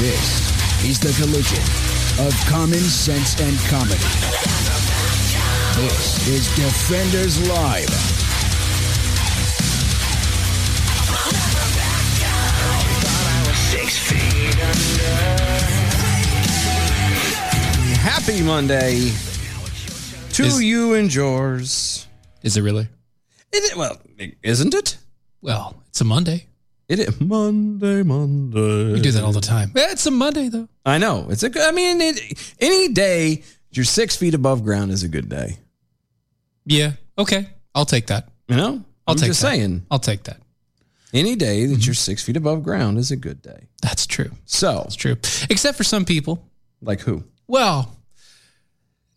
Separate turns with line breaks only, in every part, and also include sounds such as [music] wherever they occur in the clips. This is the collision of common sense and comedy. This is Defenders Live.
Happy Monday to
Is-
you and yours.
Is it really?
Is it, well, isn't it?
Well, it's a Monday.
It is Monday, Monday.
We do that all the time. Eh, It's a Monday though.
I know. It's a good, I mean, it, any day you're six feet above ground is a good day.
Yeah. Okay. I'll take that.
You know?
I'll
am
take
just
that.
saying,
I'll take that.
any day that you're six feet above ground is a good day.
That's true.
So,
It's true. Except for some people.
like who?
Well,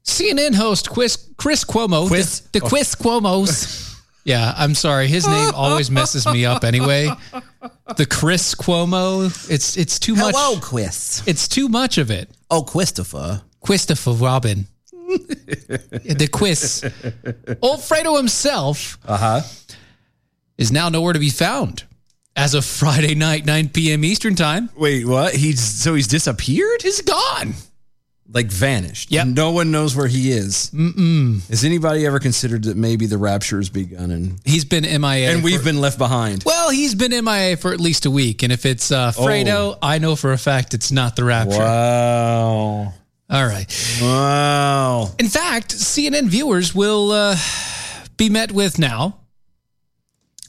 CNN host Chris, Chris Cuomo,
Quiz?
the, the Quiz Cuomos. yeah, I'm sorry. His name always messes me up anyway. The Chris Cuomo. It's it's too much.
Quist.
It's too much of it.
Oh, Christopher. [laughs]
Christopher Robin. the quiz. Alfredo himself
Uh-huh.
is now nowhere to be found. As of Friday night, 9 p.m. Eastern time,
Wait, what? He's so he's disappeared?
he's gone.
like vanished.
Yep.
No one knows where he is. Mm-mm. Has anybody ever considered that maybe the rapture has begun and
He's been MIA.
and
for-
we've been left behind?
Well, he's been MIA for at least a week. And if it's uh,
Oh.
Fredo, I know for a fact it's not the rapture.
Wow.
All right.
Wow.
In fact, CNN viewers will uh, be met with now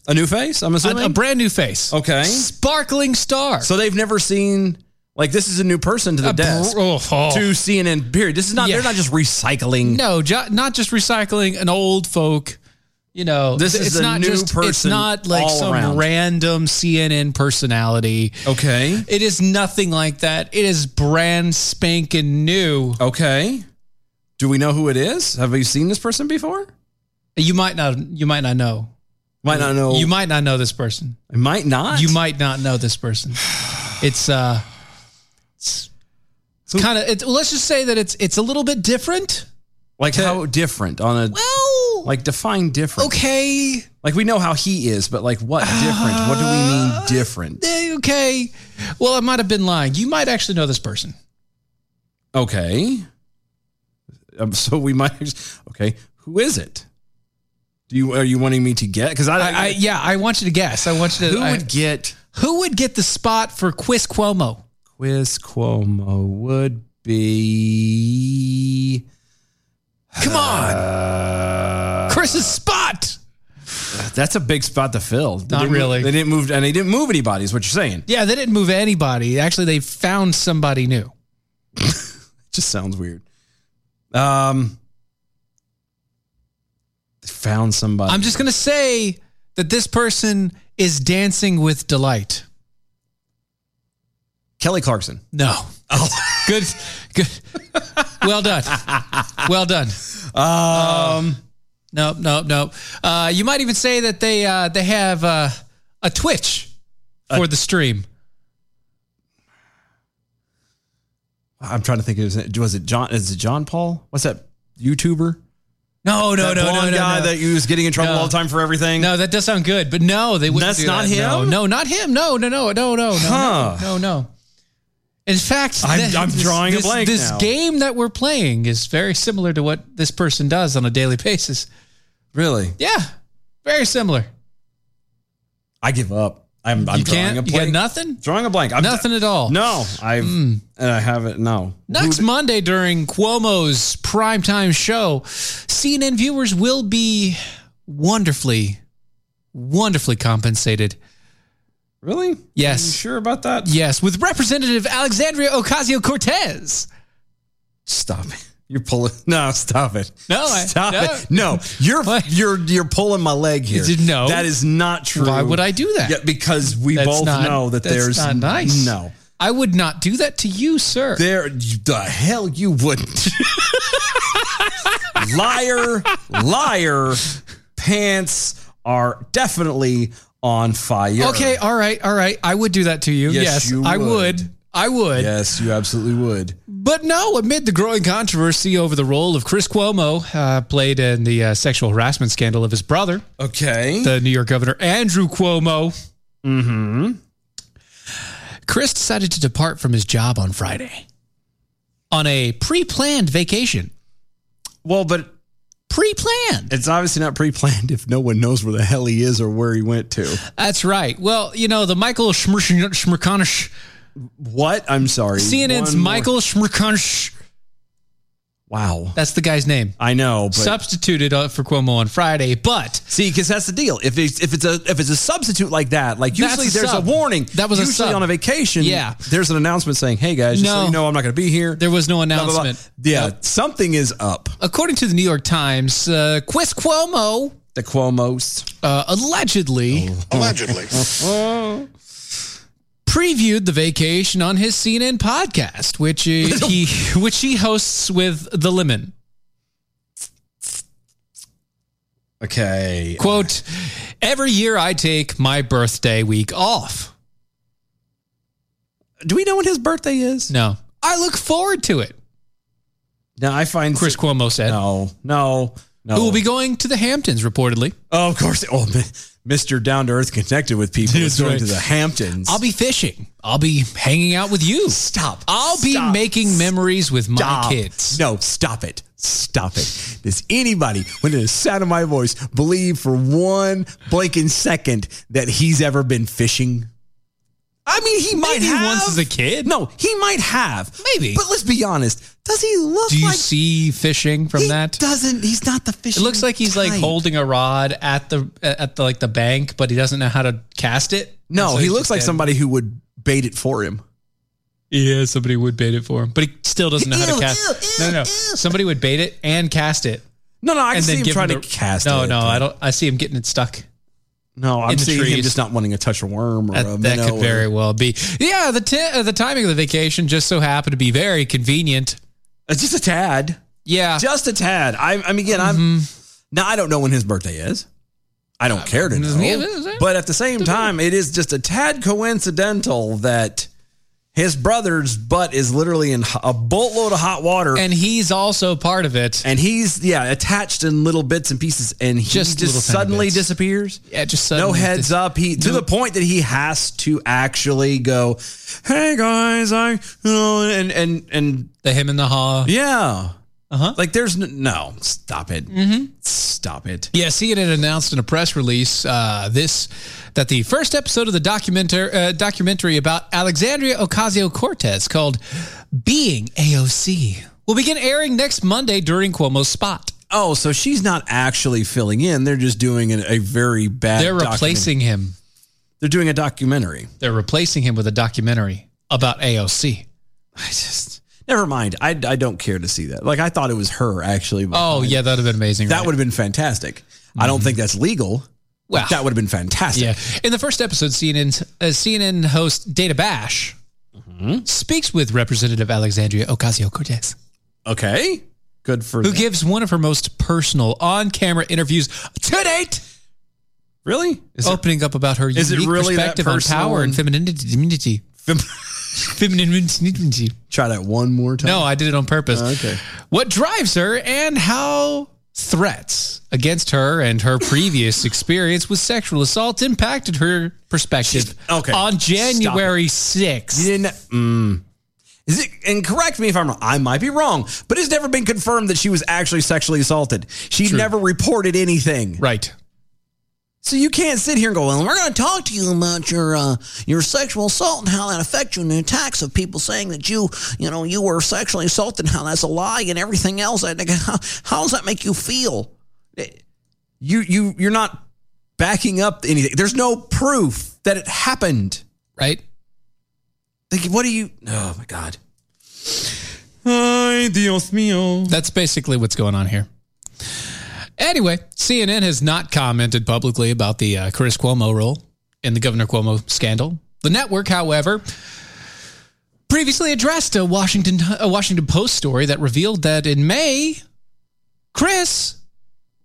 A new face, I'm
a,
assuming.
a brand new face.
okay.
Sparkling star.
So they've never seen like this is a new person to the
A br-
desk
oh, oh.
to CNN period. This is not
Yeah.
they're not just recycling.
No, ju- not just recycling an old folk. You know,
This
th-
is a new
It's
person
not like
all
some
around. Oh.
random CNN personality.
Okay.
It is nothing like that. It is brand spanking new.
Okay. Do we know who it is? Have you seen this person before?
You might not. You might not know.
Might not know.
You might not know this person.
might not.
You might not know this
[sighs]
person. It's uh, it's, it's kind of. It, let's just say that it's it's a little bit different.
like how different on a
Well,
like define different.
okay.
Like we know how he is, but like what different? what do we mean different?
Eh, okay. Well, I might have been lying. You might actually know this person.
Okay. Um, so we might. Okay, who is it? Do you are you wanting me to get? Because I,
I, I yeah, I want you to guess. I want you to.
who
I-
would get
who would get the spot for Quiz Cuomo?
Quiz Cuomo would be.
Come on,
Uh.
Chris's spot.
That's a big spot to fill. They
Not
didn't-
really.
They didn't move, and they didn't move anybody. Is what you're saying?
Yeah, they didn't move anybody. Actually, they found somebody new.
just sounds weird. Um, found somebody.
I'm just gonna say that this person is dancing with delight.
Kelly Clarkson.
No. Oh, [laughs] good, good. Well done. Well done.
Um.
No, no, no. Uh, you might even say that they uh, they have uh, a Twitch for the stream.
I'm trying to think. Is it was it John? Is it John Paul? What's that YouTuber?
No, no,
that
no, no,
blonde
no,
guy
no.
that you was getting in trouble
No.
all the time for everything.
No, that does sound good, but no, they wouldn't.
That's
do
not
that. No,
him?
No, not him. No, no, no, no, no, no,
Huh.
no, no, no. In fact,
I'm- I'm drawing a
this,
blank
This
now.
game that we're playing is very similar to what this person does on a daily basis.
really.
Yeah, very similar.
I give up. I'm, I'm
you
drawing
can't.
a
You got
blank.
nothing.
Drawing a blank. I'm
Nothing at all. Hmm.
No, I've and I haven't. No.
Next Monday during Cuomo's primetime show, CNN viewers will be wonderfully, wonderfully compensated
Really?
Yes.
You sure about that?
Yes, with Representative Alexandria Ocasio Cortez.
Stop it. You're pulling. [laughs] No, stop it.
No, I-
stop
no.
it. No, you're
What?
you're you're pulling my leg here.
Did- no.
that is not true.
Why would I do that?
Yeah, because we
That's
both
not-
know that
that's
there's
not nice.
No,
I would not do that to you, sir.
there. The hell you wouldn't. liar, liar. Pants are definitely on fire.
okay, all right, all right. I would do that to you.
Yes,
Yes,
you
I
would.
would. I would.
Yes, you absolutely would.
But no, amid the growing controversy over the role of Chris Cuomo, uh, played in the uh, sexual harassment scandal of his brother,
Okay.
the New York governor Andrew Cuomo. Mm-hmm. Chris decided to depart from his job on Friday on a pre-planned vacation.
well, but
Pre-planned.
it's obviously not pre-planned if no one knows where the hell he is or where he went to.
That's right. Well, you know the Michael Schmirkanish, Schmirkanish
What? I'm sorry.
CNN's
One more-
Michael Schmirkanish.
Wow.
That's the guy's name.
I know, but
Substituted uh, for Cuomo on Friday, but
see, because that's the deal. If it's if it's a if it's a substitute like that, like
That's
usually
a
there's a
sub.
warning.
That was a
usually
sub.
on a vacation.
Yeah.
there's an announcement saying, "Hey guys, just so
No.
you know, I'm not going to be here."
there was no
Blah, blah, blah.
announcement.
Yeah, something is up.
According to the New York Times, uh, Chris Cuomo
The Cuomo's.
uh, allegedly
Oh.
Allegedly.
Mm. previewed the vacation on his CNN podcast,
[laughs]
which he, he which he hosts with the Lemon.
Okay.
Quote: Every year I take my birthday week off.
Do we know when his birthday is?
No, I look forward to it.
No, I find
Chris Cuomo said,
No, no, no.
"Who will be going to the Hamptons reportedly?"
Oh, of course. Oh, [laughs] mi- Mr. Down to Earth connected with people is
That's
going
right.
to the Hamptons.
I'll be fishing. I'll be hanging out with you.
Stop.
I'll
Stop.
be making memories with my
Stop.
kids.
No, stop it. Stop it. Does anybody, when it is sound of my voice, believe for one blinking second that he's ever been fishing? I mean, he might
Maybe
have.
once as a kid.
No, he might have.
Maybe.
But let's be honest. Does he look
Do you
like
see fishing from
he
that?
doesn't. He's not the
It
fishing
looks like he's like
type.
holding a rod at the at the like the bank, but he doesn't know how to cast it.
No,
And so
he
he's
looks
just
like
dead.
somebody who would bait it for him.
Yeah, somebody would bait it for him, but he still doesn't know how to
Ew,
cast.
ew,
no,
ew,
no,
ew.
somebody would bait it and cast it,
No, no, I can
and
see him
give
trying
him
to
the-
cast
No,
it.
no, I don't. I see him getting it stuck.
No, I'm
the
seeing him
trees.
just not wanting to touch a worm or
That,
a
that
minnow
could
or-
very well be. Yeah, the ti- uh, the timing of the vacation just so happened to be very convenient.
It's Uh, just a tad. [laughs]
Yeah,
just a tad. I, I mean, again, I'm
Mm-hmm.
now. I don't know when his birthday is. I don't care to know. But at the same time, it is just a tad coincidental that his brother's butt is literally in ho- a boatload of hot water, and,
and he's also part of it.
he's yeah attached in little bits and pieces, and he
Just
just,
little tiny
suddenly
bits.
disappears.
Yeah, just
No
suddenly
heads
this-
up. He to
No.
the point that he has to actually go, "Hey guys, I you know," and and and
The him and the ha.
yeah,
Uh-huh. Mm-hmm.
Like there's n- no stop it, stop it.
Yeah, CNN announced in a press release uh, this that the first episode of the documentary uh, documentary about Alexandria Ocasio Cortez called "Being AOC" will begin airing next Monday during Cuomo's spot.
Oh, so she's not actually filling in. They're just doing an, a very bad.
They're
document-
replacing him.
They're doing a documentary.
They're replacing him with a documentary about AOC.
I just never mind. I, I don't care to see that. Like I thought it was her actually.
Oh yeah, that'd have been amazing.
that
right?
would have been fantastic. I don't think that's legal.
Well,
That would have been fantastic.
Yeah. In the first episode, CNN, uh, CNN host Data Bash
Mm-hmm.
speaks with Representative Alexandria Ocasio Cortez,
Okay. Good for
who
them.
gives one of her most personal on camera interviews to date,
really? Is [laughs] it
opening up about her
is it
unique
really that
perspective on
personal
power and
and-
femininity. femininity. Femininity.
try that one more time?
No, I did it on purpose.
Oh, Okay.
What drives her and how threats against her and
[sighs]
her previous experience with sexual assault impacted her perspective
okay.
on
Stop
January 6th.
You didn't. Mm. Is it? And correct me if I'm wrong. I might be wrong, but it's never been confirmed that she was actually sexually assaulted. She never reported anything.
Right.
So you can't sit here and go, "Well, we're going to talk to you about your uh, your sexual assault and how that
affect you in the attacks of people saying that you, you know, you were sexually assaulted, how that's a lie and everything else. I think, how, how does that make you feel?
you you you're not backing up anything. There's no proof that it happened.
right?
Like, what do you? Oh my God. Ay, Dios mío.
That's basically what's going on here. Anyway, CNN has not commented publicly about the uh, Chris Cuomo role in the Governor Cuomo scandal. The network, however, previously addressed a Washington a Washington Post story that revealed that in May, Chris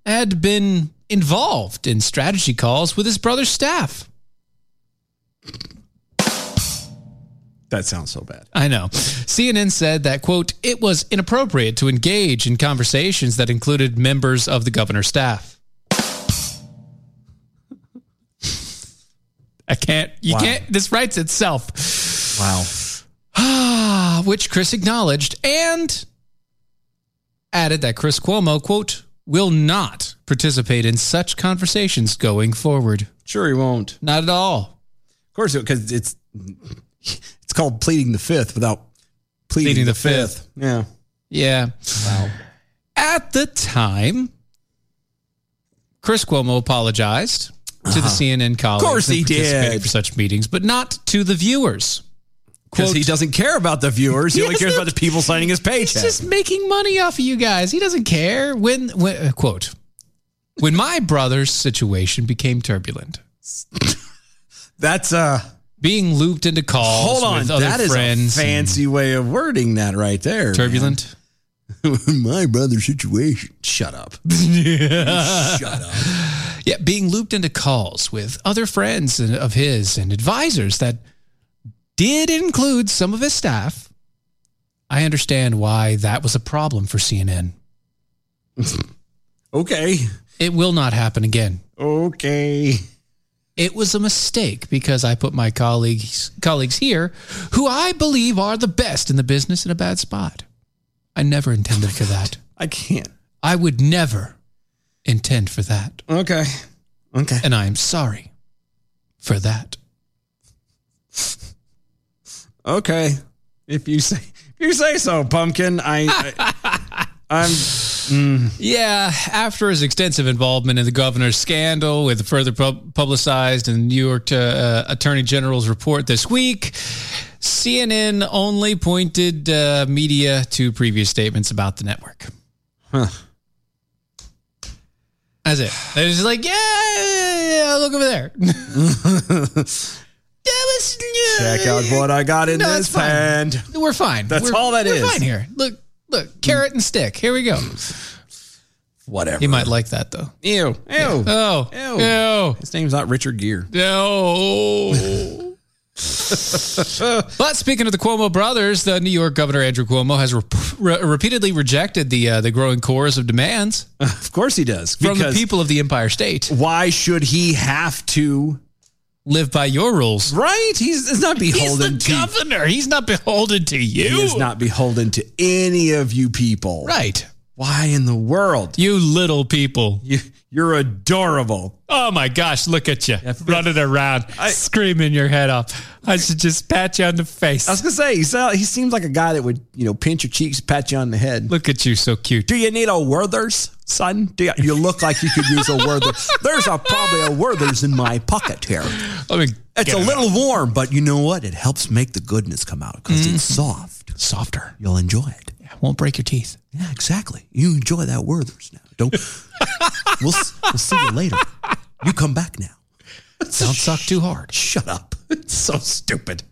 had been involved in strategy calls with his brother's staff.
That sounds so bad.
I know. CNN said that, quote, it was inappropriate to engage in conversations that included members of the governor's staff. I can't, you
Wow.
can't, this writes itself.
Wow.
Ah, [sighs] Which Chris acknowledged and added that Chris Cuomo, quote, will not participate in such conversations going forward.
Sure, he won't.
Not at all.
Of course, because it's it's called pleading the fifth without pleading,
Pleading
the,
the fifth.
fifth. Yeah.
Yeah.
Wow.
At the time, Chris Cuomo apologized to the CNN colleagues
Uh-huh. course
for
he did.
participating for such meetings, but not to the viewers.
Because he
Quote,
doesn't care about the viewers. He only [laughs]
Yes,
cares
no.
about the people signing his
He's
paycheck.
just making money off of you guys. He doesn't care. When, when uh, quote, when my brother's situation became turbulent,
That's uh
being looped into calls
hold on.
with other
That is
friends,
a fancy way of wording that right there.
turbulent.
man. [laughs] My brother's situation. Shut [laughs] up. Shut up.
Yeah, being looped into calls with other friends and- of his and advisors that did include some of his staff. I understand why that was a problem for CNN.
Okay.
It will not happen again.
Okay.
It was a mistake because I put my colleagues colleagues here, who I believe are the best in the business, in a bad spot. I never intended for that.
I can't.
I would never intend for that,
Okay. Okay.
and I am sorry for that.
Okay. If you say if you say so, pumpkin. I, I I'm
Yeah, after his extensive involvement in the governor's scandal, with further pub- publicized in New York uh, uh, Attorney General's report this week, CNN only pointed uh, media to previous statements about the network.
Huh.
That's it. They're just like, yeah, yeah, yeah, look over there. [laughs] that was
check out what I got in
No,
this
it's fine.
hand.
We're fine.
That's
we're,
all that
we're
is.
fine here. Look, look, carrot and stick. Here we go.
Whatever.
He might like that though.
Ew. Ew.
Oh,
Ew.
ew.
His name's not Richard Gere.
No. but speaking of the Cuomo brothers, the New York governor Andrew Cuomo has rep- re- repeatedly rejected the uh, the growing chorus of demands
Of course he does.
from the
because
people of the Empire State.
Why should he have to?
Live by your rules.
Right? He's, he's not beholden to.
governor. He's not beholden to you.
He is not beholden to any of you people.
right.
Why in the world?
You little people.
You, you're adorable.
Oh my gosh, look at you running around, screaming your head off. I should just pat you on the face.
I was gonna say he sound, he seems like a guy that would you know pinch your cheeks, pat you on the head.
Look at you, so cute.
Do you need a Werther's, son? Do you, you look like you could use a
[laughs]
Werther. There's a, probably a Werther's in my pocket here.
I mean,
It's
get
a
it.
little warm, but you know what? It helps make the goodness come out because it's soft.
Mm-hmm. softer.
You'll enjoy it.
Won't break your teeth.
Yeah, exactly. You enjoy that Werther's now.
[laughs]
Don't. we'll, s- we'll see you later. You come back now.
Don't suck too hard.
Shut up. It's so
[laughs]
stupid.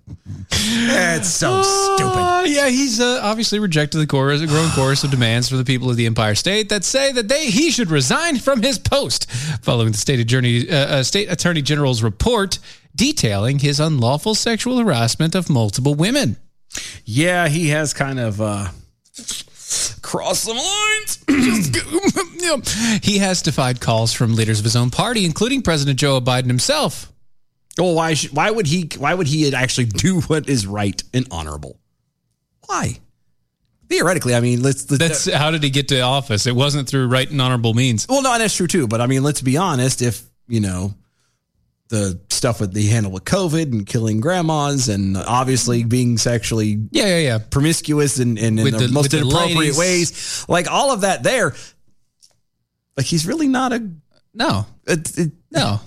It's so stupid.
Uh, yeah, he's uh, obviously rejected the chorus, the growing chorus of demands from the people of the Empire State that say that they he should resign from his post following the state attorney uh, uh, state attorney general's report detailing his unlawful sexual harassment of multiple women. [laughs]
Yeah, he has kind of uh, crossed some lines. [clears throat]
he has defied calls from leaders of his own party, including President Joe Biden himself.
Well, why should, why would he why would he actually do what is right and honorable? Why? Theoretically, I mean, let's, let's
That's how did he get to office? It wasn't through right and honorable means.
well, no, that's true too. But I mean, let's be honest. If you know the stuff with the handle with COVID and killing grandmas, and obviously being sexually
Yeah, yeah, yeah.
promiscuous and, and in
With
the,
the- with
most
the
inappropriate
ladies.
ways, like all of that, there, like he's really not a.
No,
It, it,
no.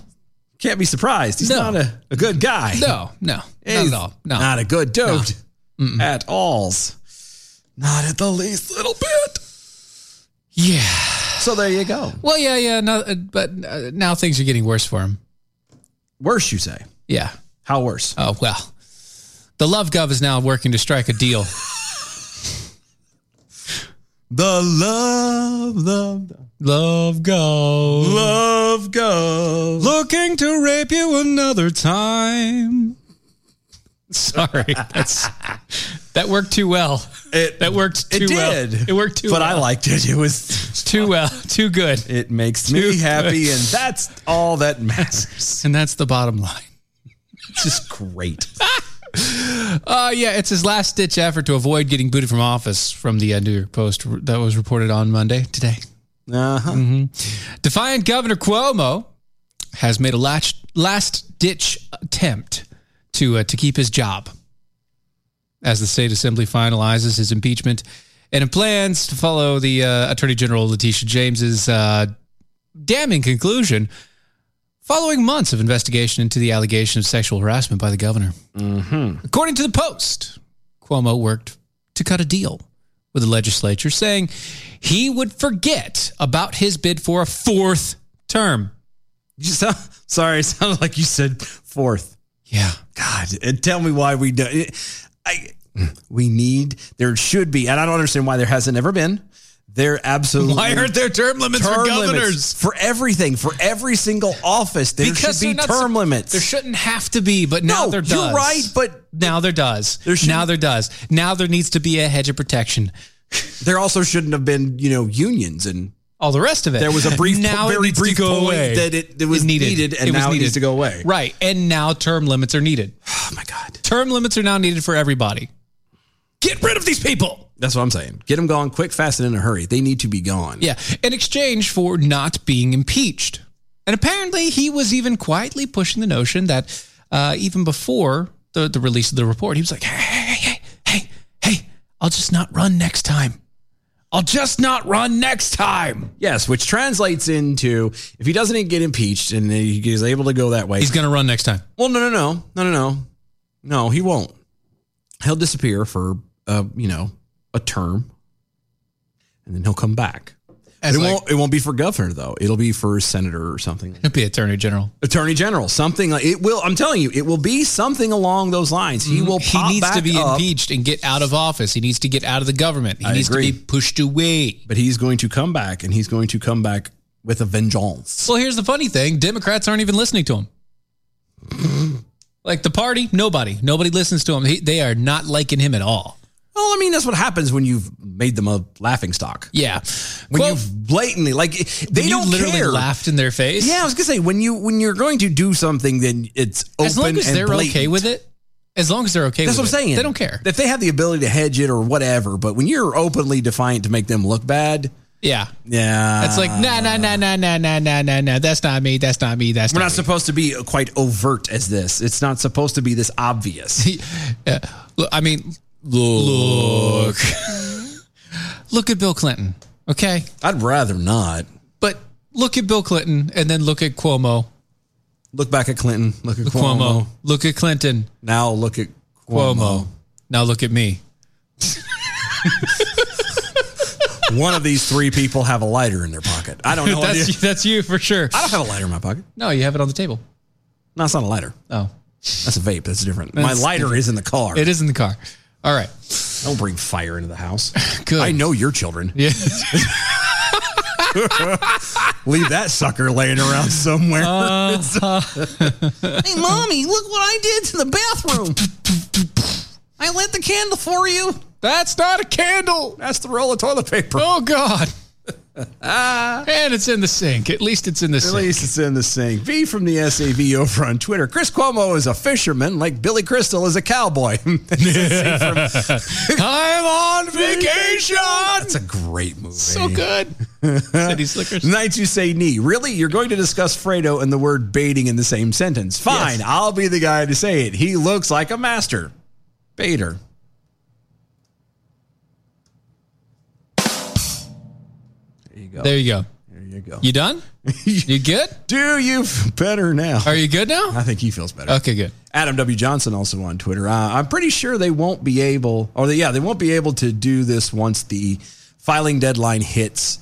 Can't be surprised. He's
No.
not a, a good guy.
No, no, not
He's
at all. No,
Not a good dude at alls. Not at the least little bit.
yeah.
So there you go.
Well, yeah, yeah. No, uh, but uh, now things are getting worse for him.
Worse, you say.
Yeah.
How worse?
Oh well. The Love Gov is now working to strike a [laughs] deal.
The love, love,
Love Gov.
love go. Looking to rape you another time.
Sorry, that's that worked too well.
It
That worked too
it
well.
did.
It worked too
But
well.
I liked it. It was
Too well, too good,
it makes me
Too
happy,
good.
and that's all that
[laughs]
matters.
and that's the bottom line.
It's just great.
Uh, yeah, it's his last ditch effort to avoid getting booted from office from the uh, New York Post that was reported on Monday today.
Uh-huh.
Defiant Governor Cuomo has made a last last ditch attempt to uh, to keep his job as the state assembly finalizes his impeachment and plans to follow the uh, Attorney General Letitia James's uh, damning conclusion following months of investigation into the allegation of sexual harassment by the governor. According to the Post, Cuomo worked to cut a deal with the legislature, saying he would forget about his bid for a fourth term.
You sound, sorry, it sounded like you said fourth.
Yeah.
God, and tell me why we do. I we need there should be, and I don't understand why there hasn't ever been. There absolutely
Why aren't there term limits
term
for
limits
governors?
for everything for every single office? There should be
they're not-
term limits.
There shouldn't have to be, but now
no,
there does.
you're right, but
now there does.
There shouldn't-
now there does. Now there needs to be a hedge of protection.
there also shouldn't have been you know unions and.
All the rest of it.
There was a brief,
[laughs] now it
very
needs to
brief
go
point
away.
that it, it was needed, and
It was
now it needs
needed.
to go away.
Right, and now term limits are needed.
Oh my God,
Term limits are now needed for everybody. Get rid of these people.
that's what I'm saying. Get them gone quick, fast, and in a hurry. They need to be gone.
Yeah, in exchange for not being impeached. And apparently, he was even quietly pushing the notion that uh, even before the, the release of the report, he was like, hey, hey, hey, hey, hey, hey, I'll just not run next time. I'll just not run next time.
Yes, which translates into if he doesn't get impeached and he is able to go that way.
He's going to run next time.
well, no, no, no, no, no, no, no. He won't. He'll disappear for uh, you know a term, and then he'll come back.
As
it
like-
won't. It won't be for governor though. It'll be for senator or something.
He'll be attorney general.
Attorney general, something like it will. I'm telling you, it will be something along those lines. He will.
Mm, He
Pop
needs to
back
be
up,
impeached and get out of office. He needs to get out of the government. He
I
needs
agree.
to be pushed away.
but he's going to come back, and he's going to come back with a vengeance.
Well, here's the funny thing Democrats aren't even listening to him. like the party, nobody. Nobody listens to him. He, they are not liking him at all.
Well, I mean, that's what happens when you've made them a laughing stock.
Yeah.
when
Quote,
you blatantly like they
you
don't
literally
care.
laughed in their face.
Yeah, I was gonna say when you when you're going to do something, then it's open
As long as
and
they're
blatant.
okay with it. As long as they're okay
That's
with
what I'm
it.
saying.
They don't care.
if they have the ability to hedge it or whatever. But when you're openly defiant to make them look bad,
yeah.
yeah,
That's like, nah, nah, nah, nah, nah, nah, nah, nah, nah. That's not me. That's not me. That's
We're
not,
not
me.
supposed to be quite overt as this. It's not supposed to be this
[laughs]
obvious.
Yeah. Look, I mean, look. look at Bill Clinton, okay?
I'd rather not
But look at Bill Clinton and then look at Cuomo.
look back at Clinton. Look at
Cuomo.
Cuomo.
Look at Clinton.
Now look at
Cuomo.
Cuomo.
Now look at me.
[laughs] One of these three people have a lighter in their pocket. I
[laughs]
don't know. what
that's,
it
you,
is.
that's you for sure.
I don't have a lighter in my pocket.
No, you have it on the table.
No, it's not a lighter.
Oh,
That's a vape. That's different. My
That's
lighter is in the car.
it is in the car. All right.
Don't bring fire into the house.
[laughs] Good.
I know your children.
Yeah. [laughs]
Leave that sucker laying around somewhere.
Uh-huh. [laughs]
Hey, mommy, look what I did to the bathroom. I lit the candle for you.
That's not a candle.
That's the roll of toilet paper. [laughs]
Oh, God. and it's in the sink. At least it's in the
At
sink.
least it's in the sink. V from the SAV over on Twitter. Chris Cuomo is a fisherman, like Billy Crystal is a cowboy. [laughs]
I'm on vacation.
That's a great movie.
So good.
[laughs]
City Slickers.
Nights you say knee. Really? You're going to discuss Fredo and the word baiting in the same sentence. Fine. I'll be the guy to say it. He looks like a master. Baiter.
There you go.
you go.
You done?
[laughs]
You good?
Do you f- better now?
Are you good now?
I think he feels better.
Okay, good.
Adam W. Johnson also on Twitter. Uh, I'm pretty sure they won't be able, or they, yeah, they won't be able to do this once the filing deadline hits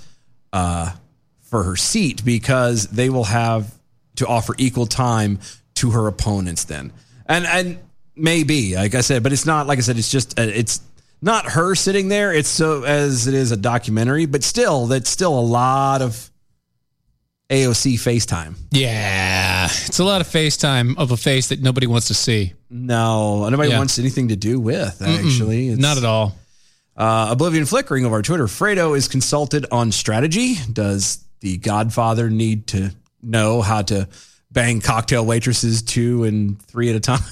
uh, for her seat because they will have to offer equal time to her opponents then, and and maybe like I said, but it's not like I said. It's just uh, it's not her sitting there. It's so as it is a documentary, but still, that's still a lot of AOC FaceTime.
Yeah. It's a lot of FaceTime of a face that nobody wants to see.
No, nobody
Yeah.
wants anything to do with actually. It's,
Not at all.
Uh, Oblivion flickering over Twitter. Fredo is consulted on strategy. Does the Godfather need to know how to bang cocktail waitresses two and three at a time? [laughs]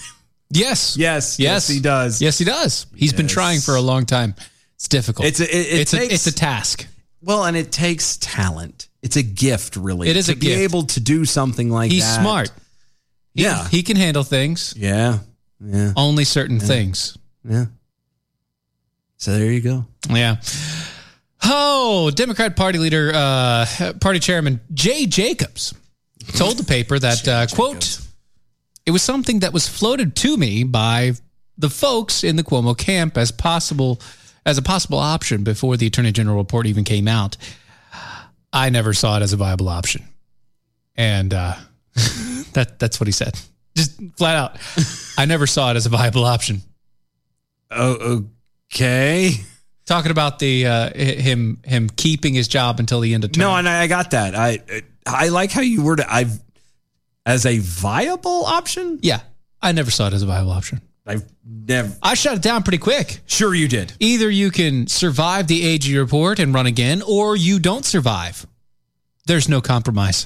Yes.
yes, he does.
Yes, he does. He's been
Yes.
trying for a long time. It's difficult.
It's a- it- it
it's,
takes-
a, it's a task.
Well, and it takes talent. It's a gift, really.
It is
to
a
be
gift.
able to do something like
He's
that.
smart. He-
Yeah.
He can handle things,
Yeah, yeah,
only certain things.
yeah. So there you go.
Yeah. Oh, Democrat Party leader, uh, party chairman Jay Jacobs told the paper that, uh, quote, it was something that was floated to me by the folks in the Cuomo camp as possible as a possible option before the attorney general report even came out. I never saw it as a viable option. And uh, [laughs] that that's what he said. Just flat out. I never saw it as a viable option
Oh, okay.
talking about the uh, hi- him him keeping his job until the end of term.
No, and I I got that. I I like how you word it. I've as a viable option.
yeah, I never saw it as a viable option.
I've never.
I shut it down pretty quick.
Sure, you did.
Either you can survive the AG report and run again, or you don't survive. There's no compromise.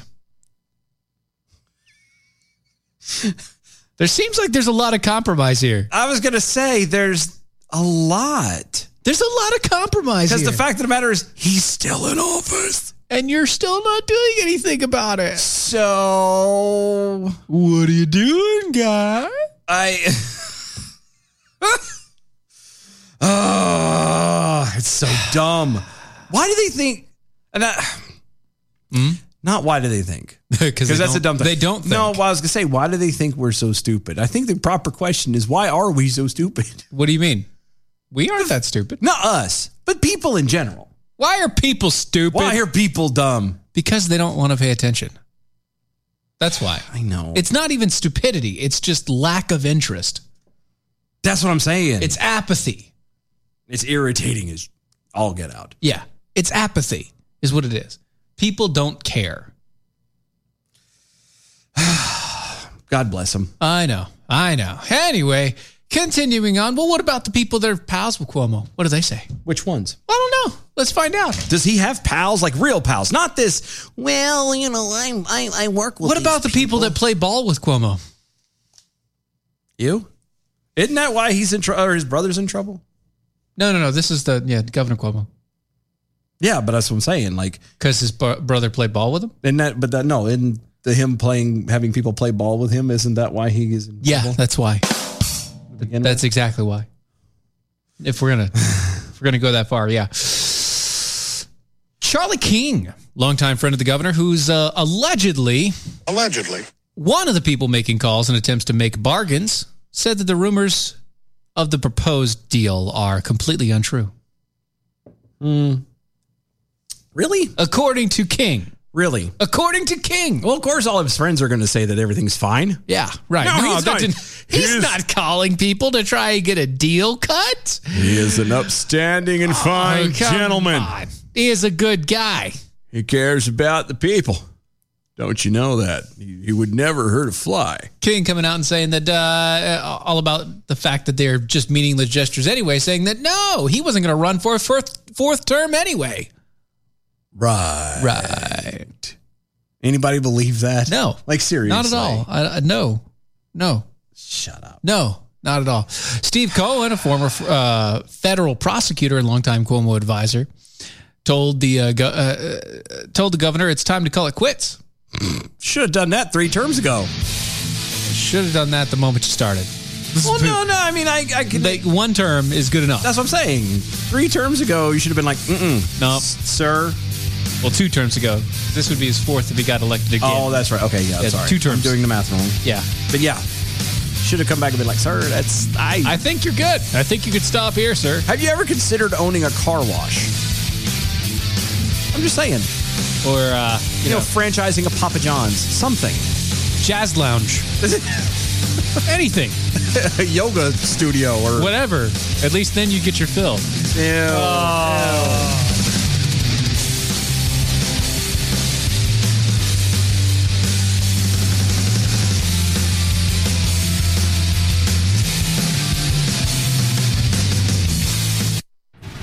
there seems like there's a lot of compromise here.
I was gonna say there's a lot
There's a lot of compromise
because
here,
the fact of the matter is he's still in office.
and you're still not doing anything about it.
So
What are you doing, [laughs] guy?
I. [laughs] oh, it's so dumb. Why do they think? And I, not why do they think?
Because
Because that's a dumb thing.
They don't. Think.
No, well, I was gonna say, why do they think we're so stupid? I think the proper question is, why are we so stupid? [laughs]
What do you mean? We aren't that stupid.
Not us, but people in general.
Why are people stupid?
Why are people dumb?
because they don't want to pay attention. That's why.
I know.
It's not even stupidity, it's just lack of interest.
that's what I'm saying.
It's apathy.
it's irritating as all get out.
Yeah. It's apathy is what it is. People don't care.
God bless them.
I know. I know. Anyway, continuing on. Well, what about the people that are pals with Cuomo? What do they say?
Which ones?
I don't know. Let's find out.
Does he have pals like real pals? Not this.
Well, you know, I'm, I I work with.
what
these
about the people that play ball with Cuomo?
You? Isn't that why he's in trouble? Or his brother's in trouble?
No, no, no. This is the, yeah, Governor Cuomo.
Yeah, but that's what I'm saying. Like,
Because his bro- brother played ball with him?
and that, but that no, in the him playing, having people play ball with him, isn't that why he is? In
Yeah,
trouble
that's why.
to begin with?
That's exactly why. If we're gonna if we're gonna go that far, yeah. Charlie King, longtime friend of the governor, who's uh, allegedly
Allegedly.
one of the people making calls and attempts to make bargains, said that the rumors of the proposed deal are completely untrue.
really,
According to King.
really.
According to King.
Well, of course, all of his friends are going to say that everything's fine.
Yeah, right.
No, he's
he's, not,
not.
den- he's
He's-
not calling people to try and get a deal cut.
He is an upstanding and fine
Oh, come on. He is a good guy.
He cares about the people. Don't you know that? He, he would never hurt a fly.
King coming out and saying that uh, all about the fact that they're just meaningless gestures anyway, saying that no, he wasn't going to run for a fourth, fourth term anyway.
Right.
Right.
Anybody believe that?
No.
Like, seriously.
Not at all. I, I, no. No.
Shut up.
No. Not at all. Steve Cohen, a former uh, federal prosecutor and longtime Cuomo advisor, told the uh, go- uh, uh, told the governor it's time to call it quits.
Should have done that three terms ago.
Should have done that the moment you started.
Well, no, no. I mean, I, I can.
Like one term is good enough.
that's what I'm saying. Three terms ago, you should have been like, mm mm.
No.
Sir,
Well, two terms ago. This would be his fourth if he got elected again.
Oh, that's right. Okay, yeah,
Yeah,
sorry.
two terms.
I'm doing the math wrong.
yeah.
But yeah, should have come back and been like, sir, that's I.
I think you're good. I think you could stop here, sir.
have you ever considered owning a car wash? I'm just saying,
Or uh,
you know, franchising a Papa John's, something,
jazz lounge, anything,
[laughs] a yoga studio, or
whatever. At least then you get your fill.
Yeah.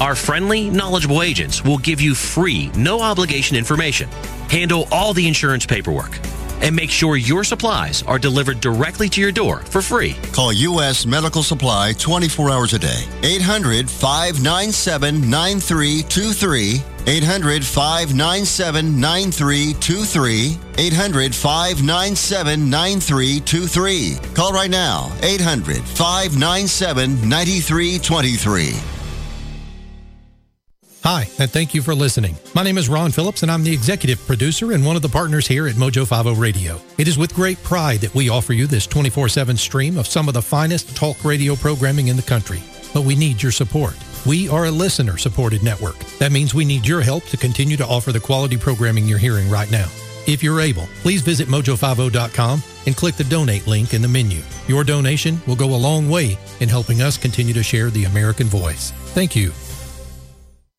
Our friendly, knowledgeable agents will give you free, no obligation information, handle all the insurance paperwork, and make sure your supplies are delivered directly to your door for free.
Call U.S. Medical Supply 24 hours a day. 800 597 9323. 800 597 9323. 800 597 9323. Call right now. 800 597 9323.
Hi, and thank you for listening. My name is Ron Phillips, and I'm the executive producer and one of the partners here at Mojo 50 Radio. It is with great pride that we offer you this 24 7 stream of some of the finest talk radio programming in the country. But we need your support. We are a listener supported network. That means we need your help to continue to offer the quality programming you're hearing right now. If you're able, please visit mojo50.com and click the donate link in the menu. Your donation will go a long way in helping us continue to share the American voice. Thank you.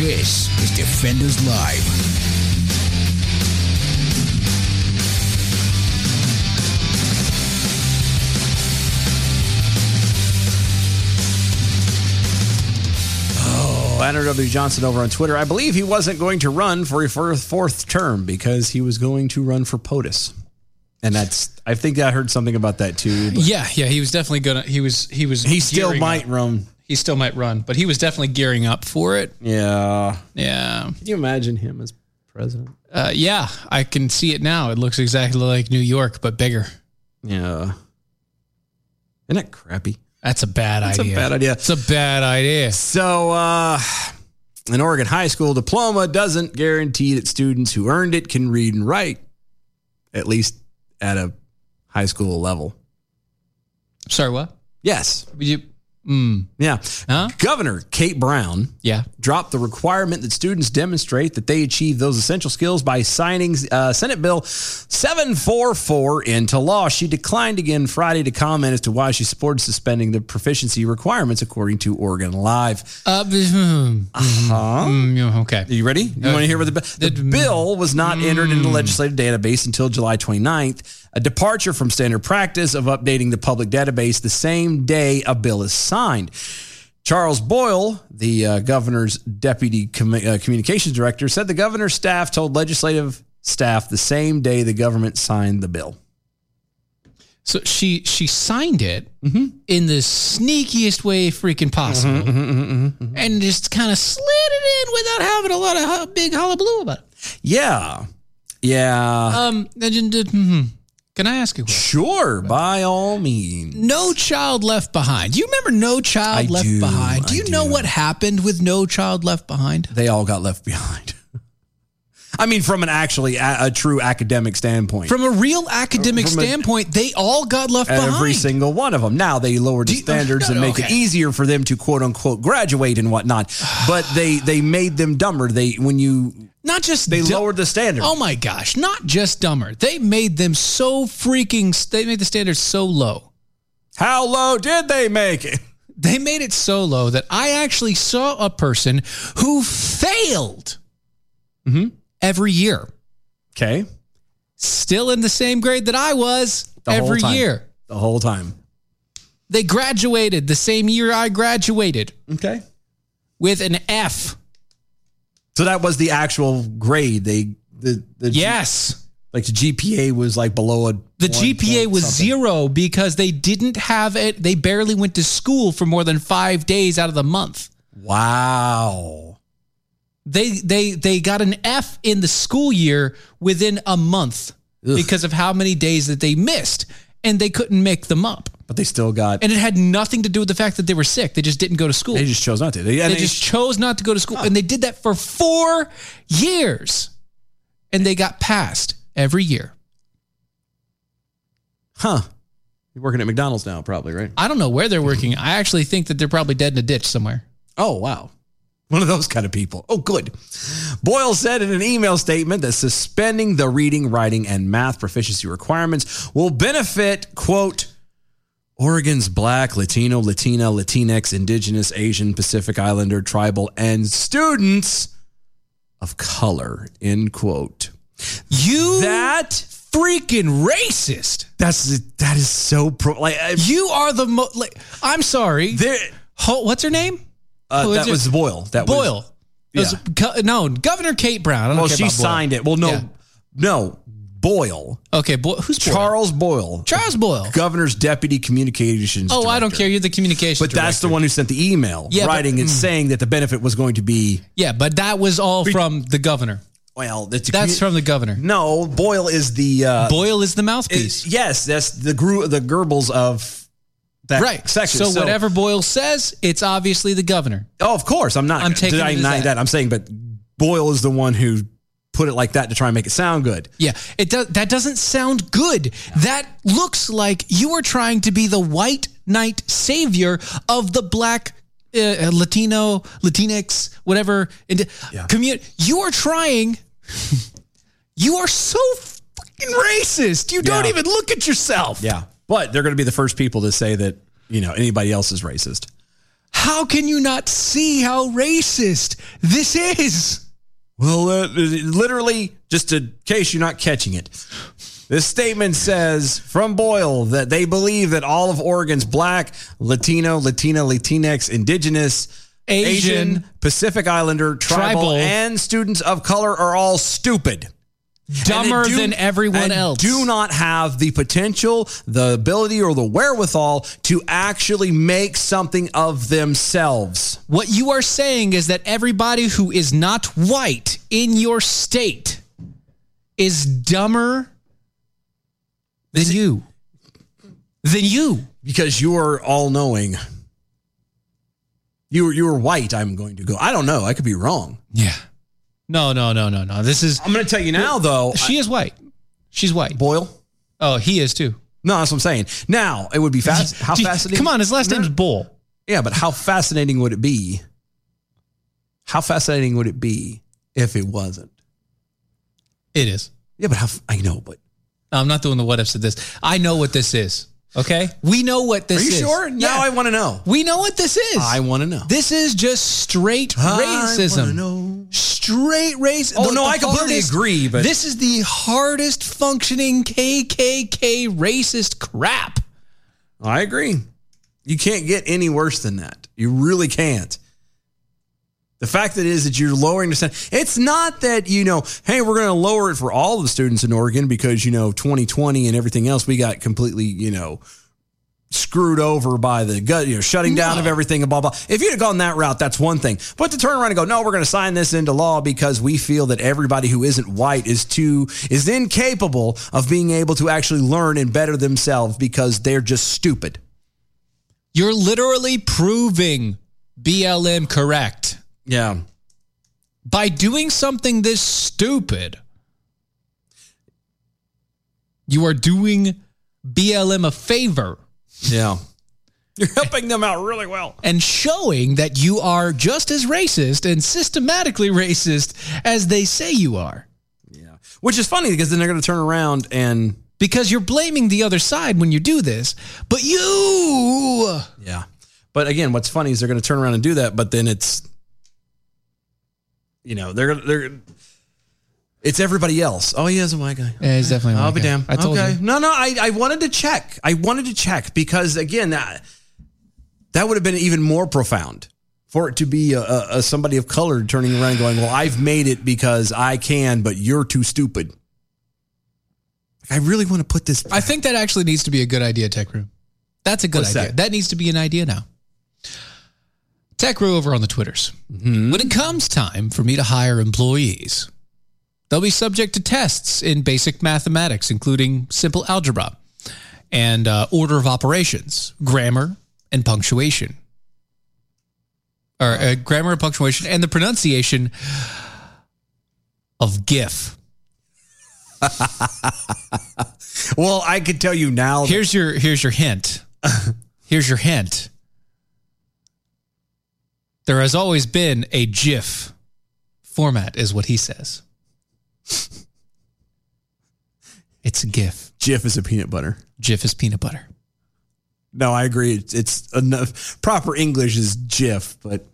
This is Defenders Live.
Leonard W. Johnson over on Twitter. I believe he wasn't going to run for a fir- fourth term because he was going to run for POTUS. And that's, I think I heard something about that too. but
Yeah, yeah. He was definitely gonna. He was. He was.
he still
gearing
might
up.
run.
He still might run, but he was definitely gearing up for it.
Yeah.
Yeah.
Can you imagine him as president?
Uh, yeah, I can see it now. It looks exactly like New York, but bigger.
Yeah. Isn't that crappy?
That's a bad
That's
idea.
a bad idea.
It's a bad idea.
So, uh, an Oregon high school diploma doesn't guarantee that students who earned it can read and write, at least at a high school level.
Sorry, what?
Yes.
Would you? Mm,
Yeah.
Huh?
Governor Kate Brown
yeah.
dropped the requirement that students demonstrate that they achieve those essential skills by signing uh, Senate Bill 744 into law. She declined again Friday to comment as to why she supported suspending the proficiency requirements, according to Oregon Live.
Uh, mm,
Uh-huh.
mm, yeah, okay.
Are you ready? You want to hear what the, bi- the
That-
bill was not entered in the legislative database until July 29th, a departure from standard practice of updating the public database the same day a bill is signed. Charles Boyle, the uh, governor's deputy commu- uh, communications director, said the governor's staff told legislative staff the same day the government signed the bill.
So she she signed it
Mm-hmm.
in the sneakiest way freaking possible,
mm-hmm,
and just kind of slid it in without having a lot of ho- big hullabaloo about it.
Yeah. Yeah.
Um, then you did-
mm-hmm.
mhm. can I ask you? a question?
sure. By all means.
No Child Left Behind. Do you remember No Child
I
Left
do,
Behind?
I
Do you know
do.
what happened with No Child Left Behind?
They all got left behind. [laughs] I mean, from an actually a, a true academic standpoint.
From a real academic
From a-
standpoint, they all got left
every
behind.
single one of them. Now they lowered the standards and make it
okay.
easier for them to quote unquote graduate and whatnot. But they they made them dumber. They when you
not just
they lowered the standard.
Oh my gosh, not just dumber. They made them so freaking they made the standards so low.
How low did they make it?
They made it so low that I actually saw a person who failed
Mm-hmm.
every year.
Okay.
Still in the same grade that I was
The whole
every
time.
year.
the whole time.
They graduated the same year I graduated.
Okay.
With an F.
So that was the actual grade. They the, the
yes,
like the GPA was like below a
The
one
GPA
point
was
something.
zero because they didn't have it. They barely went to school for more than five days out of the month.
Wow.
They they they got an F in the school year within a month because of how many days that they missed, and they couldn't make them up.
But they still got.
And it had nothing to do with the fact that they were sick. They just didn't go to school.
They just chose not to. They, and
they
they-
just chose not to go to school, and they did that for four years, and they got passed every year.
huh. You're working at McDonald's now, probably, right?
I don't know where they're working. I actually think that they're probably dead in a ditch somewhere.
Oh, wow. One of those kind of people. Oh, good. Boyle said in an email statement that suspending the reading, writing, and math proficiency requirements will benefit, quote, Oregon's Black, Latino, Latina, Latinx, Indigenous, Asian, Pacific Islander, Tribal, and students of color, end quote.
You
that
freaking racist.
That's that is so pro. Like I-
you are the mo- like. I'm sorry. Ho- what's her name?
Uh,
Who is
that was Boyle. That was-
Boyle. That was
Yeah.
Co- no, Governor Kate Brown. I don't
Well,
care
she
about Boyle.
signed it. Well, no,
Yeah.
no, Boyle.
Okay, Boyle. Who's Boyle?
Charles Boyle?
Charles Boyle.
governor's deputy communications.
Oh, I don't care. You're the communication.
But that's the one who sent the email
Yeah, but-
writing and
mm.
saying that the benefit was going to be
Yeah, but that was all from the governor.
well. That's,
That's from the governor.
No, Boyle is the uh,
Boyle is the mouthpiece.
is- yes, that's the gru- the Goebbels of that [laughs]
right.
section.
So, whatever Boyle says, it's obviously the governor.
Oh, of course, I'm not.
I'm taking it
denying
as
denying
that.
that. I'm saying, but Boyle is the one who put it like that to try and make it sound good.
Yeah, it does. That doesn't sound good. That looks like you are trying to be the white knight savior of the black, uh, Latino, Latinx, whatever. And community, you are trying. [laughs] you are so fucking racist. You don't
Yeah.
even look at yourself.
Yeah, but they're going to be the first people to say that you know anybody else is racist.
How can you not see how racist this is?
Well, uh, literally, just in case you're not catching it, this statement says from Boyle that they believe that all of Oregon's black, Latino, Latina, Latinx, indigenous,
Asian,
Pacific Islander,
Tribal.
tribal, and students of color are all stupid. And they
Dumber
do-
than everyone
and
else.
Do not have the potential, the ability, or the wherewithal to actually make something of themselves.
What you are saying is that everybody who is not white in your state is dumber than you. Than you.
because you are all knowing. You were you were white. I'm going to go. I don't know. I could be wrong.
Yeah. No, no, no, no, no. This is
I'm going to tell you now, though.
she is white. She's white.
Boyle.
Oh, he is too.
No, that's what I'm saying. Now it would be fast. How
Gee,
fascinating?
Come on, his last
No,
name's Bull.
Yeah, but how fascinating would it be? How fascinating would it be if it wasn't?
It is.
Yeah, but how? f- I know, but
No, I'm not doing the what ifs of this. I know what this is. Okay? We know what this
are you
is.
sure? Now I want to know.
we know what this is.
I want to know.
this is just straight
I wanna
racism.
know.
straight race.
Oh, no, I completely agree, but-
this is the hardest functioning KKK racist crap.
I agree. You can't get any worse than that. You really can't. The fact that it is that you're lowering the standard. It's not that, you know, hey, we're going to lower it for all the students in Oregon because, you know, 2020 and everything else, we got completely, you know, screwed over by the gut, you know, shutting down of everything and blah, blah. If you'd have gone that route, that's one thing. But to turn around and go, no, we're going to sign this into law because we feel that everybody who isn't white is too, is incapable of being able to actually learn and better themselves because they're just stupid.
You're literally proving BLM correct.
Yeah.
by doing something this stupid, you are doing BLM a favor.
Yeah. You're helping them out really well.
And showing that you are just as racist and systematically racist as they say you are.
Yeah. Which is funny because then they're going to turn around and.
Because you're blaming the other side when you do this, but you.
Yeah. But again, what's funny is they're going to turn around and do that, but then it's. You know, they're. they're it's everybody else. Oh, he is a white guy.
Yeah, he's definitely a white
I'll be
guy.
damned.
I told
okay.
you.
No, no, I, I wanted to check. I wanted to check because, again, that, that would have been even more profound for it to be a, a, a somebody of color turning around and going, Well, I've made it because I can, but you're too stupid. I really want to put this.
I think that actually needs to be a good idea, Tech Room. That's a good
What's
idea. That?
that?
needs to be an idea now. Tech Room over on the Twitters. When it comes time for me to hire employees, they'll be subject to tests in basic mathematics, including simple algebra and uh, order of operations, grammar, and punctuation. Or uh, grammar and punctuation, and the pronunciation of GIF.
Well, I could tell you now. that-
Here's your here's
[laughs]
your hint. Here's your hint. There has always been a GIF format, is what he
[laughs]
says. It's a GIF.
Jif is a peanut butter.
GIF is peanut butter.
No, I agree. It's, it's enough. Proper English is Jif, but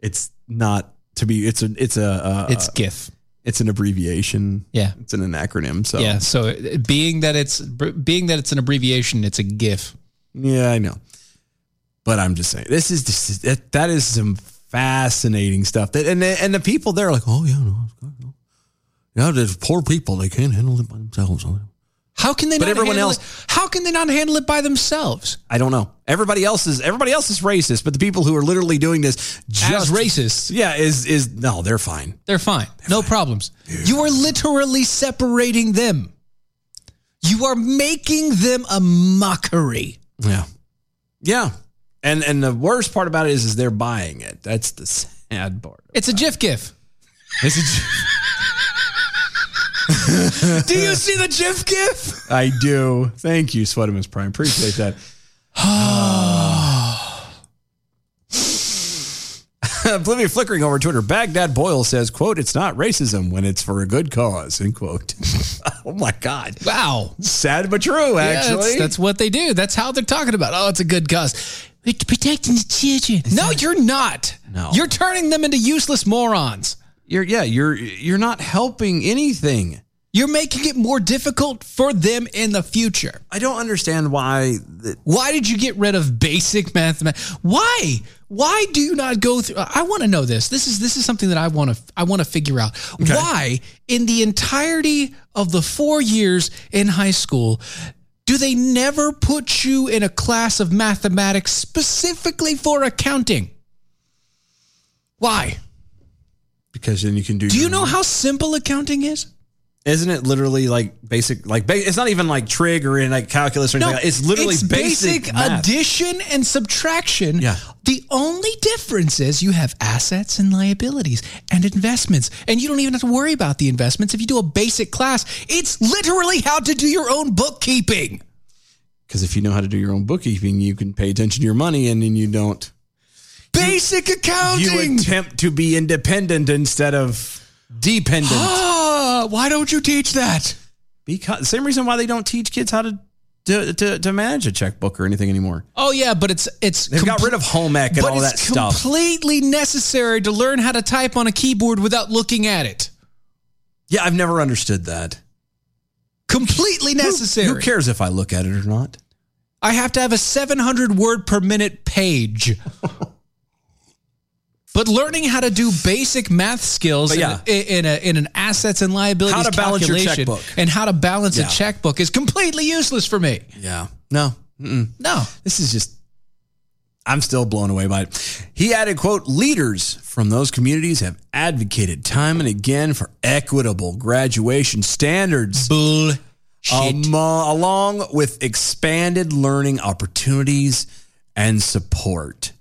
it's not to be. It's a. It's a. Uh,
It's GIF.
It's an abbreviation.
Yeah.
It's an acronym. So
Yeah. So it- being that it's being that it's an abbreviation, it's a GIF.
Yeah, I know. But I'm just saying, this is this is- that, that is some fascinating stuff. That and the, and the people there are like, oh yeah, no, it's good, no. yeah, there's poor people they can't handle it by themselves.
How can they?
But
not
everyone
handle
else-
it- How can they not handle it by themselves?
I don't know. Everybody else is everybody else is racist, but the people who are literally doing this
As
just
racists,
Yeah, is is no, they're fine.
They're fine. no problems. You are literally separating them. You are making them a mockery.
Yeah, yeah. And and the worst part about it is is they're buying it. That's the sad part.
It's a GIF GIF.
[laughs] This is-
Do you see the GIF GIF?
I do. Thank you, Sweatimus Prime. Appreciate [sighs] that. Oblivion flickering over Twitter. Baghdad Boyle says, "quote It's not racism when it's for a good cause." End quote. [laughs] oh my God!
Wow.
Sad but true.
Yeah,
Actually,
that's, that's what they do. That's how they're talking about. Oh, it's a good cause. We're protecting the children. No, you're not.
No.
You're turning them into useless morons.
you're yeah you're you're not helping anything.
You're making it more difficult for them in the future.
I don't understand why. The,
Why did you get rid of basic mathematics? Why? Why do you not go through? I want to know this. This is this is something that I want to I want to figure out. Why, in the entirety of the four years in high school, do they never put you in a class of mathematics specifically for accounting? Why?
because then you can do.
Do you
your-
know how simple accounting is?
Isn't it literally like basic? Like ba- it's not even like trig or in like calculus or anything. like that. It's literally
it's
basic, math.
addition and subtraction.
Yeah.
The only difference is you have assets and liabilities and investments, and you don't even have to worry about the investments if you do a basic class. It's literally how to do your own bookkeeping.
Because if you know how to do your own bookkeeping, you can pay attention to your money, and then you don't.
Basic
You
accounting.
attempt to be independent instead of
[gasps]
dependent.
Ah, why don't you teach that?
because same reason why they don't teach kids how to to, to, to manage a checkbook or anything anymore.
Oh yeah, but it's it's
They've got
comple-
rid of home ec and
but
all that
it's
stuff.
completely necessary to learn how to type on a keyboard without looking at it.
Yeah, I've never understood that.
Completely
Who-
necessary.
Who, cares if I look at it or not?
I have to have a 700 word per
[laughs]
minute page. but learning how to do basic math skills
But yeah.
in, in, a, in an assets and liabilities
How to balance your
calculation
checkbook.
and how to balance
Yeah.
a checkbook is completely useless for me.
Yeah. No. Mm-mm.
No.
This is just. I'm still blown away by it. He added, quote, leaders from those communities have advocated time and again for equitable graduation standards.
Bullshit. Um,
Amo- along with expanded learning opportunities and support.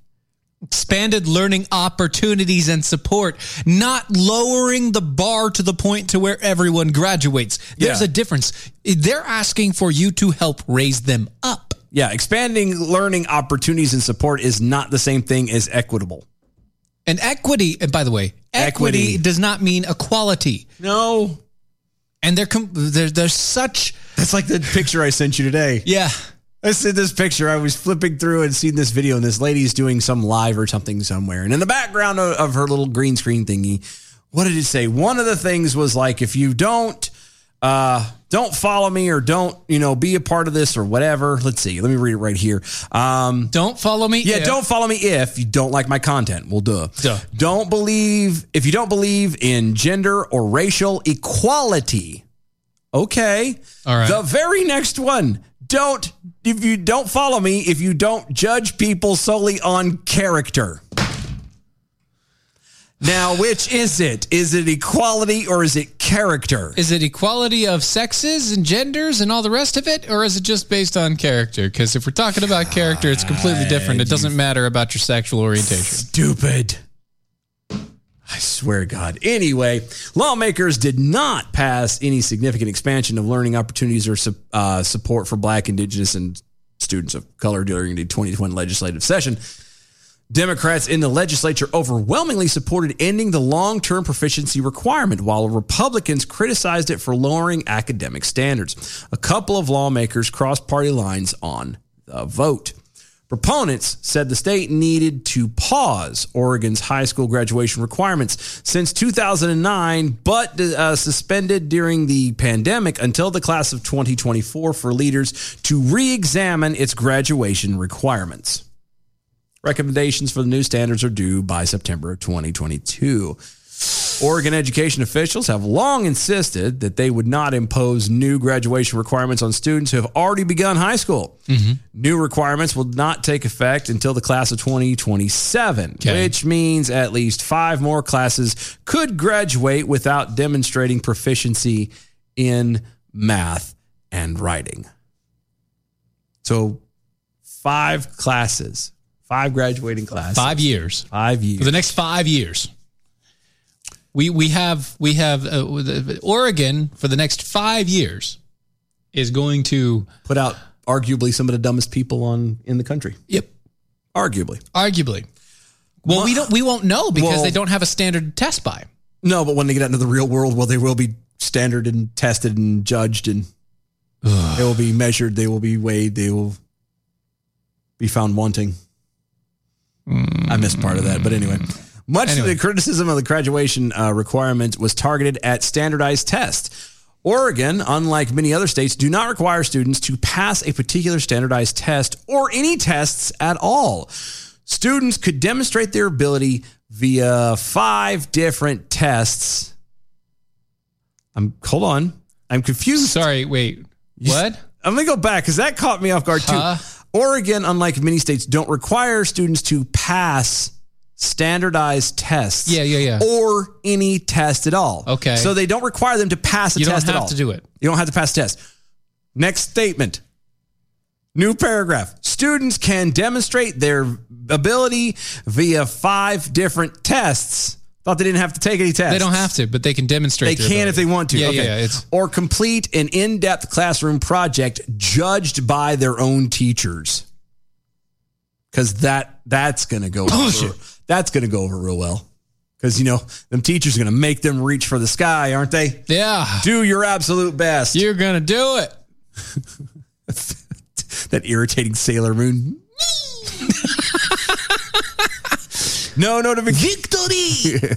expanded learning opportunities and support, not lowering the bar to the point to where everyone graduates. There's
Yeah.
a difference. They're asking for you to help raise them up.
Yeah, expanding learning opportunities and support is not the same thing as equitable.
And equity, and by the way, equity,
Equity.
does not mean equality.
No.
And they're, com- they're, they're such.
That's like the picture I sent you today.
Yeah.
I sent this picture. I was flipping through and seen this video, and this lady's doing some live or something somewhere. And in the background of, of her little green screen thingy, what did it say? One of the things was like, if you don't, uh, don't follow me or don't, you know, be a part of this or whatever. Let's see. Let me read it right here. Um,
don't follow me.
Yeah,
if-
don't follow me if you don't like my content. Well, duh.
Duh.
Don't believe if you don't believe in gender or racial equality. Okay.
All right.
The very next one. Don't if you don't follow me if you don't judge people solely on character. Now, which is it? Is it equality or is it character?
Is it equality of sexes and genders and all the rest of it, or is it just based on character? Because if we're talking about character, it's completely
Ah,
different. It doesn't matter about your sexual orientation.
Stupid. I swear to God. Anyway, lawmakers did not pass any significant expansion of learning opportunities or sup- uh, support for Black, Indigenous, and students of color during the 2020 legislative session. Democrats in the legislature overwhelmingly supported ending the long term proficiency requirement, while Republicans criticized it for lowering academic standards. A couple of lawmakers crossed party lines on the vote. Proponents said the state needed to pause Oregon's high school graduation requirements since 2009, but uh, suspended during the pandemic until the class of 2024 for leaders to re examine its graduation requirements. Recommendations for the new standards are due by September of 2022. Oregon education officials have long insisted that they would not impose new graduation requirements on students who have already begun high school. New requirements will not take effect until the class of 2027, which means at least five more classes could graduate without demonstrating proficiency in math and writing. So, five classes, five graduating classes,
Five years.
Five years.
For the next five years. We we have we have uh, the- Oregon for the next five years is going to
put out arguably some of the dumbest people on in the country.
Yep.
Arguably.
Arguably. Well, we don't we won't know because
Well-
they don't have a standard to test by.
No, but when they get out into the real world, well, they will be standard and tested and judged and they will be measured, they will be weighed, they will be found wanting. I missed part of that, but anyway. Much of the criticism of the graduation uh, requirement was targeted at standardized tests. Oregon, unlike many other states, do not require students to pass a particular standardized test or any tests at all. Students could demonstrate their ability via five different tests. I'm hold on. I'm confused.
Sorry, wait. What?
I'm gonna go back because that caught me off guard too.
Huh?
Oregon, unlike many states, don't require students to pass standardized tests.
Yeah, yeah, yeah.
Or any test at all.
Okay.
So they don't require them to pass a
You don't
test at
have
all.
to do it.
You don't have to pass a test. Next statement. New paragraph. Students can demonstrate their ability via five different tests. Thought they didn't have to take any tests.
They don't have to, but they can demonstrate.
They
their
can if
ability.
they want to.
Yeah,
okay.
yeah, yeah. It's
or complete an in-depth classroom project judged by their own teachers. Cause that that's gonna go over,
Bullshit.
that's gonna go over real well. Cause you know, them teachers are gonna make them reach for the sky, aren't they?
yeah.
Do your absolute best.
You're gonna do it.
[laughs] that irritating Sailor
[laughs]
Moon. no notification. Victory!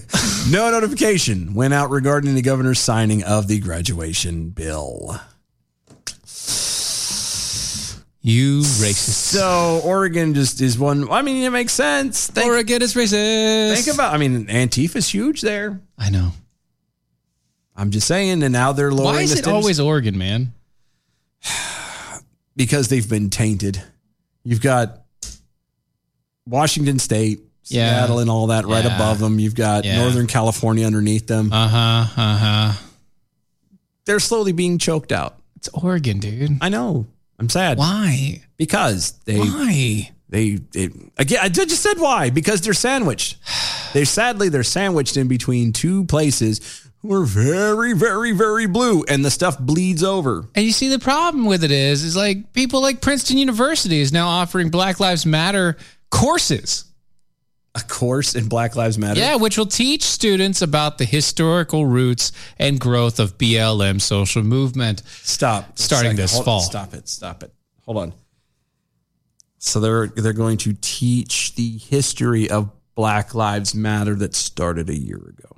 [laughs] no notification went out regarding the governor's signing of the graduation bill.
You racist.
So Oregon just is one. I mean, it makes sense. Think,
Oregon is racist.
think about. I mean, Antifa's huge there.
I know.
I'm just saying, and now they're lowering.
Why is
the
it
standards
always Oregon, man?
because they've been tainted? You've got Washington State,
Yeah.
Seattle, and all that right
Yeah.
above them. You've got
Yeah.
Northern California underneath them.
Uh huh. Uh huh.
they're slowly being choked out.
It's Oregon, dude.
I know. I'm sad
Why?
because they
Why?
They it, again. I ju- just said why because they're
[sighs]
sandwiched. They sadly they're sandwiched in between two places who are very very very blue, and the stuff bleeds over.
And you see the problem with it is is like people like Princeton University is now offering Black Lives Matter courses.
A course in Black Lives Matter.
Yeah, which will teach students about the historical roots and growth of BLM social movement.
Stop.
Starting
Second,
this
hold-
fall.
Stop it. Stop it. Hold on. So they're they're going to teach the history of Black Lives Matter that started a year ago.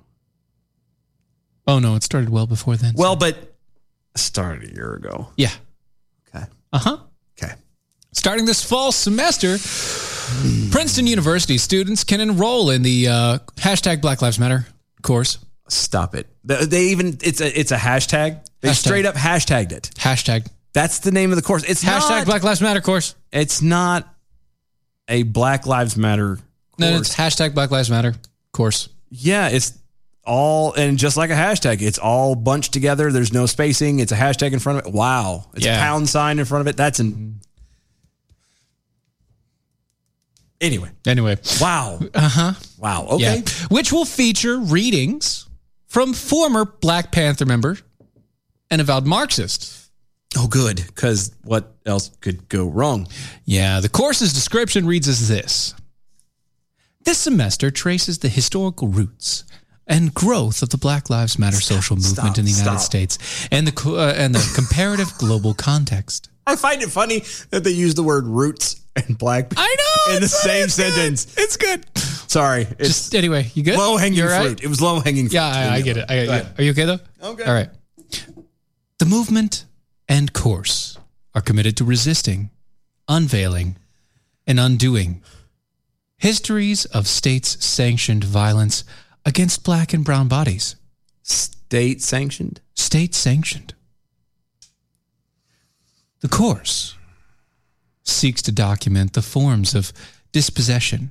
Oh no, it started well before then.
Well, but started a year ago.
Yeah.
Okay.
Uh huh.
Okay.
Starting this fall semester, Princeton University students can enroll in the uh, hashtag Black Lives Matter course.
Stop it. They they even it's a it's a hashtag. They
Hashtag.
straight up hashtagged it.
Hashtag.
That's the name of the course. It's
Hashtag
not,
Black Lives Matter course.
It's not a Black Lives Matter.
No, it's hashtag Black Lives Matter course.
Yeah, it's all and just like a hashtag, it's all bunched together. There's no spacing. It's a hashtag in front of it. Wow, it's
Yeah.
a pound sign in front of it. That's an anyway.
Anyway.
Wow.
Uh huh.
Wow. Okay.
Yeah. Which will feature readings from former Black Panther member and avowed Marxist.
Oh, good. Because what else could go wrong?
Yeah, the course's description reads as this This semester traces the historical roots and growth of the Black Lives Matter social movement
stop,
in the United
stop.
States and the, co- uh, and the comparative global
[laughs]
context.
I find it funny that they use the word roots and black
I know!
in the
it's-
same
it's good.
sentence.
It's
[laughs]
good.
Sorry, it's
Just anyway, you good?
low hanging
You
fruit.
all right?
It was low hanging fruit.
Yeah, I, I get it. I, yeah. Are you okay though?
Okay.
All right. The movement and course are committed to resisting, unveiling, and undoing histories of states sanctioned violence against black and brown bodies.
State sanctioned.
State sanctioned. The course seeks to document the forms of dispossession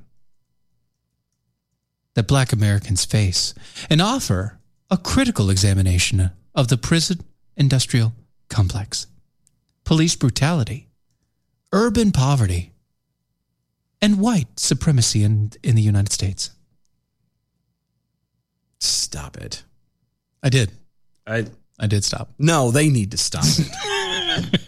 that black Americans face and offer a critical examination of the prison industrial complex, police brutality, urban poverty, and white supremacy in, in the United States.
Stop it.
I did.
I
I did stop.
no, they need to stop it.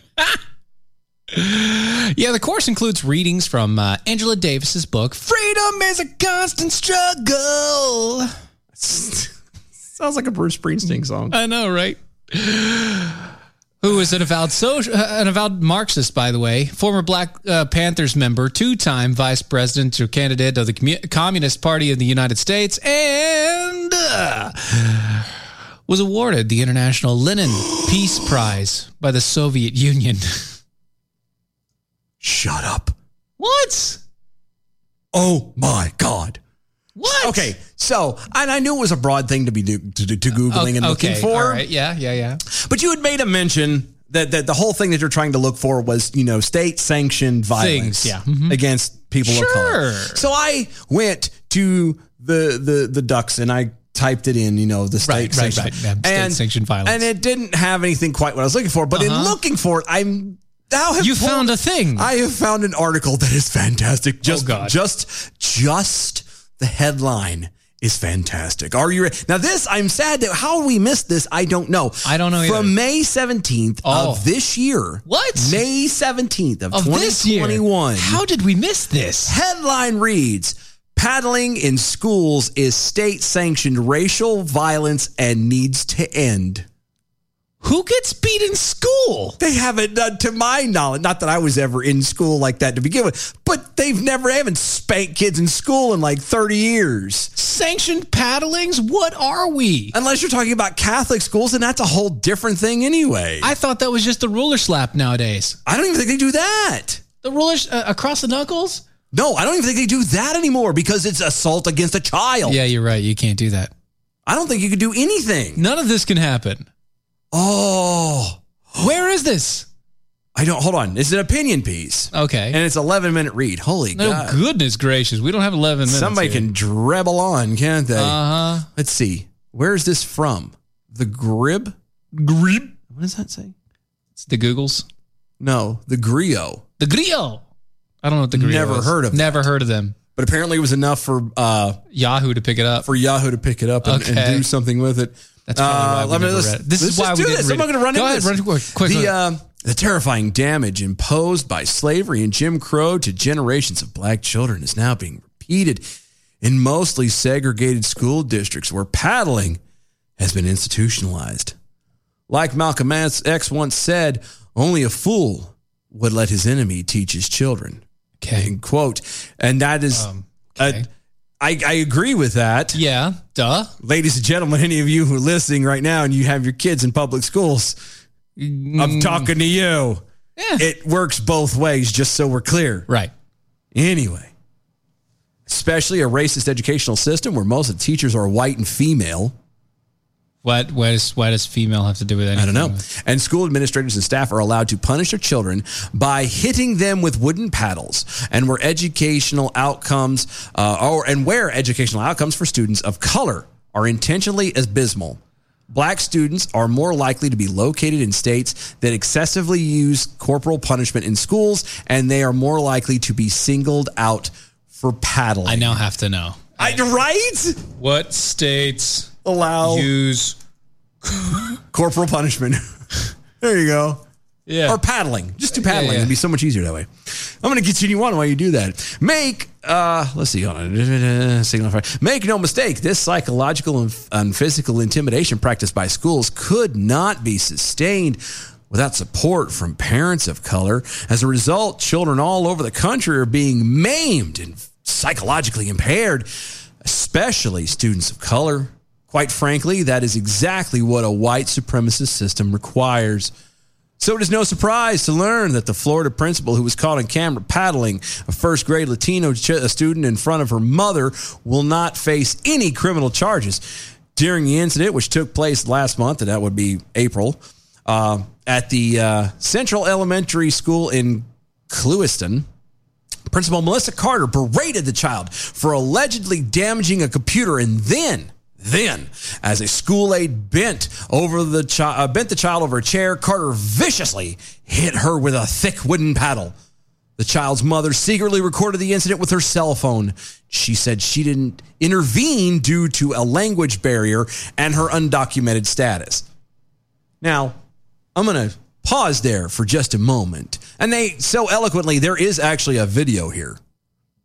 Yeah, the course includes readings from uh, Angela Davis's book, Freedom is a Constant Struggle.
Sounds like a Bruce Springsteen song.
I know, right? [gasps] Who is an avowed social, uh, an avowed Marxist, by the way, former Black uh, Panthers member, two-time vice presidential candidate of the Commu- Communist Party of the United States, and uh, was awarded the International Lenin [gasps] Peace Prize by the Soviet Union. [laughs]
Shut up.
what?
Oh my God.
What?
Okay, so and I knew it was a broad thing to be do, to, to googling
Okay,
and looking
okay,
for.
all right, yeah, yeah, yeah.
But you had made a mention that, that the whole thing that you're trying to look for was, you know, state sanctioned violence
Things, yeah. Mhm.
against people of color.
Sure.
So I went to the the the ducks and I typed it in, you know, the state
Right, right,
sanctioned
right, yeah, state sanctioned violence.
And it didn't have anything quite what I was looking for, but in
Uh-huh.
looking for it, I'm now have
You
pulled-
found a thing. Oh,
I have found an article that is fantastic. Just
God.
just just the headline is fantastic. Are you ready? Now this I'm sad that how we missed this I don't know.
I don't know
From
either.
May 17th
Oh.
of this year.
What?
May 17th of,
Of this year,
2021.
how did we miss this?
headline reads Paddling in schools is state sanctioned racial violence and needs to end.
Who gets beat in school?
They haven't done, to my knowledge, not that I was ever in school like that to begin with, but they've never, they haven't spanked kids in school in like 30 years.
Sanctioned paddlings? What are we?
Unless you're talking about Catholic schools, and that's a whole different thing anyway. I,
I thought that was just the ruler slap nowadays.
don't even think they do that.
The ruler uh, across the knuckles?
No, I don't even think they do that anymore because it's assault against a child.
Yeah, you're right. You can't do that.
I don't think you could do anything.
None of this can happen.
Oh,
Where is this?
I don't, hold on. It's an opinion piece.
Okay.
And it's 11 minute read. Holy
no,
God.
goodness gracious. We don't have 11 minutes.
Somebody can dribble on, can't they?
Uh huh.
Let's see. Where is this from? The Grib?
Grip.
What does that say?
It's the Googles.
No, the Griot.
The grill. I don't know what the Greedo
Never
is.
heard of
Never heard of them.
But apparently, it was enough for uh,
Yahoo to pick it up.
For Yahoo to pick it up and, and
Okay.
do something with it. Uh,
That's probably why we
let me-
never
let's-
read it. This
let's
is why
just
we
do
didn't
this.
read
I'm not
it.
going to run
Go
into
ahead,
this.
run quick- quick,
the,
quick.
um, the terrifying damage imposed by slavery and Jim Crow to generations of black children is now being repeated in mostly segregated school districts where paddling has been institutionalized. Like Malcolm X once said, only a fool would let his enemy teach his children.
Okay. Um,
End quote. And that is, uh, I, I agree with that.
Yeah. Duh.
Ladies and gentlemen, any of you who are listening right now and you have your kids in public schools, I'm talking to you. It works both ways, just so we're clear.
Right.
Anyway, especially a racist educational system where most of the teachers are white and female.
What, what, is, what does female have to do with anything?
I don't know. And school administrators and staff are allowed to punish their children by hitting them with wooden paddles, and where educational outcomes, uh, or and where educational outcomes for students of color are intentionally abysmal. Black students are more likely to be located in states that excessively use corporal punishment in schools, and they are more likely to be singled out for paddling. I
now have to know.
I, right?
What states Oh.
allow
use
corporal punishment? [laughs] there you go.
Yeah.
Or paddling. Just do
Yeah,
paddling.
yeah.
It'd be so much easier that way. I'm going to get you any one while you do that. Make, uh, let's see, hold on. [laughs] Signal fire. Make no mistake, this psychological and, and physical intimidation practiced by schools could not be sustained without support from parents of color. As a result, children all over the country are being maimed and psychologically impaired, especially students of color. Quite frankly, that is exactly what a white supremacist system requires. So it is no surprise to learn that the Florida principal who was caught on camera paddling a first grade Latino ch- uh, student in front of her mother will not face any criminal charges. During the incident, which took place last month, and that would be April, uh, at the uh, Central Elementary School in Clewiston, Principal Melissa Carter berated the child for allegedly damaging a computer and then then as a school aide bent over the child uh, bent the child over a chair Carter viciously hit her with a thick wooden paddle the child's mother secretly recorded the incident with her cell phone she said she didn't intervene due to a language barrier and her undocumented status now, I'm going to pause there for just a moment. And they so eloquently, there is actually a video here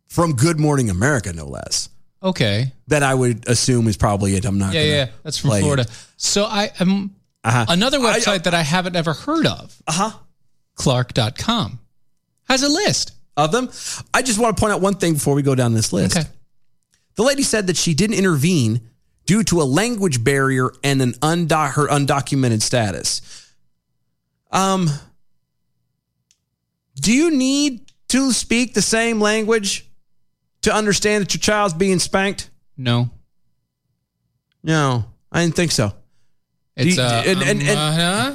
from Good Morning America, no less,
Okay.
that I would assume is probably it. I'm not.
Yeah,
gonna
yeah. That's from
play it.
Florida. So I am
Uh-huh.
another website that I haven't ever heard of.
Uh huh.
Clark.com has a list
of them. I just want to point out one thing before we go down this list. The lady said that she didn't intervene due to a language barrier and an undo- her undocumented status. Um, do you need to speak the same language to understand that your child's being spanked?
No.
No, I didn't think so. Do
It's,
you-
uh,
and, and, and-
um, uh-huh.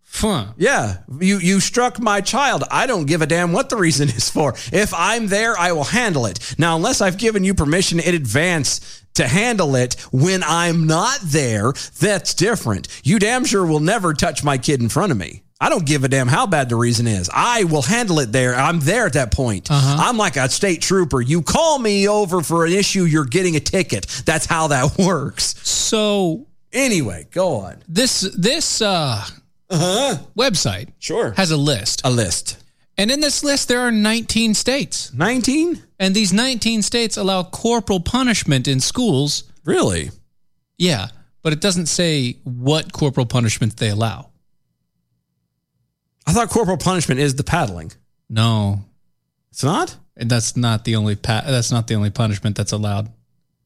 Fun.
Yeah, you you struck my child. I don't give a damn what the reason is for. If I'm there, I will handle it. Now, unless I've given you permission in advance to handle it when I'm not there, that's different. You damn sure will never touch my kid in front of me. I don't give a damn how bad the reason is. I will handle it there. I'm there at that point. I'm like a state trooper. You call me over for an issue, you're getting a ticket. That's how that [laughs] works.
So
anyway, go on.
This this uh website
sure
has a list.
A list.
And in this list there are 19 states.
19?
And these 19 states allow corporal punishment in schools.
Really?
Yeah, but it doesn't say what corporal punishment they allow.
I thought corporal punishment is the paddling.
No.
It's not?
And that's not the only pa- that's not the only punishment that's allowed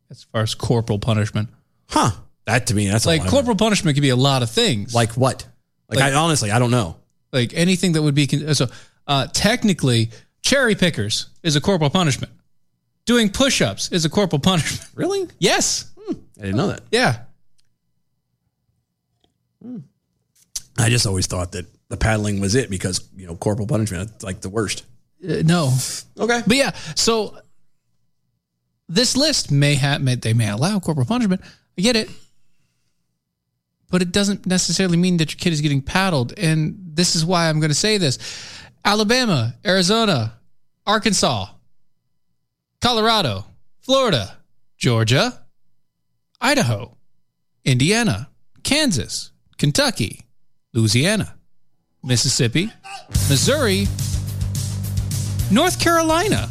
as far as corporal punishment.
Huh. That to me, that's a
like
lot.
corporal punishment could be a lot of things.
Like what? Like, I honestly, I don't know.
Like anything that would be con- so. Uh, technically, cherry pickers is a corporal punishment. Doing push-ups is a corporal punishment.
Really?
Yes.
I didn't know that.
Yeah.
I just always thought that the paddling was it because, you know, corporal punishment, it's like the worst.
Uh, no.
Okay.
But yeah, so this list may have may, they may allow corporal punishment. I get it. But it doesn't necessarily mean that your kid is getting paddled. And this is why I'm going to say this. Alabama, Arizona, Arkansas, Colorado, Florida, Georgia, Idaho, Indiana, Kansas, Kentucky, Louisiana, Mississippi, Missouri, North Carolina.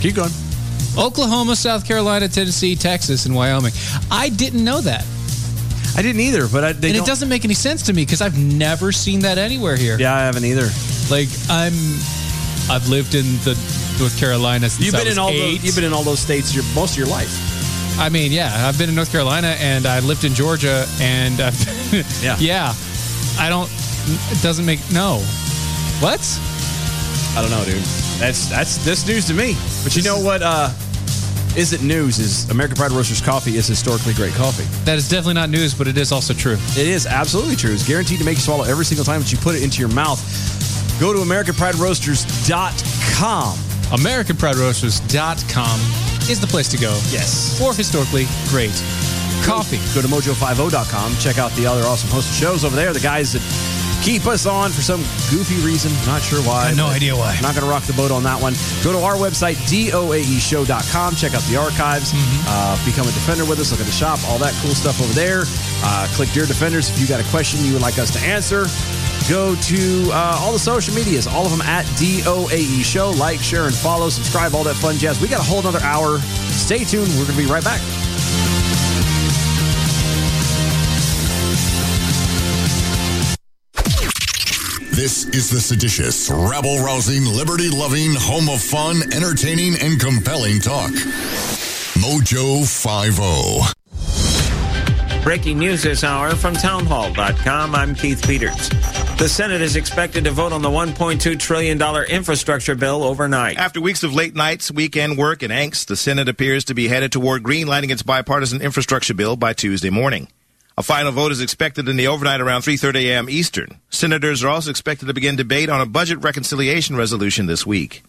Keep going.
Oklahoma, South Carolina, Tennessee, Texas, and Wyoming. I didn't know that.
I didn't either, but I, they
and
don't-
it doesn't make any sense to me because I've never seen that anywhere here.
Yeah, I haven't either.
Like I'm, I've lived in the North Carolina since
You've
I
been
was
in all
eight.
those, you've been in all those states your, most of your life.
I mean, yeah, I've been in North Carolina and I lived in Georgia and I've, [laughs]
Yeah.
yeah, I don't. It doesn't make no. What?
I don't know, dude. That's that's this news to me. But you know what? Uh, is it news? Is American Pride Roasters coffee is historically great coffee.
That is definitely not news, but it is also true.
It is absolutely true. It's guaranteed to make you swallow every single time that you put it into your mouth. Go to AmericanPrideRoasters.com.
AmericanPrideRoasters.com is the place to go.
Yes.
For historically great coffee.
Go to mojo50.com. Check out the other awesome host of shows over there. The guys that keep us on for some goofy reason. Not sure why.
Got no
but
idea why.
Not going to rock the boat on that one. Go to our website, E doaeshow.com. Check out the archives.
Mm-hmm.
Uh, become a defender with us. Look at the shop. All that cool stuff over there. Uh, click Dear Defenders if you got a question you would like us to answer. Go to uh, all the social medias, all of them at DOAE E Show. Like, share, and follow. Subscribe, all that fun jazz. We got a whole another hour. Stay tuned. We're going to be right back.
This is the seditious, rabble rousing, liberty loving, home of fun, entertaining, and compelling talk. Mojo oh. 50.
Breaking news this hour from townhall.com. I'm Keith Peters. The Senate is expected to vote on the $1.2 trillion infrastructure bill overnight.
After weeks of late nights, weekend work, and angst, the Senate appears to be headed toward greenlighting its bipartisan infrastructure bill by Tuesday morning. A final vote is expected in the overnight around 3:30 a.m. Eastern. Senators are also expected to begin debate on a budget reconciliation resolution this week.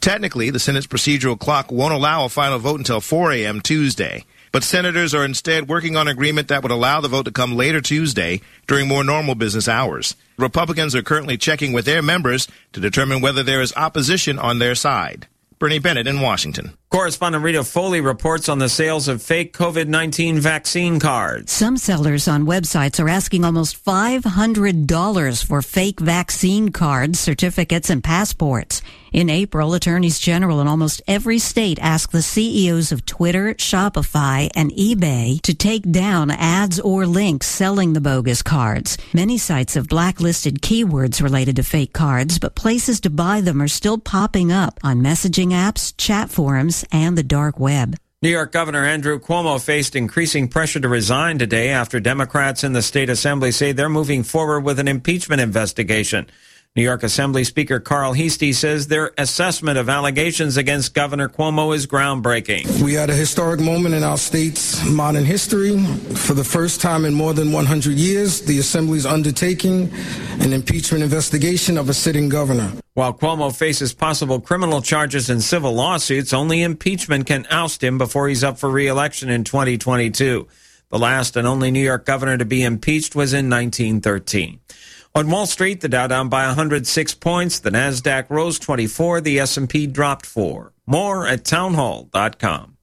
Technically, the Senate's procedural clock won't allow a final vote until 4 a.m. Tuesday, but senators are instead working on an agreement that would allow the vote to come later Tuesday during more normal business hours. Republicans are currently checking with their members to determine whether there is opposition on their side. Bernie Bennett in Washington.
Correspondent Rita Foley reports on the sales of fake COVID 19 vaccine cards.
Some sellers on websites are asking almost $500 for fake vaccine cards, certificates, and passports. In April, attorneys general in almost every state asked the CEOs of Twitter, Shopify, and eBay to take down ads or links selling the bogus cards. Many sites have blacklisted keywords related to fake cards, but places to buy them are still popping up on messaging apps, chat forums, and the dark web.
New York Governor Andrew Cuomo faced increasing pressure to resign today after Democrats in the state assembly say they're moving forward with an impeachment investigation. New York Assembly Speaker Carl Heastie says their assessment of allegations against Governor Cuomo is groundbreaking.
We had a historic moment in our state's modern history. For the first time in more than 100 years, the Assembly is undertaking an impeachment investigation of a sitting governor.
While Cuomo faces possible criminal charges and civil lawsuits, only impeachment can oust him before he's up for re-election in 2022. The last and only New York governor to be impeached was in 1913. On Wall Street, the Dow down by 106 points, the Nasdaq rose 24, the S&P dropped 4. More at townhall.com.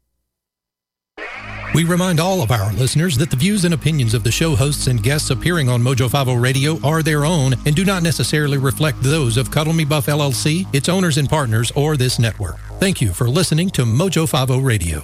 We remind all of our listeners that the views and opinions of the show hosts and guests appearing on Mojo 50 Radio are their own and do not necessarily reflect those of Cuddle Me Buff LLC, its owners and partners, or this network. Thank you for listening to Mojo 50 Radio.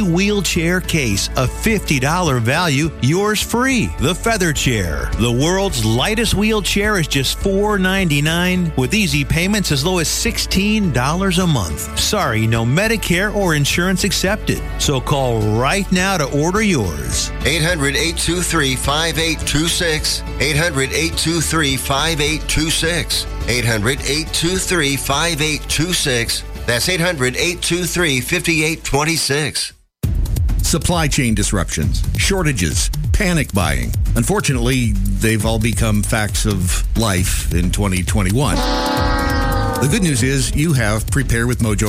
free wheelchair case, a $50 value, yours free. The Feather Chair. The world's lightest wheelchair is just $4.99 with easy payments as low as $16 a month. Sorry, no Medicare or insurance accepted. So call right now to order yours.
800 823 5826. 800 823 5826. 800 823 5826. That's 800 823 5826.
Supply chain disruptions, shortages, panic buying. Unfortunately, they've all become facts of life in 2021. The good news is you have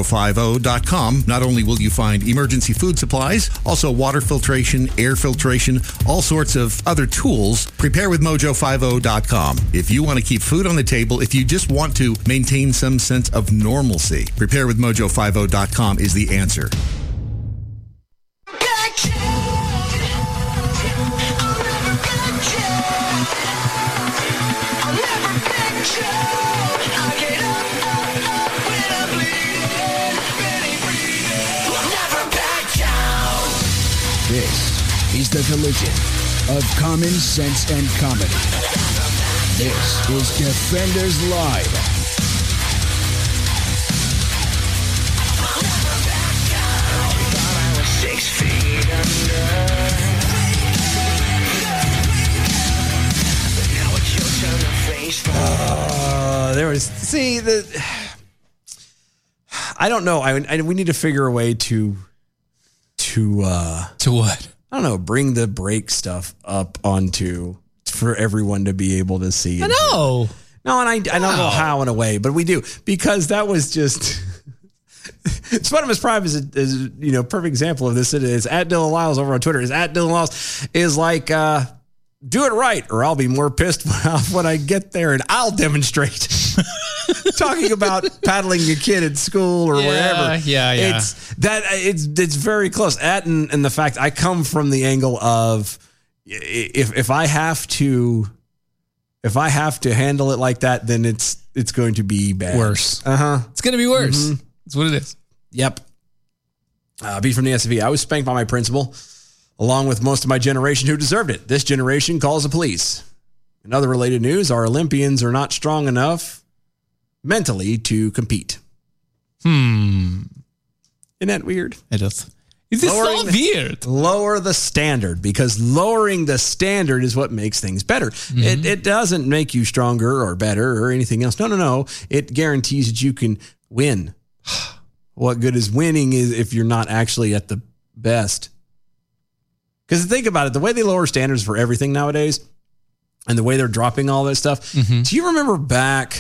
preparewithmojo50.com. Not only will you find emergency food supplies, also water filtration, air filtration, all sorts of other tools. Preparewithmojo50.com. If you want to keep food on the table, if you just want to maintain some sense of normalcy, preparewithmojo50.com is the answer.
This is the collision of common sense and comedy. This is Defenders Live.
Uh, there was see the. I don't know. I, I we need to figure a way to, to uh
to what?
I don't know. Bring the break stuff up onto for everyone to be able to see.
I know.
No, and I, I don't know how in a way, but we do because that was just. [laughs] Spotify's Prime is, a, is you know perfect example of this. It is at Dylan Lyles over on Twitter. Is at Dylan Lyles is like uh, do it right or I'll be more pissed [laughs] when I get there and I'll demonstrate. [laughs] Talking about paddling your kid at school or
Yeah,
wherever.
yeah, yeah.
It's that it's it's very close. At and, and the fact I come from the angle of i- if if I have to if I have to handle it like that, then it's it's going to be bad.
Worse.
Uh huh.
It's gonna be worse.
Mm-hmm.
That's what it is.
Yep. Uh, B from the SV. I was spanked by my principal, along with most of my generation who deserved it. This generation calls the police. In other related news, our Olympians are not strong enough mentally to compete.
Hmm.
Isn't that weird?
It is. It is so
weird. Lower the standard because lowering the standard is what makes things better.
Mm-hmm.
It, it doesn't make you stronger or better or anything else. No, no, no. It guarantees that you can win. [sighs] what good is winning is if you're not actually at the best. Because think about it, the way they lower standards for everything nowadays, and the way they're dropping all this stuff.
Mm-hmm.
Do you remember back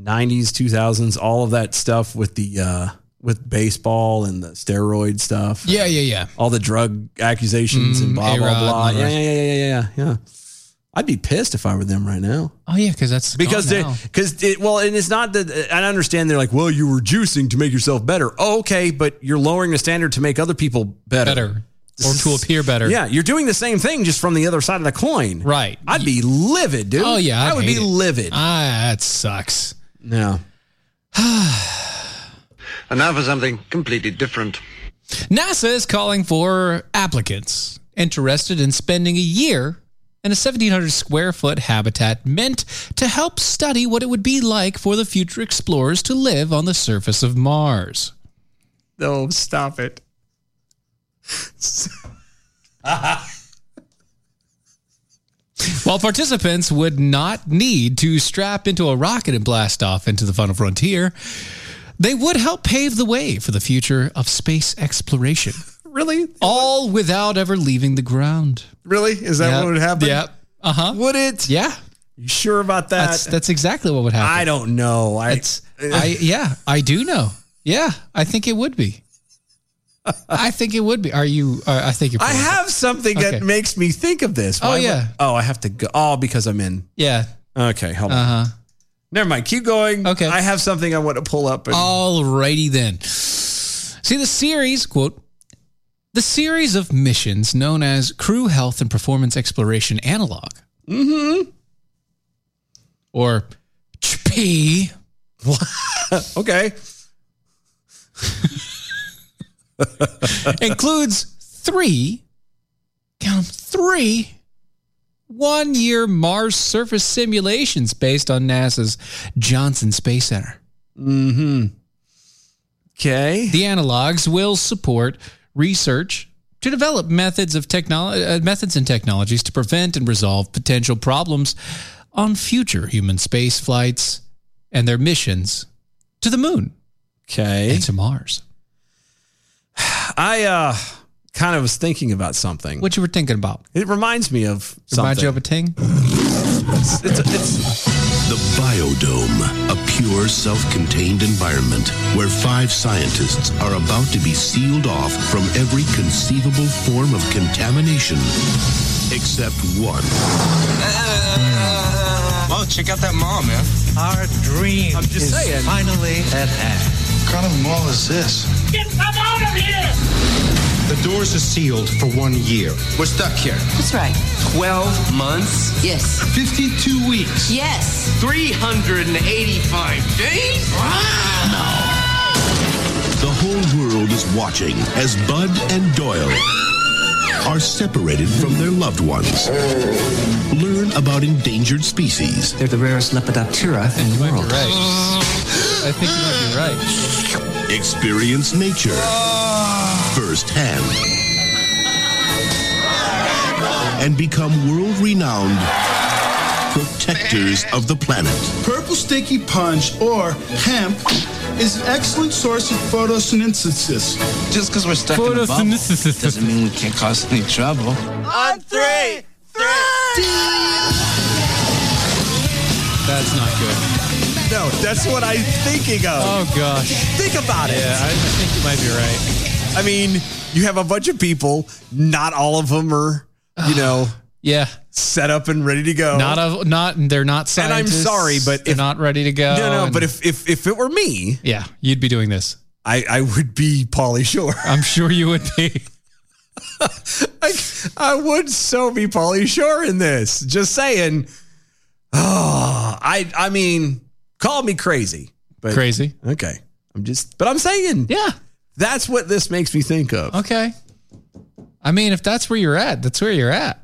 '90s, 2000s, all of that stuff with the uh, with baseball and the steroid stuff?
Yeah, yeah, yeah.
All the drug accusations and blah
Mm, A-Rod
blah blah.
and all
Yeah,
the
yeah, yeah, yeah, yeah, yeah, yeah. I'd be pissed if I were them right now.
Oh yeah, because that's
Because
gone
they,
now.
because it, well, and it's not that and I understand they're like, well, you were juicing to make yourself better. Oh, okay, but you're lowering the standard to make other people better,
Better. or to appear better.
Yeah, you're doing the same thing just from the other side of the coin.
Right.
I'd be livid, dude.
Oh yeah,
I would be livid.
Ah, that sucks.
No.
And now for something completely different.
NASA is calling for applicants interested in spending a year in a 1,700 square foot habitat meant to help study what it would be like for the future explorers to live on the surface of Mars.
No, stop it.
While participants would not need to strap into a rocket and blast off into the final frontier, they would help pave the way for the future of space exploration.
Really?
All without ever leaving the ground.
Really? Is that
Yep.
what would happen?
Yep. Uh huh.
Would it?
Yeah.
You sure about that?
That's that's exactly what would happen.
Uh, I don't know. I,
I yeah, I do know. Yeah, I think it would be. I think it would be. Are you? Uh, I think you're.
I have something
Okay.
that makes me think of this.
Oh,
would-
yeah.
oh, I have to go. Oh, because I'm in.
Yeah.
Okay, hold on.
Uh huh.
Never mind. Keep going. Okay. I have something I want to pull up. And,
Oh. Alrighty then. See the series quote. The series of missions known as Crew Health and Performance Exploration Analog,
mm-hmm.
or CHP,
okay,
includes three, count 'em, three, one year Mars surface simulations based on NASA's Johnson Space Center. Mm hmm.
Okay.
The analogs will support research to develop methods of technology, uh, methods and technologies to prevent and resolve potential problems on future human space flights and their missions to the moon.
Okay.
And to Mars.
I uh, kind of was thinking about something.
What you were thinking about?
It reminds me of something.
Reminds you of a ting?
It's, it's, it's,
The Biodome, a pure, self contained environment where five scientists are about to be sealed off from every conceivable form of contamination except one.
Well, check out that mall, man. Our dream I'm just saying. finally at hand. What kind of mall is this?
Get them out of here!
The doors are sealed for one year. We're stuck here.
That's right.
12 months? Yes. 52 weeks?
Yes.
385 days?
The whole world is watching as Bud and Doyle are separated from their loved ones. Learn about endangered species. They're the rarest Lepidoptera in the world.
I think you might be right.
Experience nature firsthand and become world renowned protectors of the planet.
Purple stinky punch or hemp is an excellent source of photosynthesis.
Just because we're stuck in a bubble doesn't mean we can't cause any trouble.
On three,
that's not good. No, that's what I'm thinking of.
Oh, gosh.
Think about it.
Yeah, I- I
think you might be right. I mean, you have a bunch of people, not all of them are,
[sighs]
you know,
yeah,
set up and ready to go.
Not a, not they're not
Oh. And I'm
scientists.
sorry, but
they're not ready to go.
No, no,
and-
but if if if it were me,
yeah, you'd be doing this.
I I would be Pauly Shore. [laughs]
I'm sure you would be.
I I would so be Pauly Shore in this. Just saying. Oh, I I mean, call me crazy, but
Crazy.
Okay, I'm just, but I'm saying,
yeah,
that's what this makes me think of.
Okay. I mean, if that's where you're at, that's where you're at.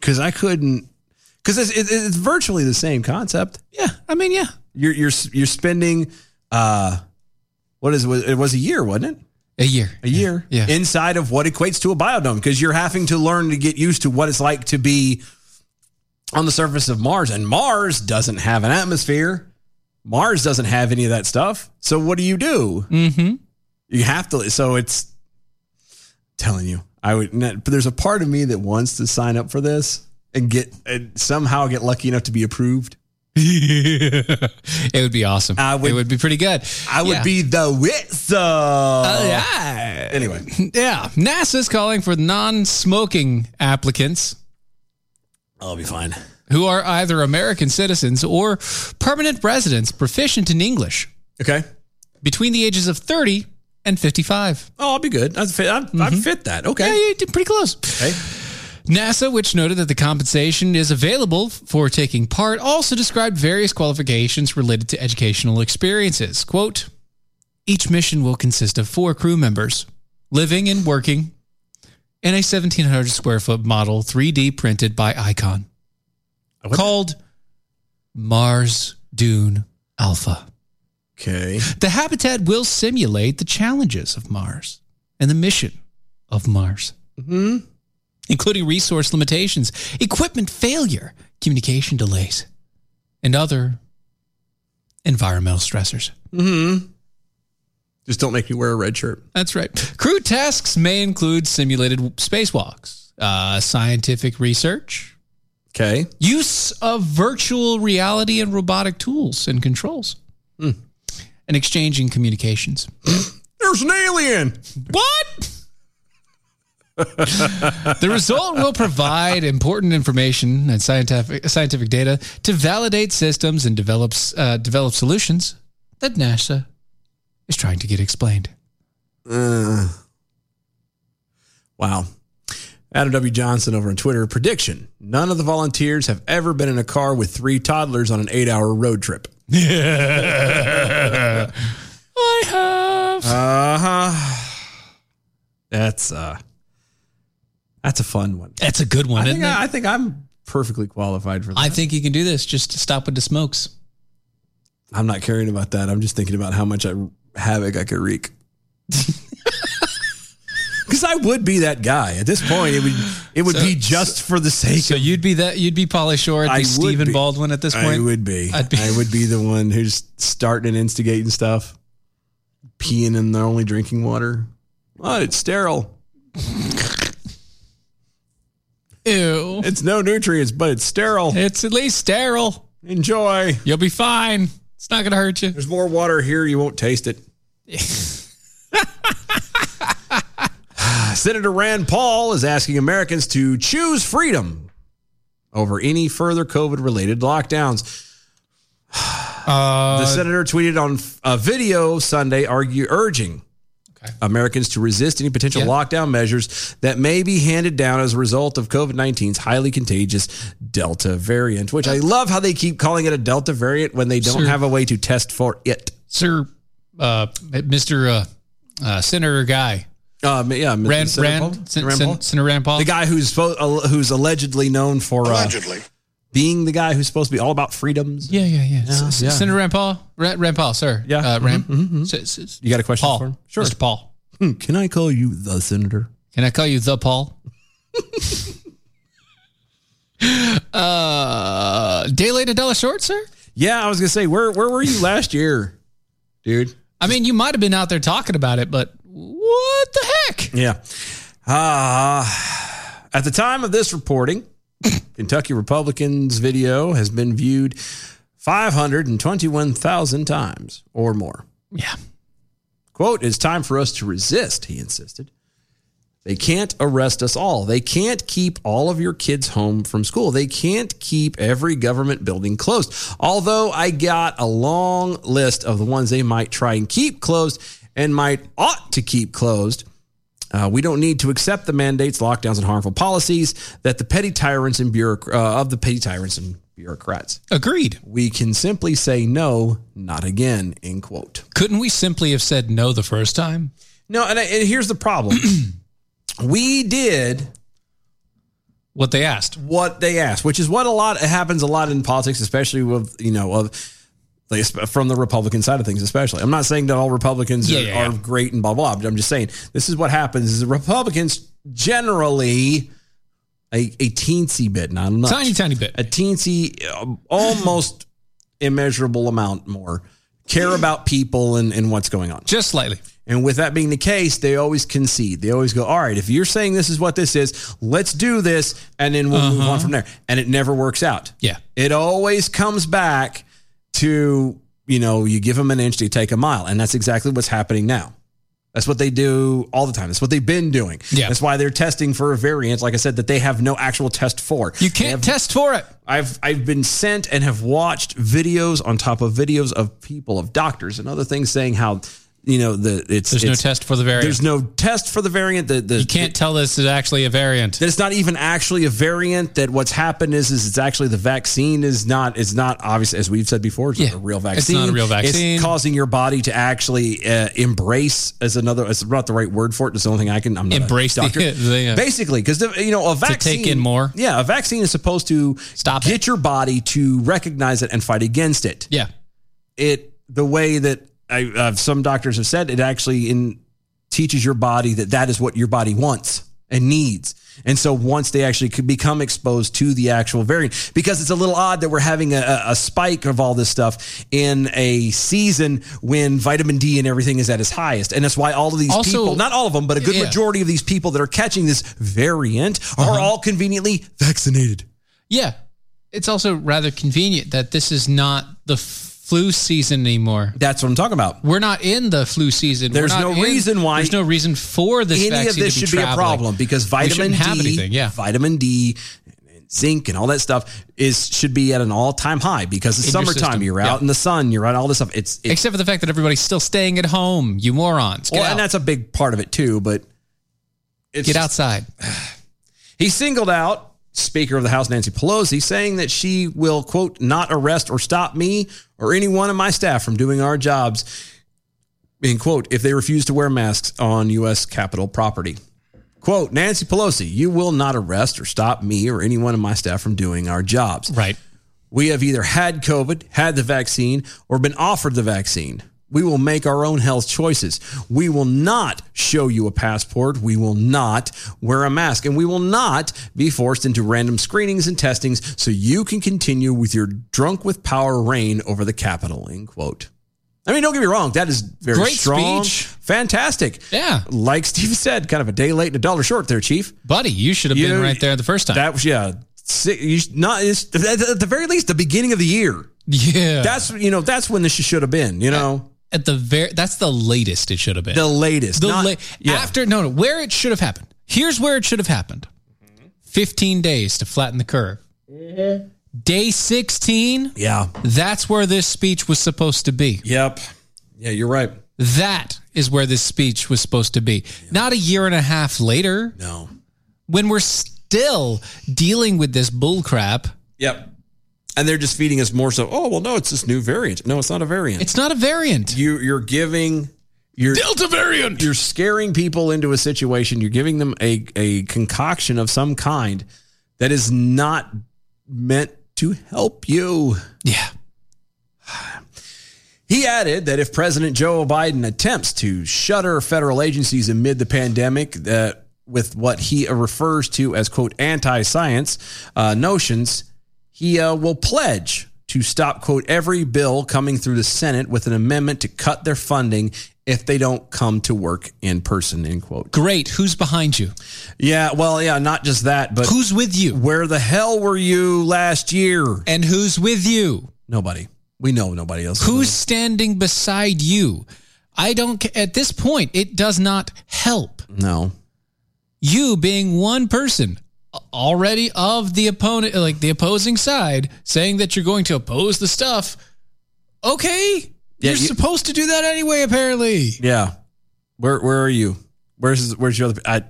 Because I couldn't. Because it's, it, it's virtually the same concept.
Yeah, I mean, yeah.
You're you're you're spending, uh, what is it was a year, wasn't it?
A year.
A year.
Yeah.
Inside of what equates to a biodome, because you're having to learn to get used to what it's like to be on the surface of Mars, and Mars doesn't have an atmosphere. Mars doesn't have any of that stuff. So what do you do?
Mm-hmm.
You have to. So it's telling you, I would. But there's a part of me that wants to sign up for this and get and somehow get lucky enough to be approved.
[laughs] it would be awesome. it would be pretty good.
I would
Yeah. Uh,
be the witz. Oh
yeah.
Anyway,
Yeah. NASA's calling for non smoking applicants
I'll be fine.
who are either American citizens or permanent residents proficient in English.
Okay.
Between the ages of 30 and 55.
Oh, I'll be good. I fit, I, I fit that. Okay.
Mm-hmm. Yeah, you did pretty close.
Okay.
NASA, which noted that the compensation is available for taking part, also described various qualifications related to educational experiences. Quote Each mission will consist of four crew members living and working in a 1,700 square foot model 3D printed by Icon called Mars Dune Alpha.
Okay.
The habitat will simulate the challenges of Mars and the mission of Mars, Mm-hmm. including resource limitations, equipment failure, communication delays, and other environmental stressors.
Mm-hmm. Just don't make me wear a red shirt.
That's right. Crew tasks may include simulated spacewalks, uh, scientific research,
okay,
use of virtual reality and robotic tools and controls, Hmm. and exchanging communications.
There's an alien.
What? [laughs] the result will provide important information and scientific scientific data to validate systems and develops uh, develop solutions that NASA is trying to
[laughs]
get explained.
Uh, wow. Adam W. Johnson over on Twitter prediction: None of the volunteers have ever been in a car with three toddlers on an eight-hour road trip.
I have.
Uh huh. That's uh that's a fun one.
That's a good one,
I
isn't
think, I,
it?
I think I'm perfectly qualified for that.
I think you can do this. Just stop with the smokes.
I'm not caring about that. I'm just thinking about how much I, havoc I could
[laughs]
wreak. Because I would be that guy at this point. It would it would
So-
be just for the sake.
So
of,
you'd be that you'd be Polly Shore at the
I would
Stephen
be.
Baldwin at this point.
I would be.
I'd be-
I would be the one who's starting and instigating stuff, peeing in their only drinking water. Oh, it's sterile.
Ew.
It's no nutrients, but it's sterile.
It's at least sterile.
Enjoy.
You'll be fine. It's not going to hurt you. [laughs]
There's more water here. You won't taste it. Senator Rand Paul is asking Americans to choose freedom over any further COVID related
[sighs]
lockdowns.
Uh,
the senator tweeted on a video Sunday argue, urging Americans to resist any potential lockdown measures that may be handed down as a result of COVID 19's highly contagious Delta variant, which I love how they keep calling it a Delta variant when they don't
Sir.
have a way to test for it.
Sir, uh, Mr. Uh, uh, Senator Guy.
Um, yeah, Mr.
Rand,
Senator
Rand,
Paul?
Sen-
Rand
Sen-
Paul?
Senator Rand Paul.
The guy who's fo- al- who's allegedly known for uh,
Allegedly.
being the guy who's supposed to be all about freedoms.
Yeah, yeah, yeah. S- S-
yeah. mm-hmm,
Senator Rand Paul. Ra- Rand Paul, sir. Yeah. Uh, Rand.
You got a question
Paul.
for him?
Sure. Mr. Paul.
Can I call you the senator?
Can I call you the Paul? [laughs] uh, day late, a dollar short, sir.
Yeah, I was gonna say where where were you last year, dude?
I mean, you might have been out there talking about it, but what the heck?
Yeah. Uh, at the time of this reporting, [laughs] Kentucky Republicans video has been viewed 521,000 times or more.
Yeah.
Quote, it's time for us to resist, he insisted. They can't arrest us all. They can't keep all of your kids home from school. They can't keep every government building closed. Although I got a long list of the ones they might try and keep closed and might ought to keep closed. Uh, we don't need to accept the mandates, lockdowns, and harmful policies that the petty tyrants and bureauc- uh, of the petty tyrants and bureaucrats.
Agreed.
We can simply say no, not again. End quote.
Couldn't we simply have said no the first time?
No, and, I, and here's the problem. [clears throat] we did
what they asked.
What they asked, which is what a lot it happens a lot in politics, especially with you know of like, from the Republican side of things. Especially, I'm not saying that all Republicans
Yeah,
are,
yeah, yeah.
are great and blah blah. But I'm just saying this is what happens: is the Republicans generally a, a teensy bit, not much,
Tiny, tiny bit,
a teensy, uh, almost immeasurable amount more care about people and, and what's going on.
Just slightly.
And with that being the case, they always concede. They always go, all right, if you're saying this is what this is, let's do this, and then we'll move
Uh-huh.
on from there. And it never works out.
Yeah.
It always comes back to, you know, you give them an inch, they take a mile. And that's exactly what's happening now. That's what they do all the time. That's what they've been doing.
Yeah.
That's why they're testing for a variant, like I said, that they have no actual test for. You
can't test for it.
I've I've been sent and have watched videos on top of videos of people, of doctors and other things saying how you know the it's
There's no
it's-
test for the variant.
There's no test for the variant. The, the
You can't tell this is actually a variant.
that it's not even actually a variant. That what's happened is is it's actually the vaccine is not is not obvious as we've said before. It's not a real
It's
vaccine.
not a real vaccine.
It's causing your body to actually uh, embrace as another. It's not the right word for it. It's the only thing I can. I'm not
Embrace
a
the-
doctor.
[laughs] the, uh,
Basically, because you know a
To take
vaccine
in more.
Yeah, a vaccine is supposed to stop get your body to recognize it and fight against it.
Yeah,
it the way that I uh, some doctors have said it actually in teaches your body that that is what your body wants and needs. And so once they actually could become exposed to the actual variant, because it's a little odd that we're having a- a, a spike of all this stuff in a season when vitamin D and everything is at its highest. And that's why all of these
Also-
people, not all of them, but a good
Yeah. Uh-huh.
majority of these people that are catching this variant are all conveniently vaccinated.
Yeah. It's also rather convenient that this is not the flu season anymore.
That's what I'm talking about.
We're not in the flu season. We're
There's
not
no
in-
reason why
There's no reason for this
any of
vaccine
this
to be
should be a
traveling.
problem because
We
vitamin
shouldn't
D,
have anything. Yeah.
vitamin D, and zinc, and all that stuff is should be at an all time high because it's
In your
summertime.
system,
You're
yeah.
out in the sun. You're out all this stuff. It's, it's
Except for the fact that everybody's still staying at home. You morons. Get
well,
out.
and that's a big part of it too. But it's
Get outside.
He singled out Speaker of the House Nancy Pelosi, saying that she will quote not arrest or stop me or any one of my staff from doing our jobs. in quote, if they refuse to wear masks on U.S. Capitol property. Quote, Nancy Pelosi, you will not arrest or stop me or anyone in my staff from doing our jobs.
Right.
We have either had COVID, had the vaccine, or been offered the vaccine. We will make our own health choices. We will not show you a passport. We will not wear a mask. And we will not be forced into random screenings and testings so you can continue with your drunk with power reign over the Capitol, end quote. I mean, don't get me wrong. That is very
Great
strong.
speech.
Fantastic.
Yeah.
Like Steve said, kind of a day late and a dollar short there, Chief.
Buddy, you should have been right there the first time.
That was, yeah. Si- you sh- not, it's, at the very least, the beginning of the year.
Yeah.
That's, you know, that's when this should have been, you know?
At the very, that's the latest it should have been.
The latest.
The
not-
la- after no no where it should have happened. Here's where it should have happened. 15 days to flatten the curve. Day 16?
Yeah.
That's where this speech was supposed to be.
Yep. Yeah, you're right.
That is where this speech was supposed to be. Not a year and a half later.
No.
When we're still dealing with this bullcrap.
Yep. And they're just feeding us more so, oh, well, no, it's this new variant. No, it's not a variant.
It's not a variant.
You, you're giving. You're,
Delta variant.
You're scaring people into a situation. You're giving them a, a concoction of some kind that is not meant to help you.
Yeah.
He added that if President Joe Biden attempts to shutter federal agencies amid the pandemic, that with what he refers to as "quote anti-science" uh, notions, he uh, will pledge to stop "quote every bill coming through the Senate with an amendment to cut their funding if they don't come to work in person." End quote.
Great. Who's behind you?
Yeah. Well, yeah. Not just that, but
who's with you?
Where the hell were you last year?
And who's with you?
Nobody. We know nobody else.
Who's standing beside you? I don't ca- at this point it does not help.
No.
You being one person already of the opponent like the opposing side saying that you're going to oppose the stuff. Okay.
Yeah,
you're
you-
supposed to do that anyway apparently.
Yeah. Where where are you? Where's where's your other? I,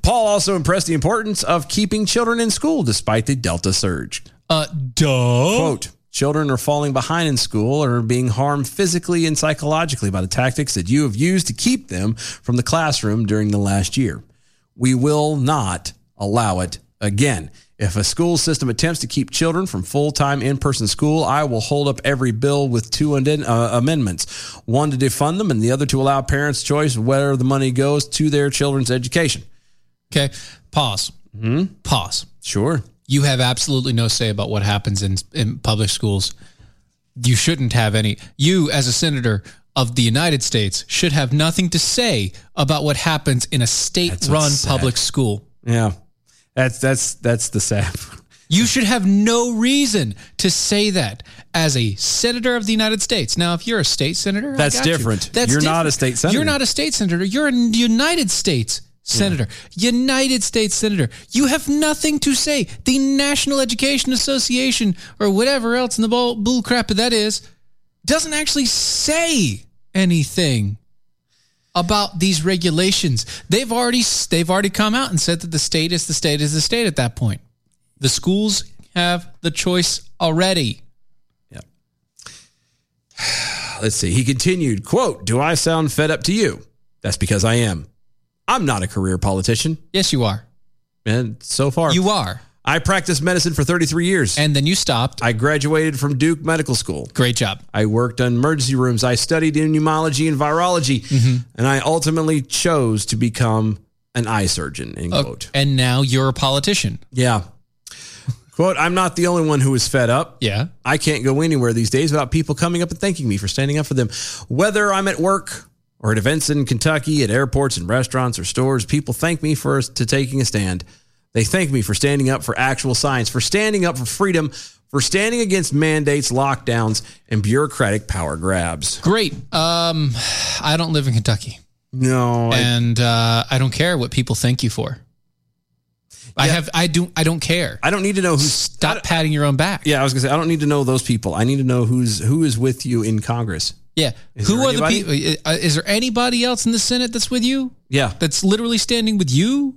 Paul also impressed the importance of keeping children in school despite the Delta surge.
Uh, duh.
Quote: Children are falling behind in school or are being harmed physically and psychologically by the tactics that you have used to keep them from the classroom during the last year. We will not allow it again. If a school system attempts to keep children from full time in person school, I will hold up every bill with two aden- uh, amendments one to defund them, and the other to allow parents' choice of where the money goes to their children's education.
Okay. Pause.
Mm-hmm.
Pause.
Sure.
You have absolutely no say about what happens in, in public schools. You shouldn't have any. You, as a senator of the United States, should have nothing to say about what happens in a state run
what's sad.
public school.
Yeah. That's that's that's the sad.
You should have no reason to say that as a senator of the United States. Now, if you're a state senator, I
That's
got you.
different. You're not a state senator.
You're not a state senator. You're a United States senator. United States senator. You have nothing to say. The National Education Association or whatever else in the bull, bull crap that is doesn't actually say anything about these regulations. They've already they've already come out and said that the state is the state is the state at that point. The schools have the choice already.
Let's see. He continued, quote, Do I sound fed up to you? That's because I am. I'm not a career politician.
Yes, you are.
And so far.
You are.
I practiced medicine for 33 years.
And then you stopped.
I graduated from Duke Medical School.
Great job.
I worked on emergency rooms. I studied in pneumology and virology.
Mm-hmm.
And I ultimately chose to become an eye surgeon, end
Uh,
quote.
and now you're a politician.
Yeah. Quote, I'm not the only one who is fed up.
Yeah.
I can't go anywhere these days without people coming up and thanking me for standing up for them. Whether I'm at work or at events in Kentucky, at airports and restaurants or stores, people thank me for to taking a stand. They thank me for standing up for actual science, for standing up for freedom, for standing against mandates, lockdowns, and bureaucratic power grabs.
Great. Um, I don't live in Kentucky,
No, I-
and uh, I don't care what people thank you for. I have. I do. I don't care.
I don't need to know who's
Stop patting your own back.
yeah. I was gonna say I don't need to know those people. I need to know who's who is with you in Congress.
Yeah.
Is
Who
there
are the people?
anybody?
Is there anybody else in the Senate that's with you?
Yeah,
That's literally standing with you?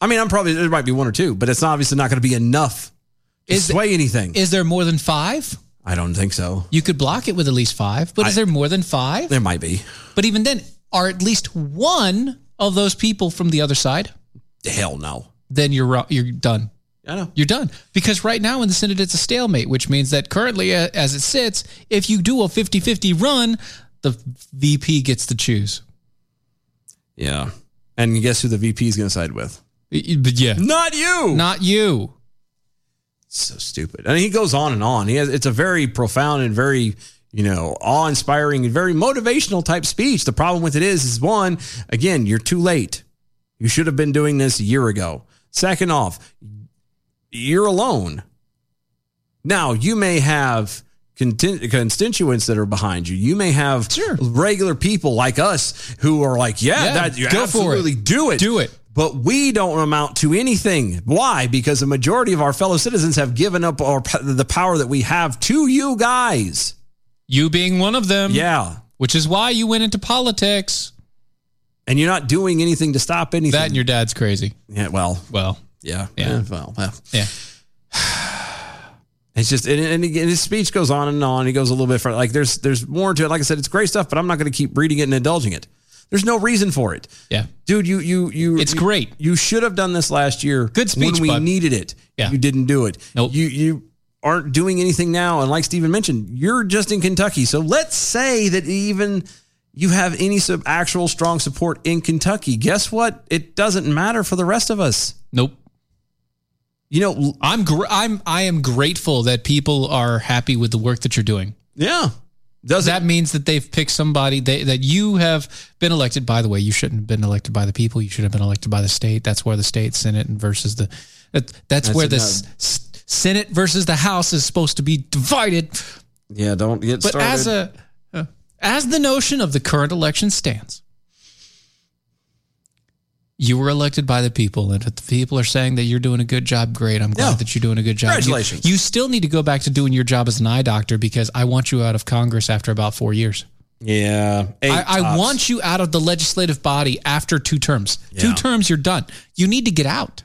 I mean, I'm probably there might be one or two, but it's obviously not going to be enough to
Is-
sway anything.
Is there more than five?
I don't think so.
You could block it with at least five, but is there more than five?
There might be.
But even then, are at least one of those people from the other side?
Hell no.
Then you're ro- you're done.
I know.
You're done because right now in the Senate it's a stalemate, which means that currently, uh, as it sits, if you do a 50-50 run, the VP gets to choose.
Yeah. And guess who the VP is going to side with?
But yeah,
not you,
not you.
So stupid. And he goes on and on. He has. It's a very profound and very you know awe-inspiring and very motivational type speech. The problem with it is, is one again, you're too late. You should have been doing this a year ago. Second off, you're alone. Now you may have contin- constituents that are behind you. You may have regular people like us who are like, yeah,
Yeah,
that you
go for it.
absolutely do it,
Do it.
But we don't amount to anything. Why? Because the majority of our fellow citizens have given up our, p- the power that we have to you guys.
You being one of them.
Yeah.
Which is why you went into politics.
And you're not doing anything to stop anything.
That and your dad's crazy.
Yeah. Well.
Well.
Yeah.
Yeah.
Well. well.
Yeah.
It's just and, and again, his speech goes on and on. He goes a little bit further. Like there's there's more to it. Like I said, it's great stuff, but I'm not going to keep reading it and indulging it. There's no reason for it.
Yeah.
dude, you you you. It's
great.
You should have done this last year. Good
speech,
when we
bud.
needed it.
Yeah.
you didn't do it. you you aren't doing anything now. And like Steven mentioned, you're just in Kentucky. So let's say that even you have any sub actual strong support in Kentucky. Guess what? It doesn't matter for the rest of us.
Nope.
You know,
I'm gr- I'm I am grateful that people are happy with the work that you're doing.
Yeah. Does
that means that they've picked somebody they, that you have been elected? By the way, you shouldn't have been elected by the people. You should have been elected by the state. That's where the state senate and versus the that, that's,
That's
where the
another-
s- s- senate versus the house is supposed to be divided.
Yeah, don't get
but
started.
as a uh, as the notion of the current election stands you were elected by the people and if the people are saying that you're doing a good job great i'm glad that you're doing a good job You-
Congratulations.
You, still need to go back to doing your job as an eye doctor because i want you out of congress after about four years
yeah,
I, I want you out of the legislative body after two terms two
Yeah.
terms you're done you need to get out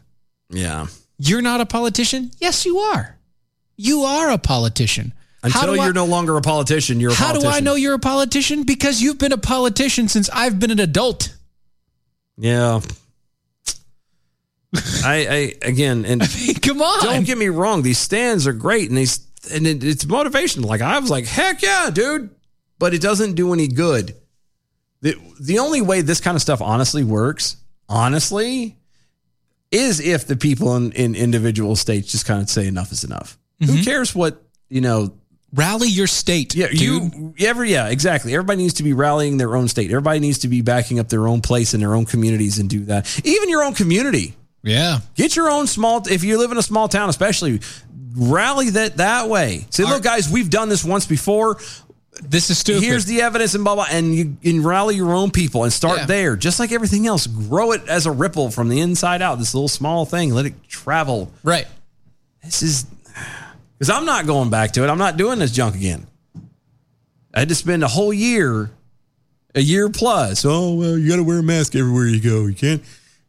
Yeah.
you're not a politician yes you are you are a politician How
Until
do I-
you're no longer a politician, you're a
how do
politician.
I know you're a politician? Because you've been a politician since I've been an adult. [laughs]
Yeah. I, I again and
come on.
Don't get me wrong; these stands are great, and these and it, it's motivational. Like I was like, heck yeah, dude! But it doesn't do any good. The the only way this kind of stuff honestly works, honestly, is if the people in, in individual states just kind of say enough is enough. Who cares what you know?
Rally your state.
Yeah, you every yeah exactly. Everybody needs to be rallying their own state. Everybody needs to be backing up their own place in their own communities and do that. Even your own community.
Yeah.
Get your own small. If you live in a small town, especially, rally that that way. Say, look, guys, we've done this once before.
This is stupid.
Here's the evidence and blah blah. And you and rally your own people and start there. Just like everything else, grow it as a ripple from the inside out. This little small thing, let it travel.
Right.
This is because I'm not going back to it. I'm not doing this junk again. I had to spend a whole year, a year plus. Oh well, you got to wear a mask everywhere you go. You can't,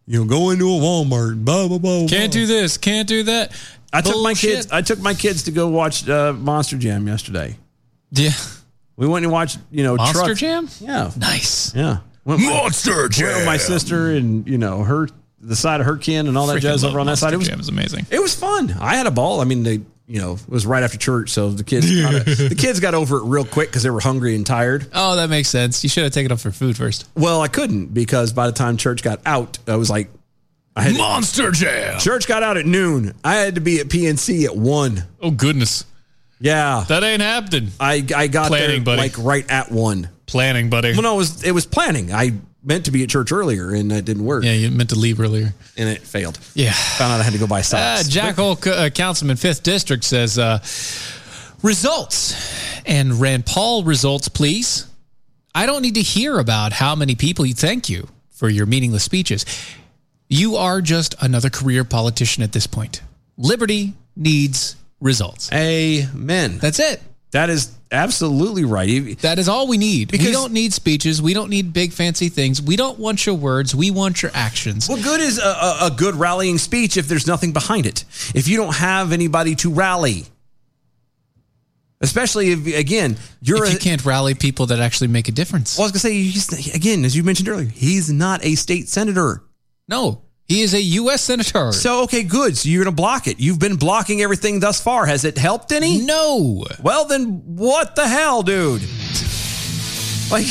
you know, go into a Walmart. Blah blah blah.
Can't
blah.
do this. Can't do that.
I took my
Bullshit.
kids. I took my kids to go watch uh, Monster Jam yesterday.
Yeah,
we went and watched. You know,
Monster
truck-
Jam?
Yeah,
nice.
Yeah,
Monster
went with my
Jam.
sister and you know her the side of her kin and all that
Freaking
jazz
love
over on that side. It was
Jam is amazing.
It was fun. I had a ball. I mean, they you know it was right after church, so the kids got
[laughs]
it- the kids got over it real quick because they were hungry and tired.
Oh, that makes sense. You should have taken up for food first.
Well, I couldn't because by the time church got out, I was like, I had
Monster Jam.
Church got out at noon. I had to be at PNC at one.
Oh goodness.
Yeah,
that ain't happening.
I I got
Planning,
there
buddy.
like right at one.
Planning, buddy.
Well, no, it was it was planning. I meant to be at church earlier and it didn't work. Yeah,
you meant to leave earlier
and it failed.
Yeah.
found out I had to go buy
Uh,
socks.
Jack Hole, uh, Councilman, 5th District says uh, results and Rand Paul results, please. I don't need to hear about how many people you thank you for your meaningless speeches. You are just another career politician at this point. Liberty needs results.
Amen.
That's it.
That is absolutely right.
That is all we need. we
Because-
don't need speeches. We don't need big fancy things. We don't want your words. We want your actions.
What good is a, a, a good rallying speech if there's nothing behind it? If you don't have anybody to rally? Especially if, again, you're
if you can't rally people that actually make a difference.
Well, I was going to say, he's, again, as you mentioned earlier, he's not a state senator.
No, he is a U.S. senator.
So, okay, good. So you're going to block it. You've been blocking everything thus far. Has it helped any?
No.
Well, then what the hell, dude? Like,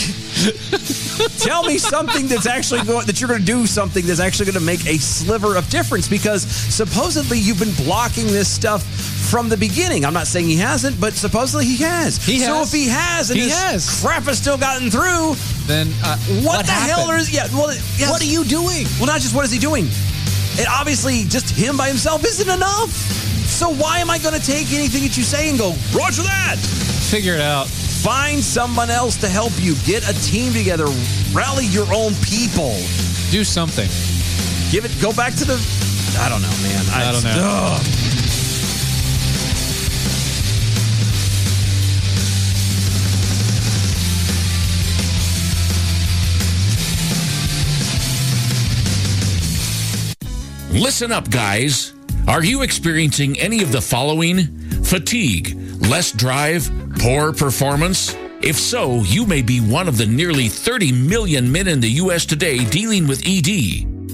tell me something that's actually going that you're going to do something that's actually going to make a sliver of difference because supposedly you've been blocking this stuff from the beginning. I'm not saying he hasn't, but supposedly he has.
He
So
has.
if he has, and
He
this
has.
crap has still gotten through,
Then uh,
what,
what
the hell
happened?
is yeah? Well, yes.
What are you doing?
Well, not just what is he doing. It obviously just him by himself isn't enough. So why am I going to take anything that you say and go Roger that?
Figure it out.
Find someone else to help you. Get a team together. Rally your own people.
Do something.
Give it. Go back to the. I don't know, man.
I don't know.
Ugh.
Listen up, guys. Are you experiencing any of the following fatigue, less drive, poor performance? If so, you may be one of the nearly 30 million men in the U.S. today dealing with ED.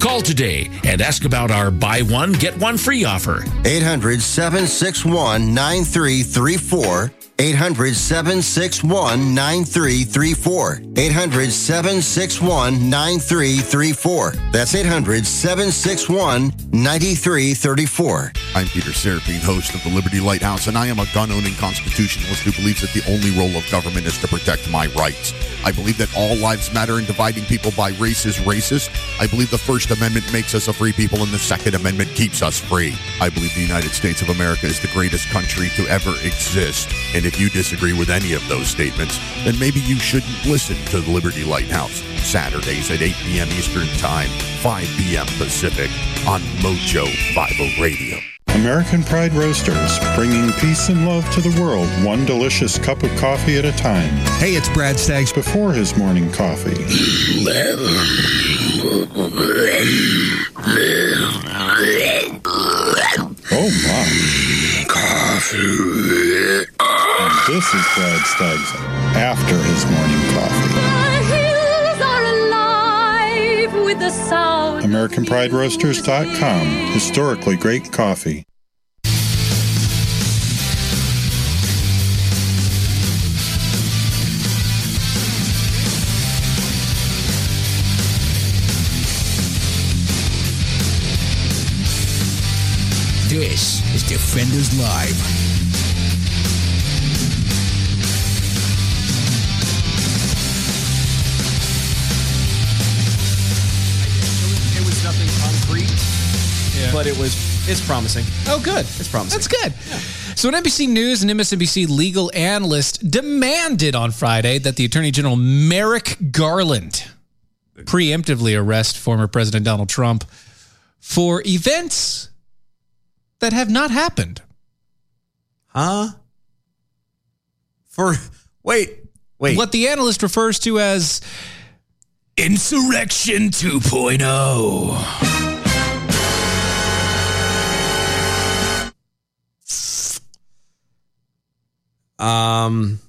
Call today and ask about our buy one, get one free offer.
800 761 9334. 800 761 9334. 800 761 9334. That's 800 761 9334.
I'm Peter Serapine, host of the Liberty Lighthouse, and I am a gun owning constitutionalist who believes that the only role of government is to protect my rights. I believe that all lives matter and dividing people by race is racist. I believe the First Amendment makes us a free people and the Second Amendment keeps us free. I believe the United States of America is the greatest country to ever exist. And if you disagree with any of those statements, then maybe you shouldn't listen to the Liberty Lighthouse. Saturdays at 8 p.m. Eastern Time, 5 p.m. Pacific on Mojo 50 Radio.
American Pride Roasters, bringing peace and love to the world, one delicious cup of coffee at a time. Hey, it's Brad Staggs before his morning coffee. Oh my. Coffee. And this is Brad Staggs after his morning coffee.
hills are alive with the sound.
AmericanPrideRoasters.com. Historically great coffee.
This is Defenders Live.
It was nothing concrete, but it was it's promising.
Oh, good.
It's promising.
That's good. So, an NBC News and MSNBC legal analyst demanded on Friday that the Attorney General Merrick Garland preemptively arrest former President Donald Trump for events that have not happened.
Huh? For wait, wait.
What the analyst refers to as insurrection 2.0.
Um,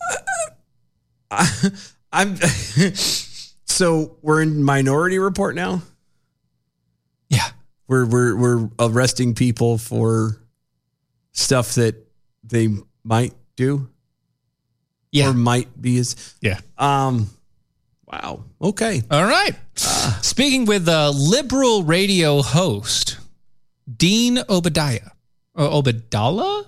[laughs] I, I'm [laughs] so we're in Minority Report now. Yeah, we're we're we're arresting people for stuff that they might do. Yeah, or might be as
yeah.
Um, wow. Okay.
All right. Speaking with uh, liberal radio host Dean Obadiah. Uh, Obadala?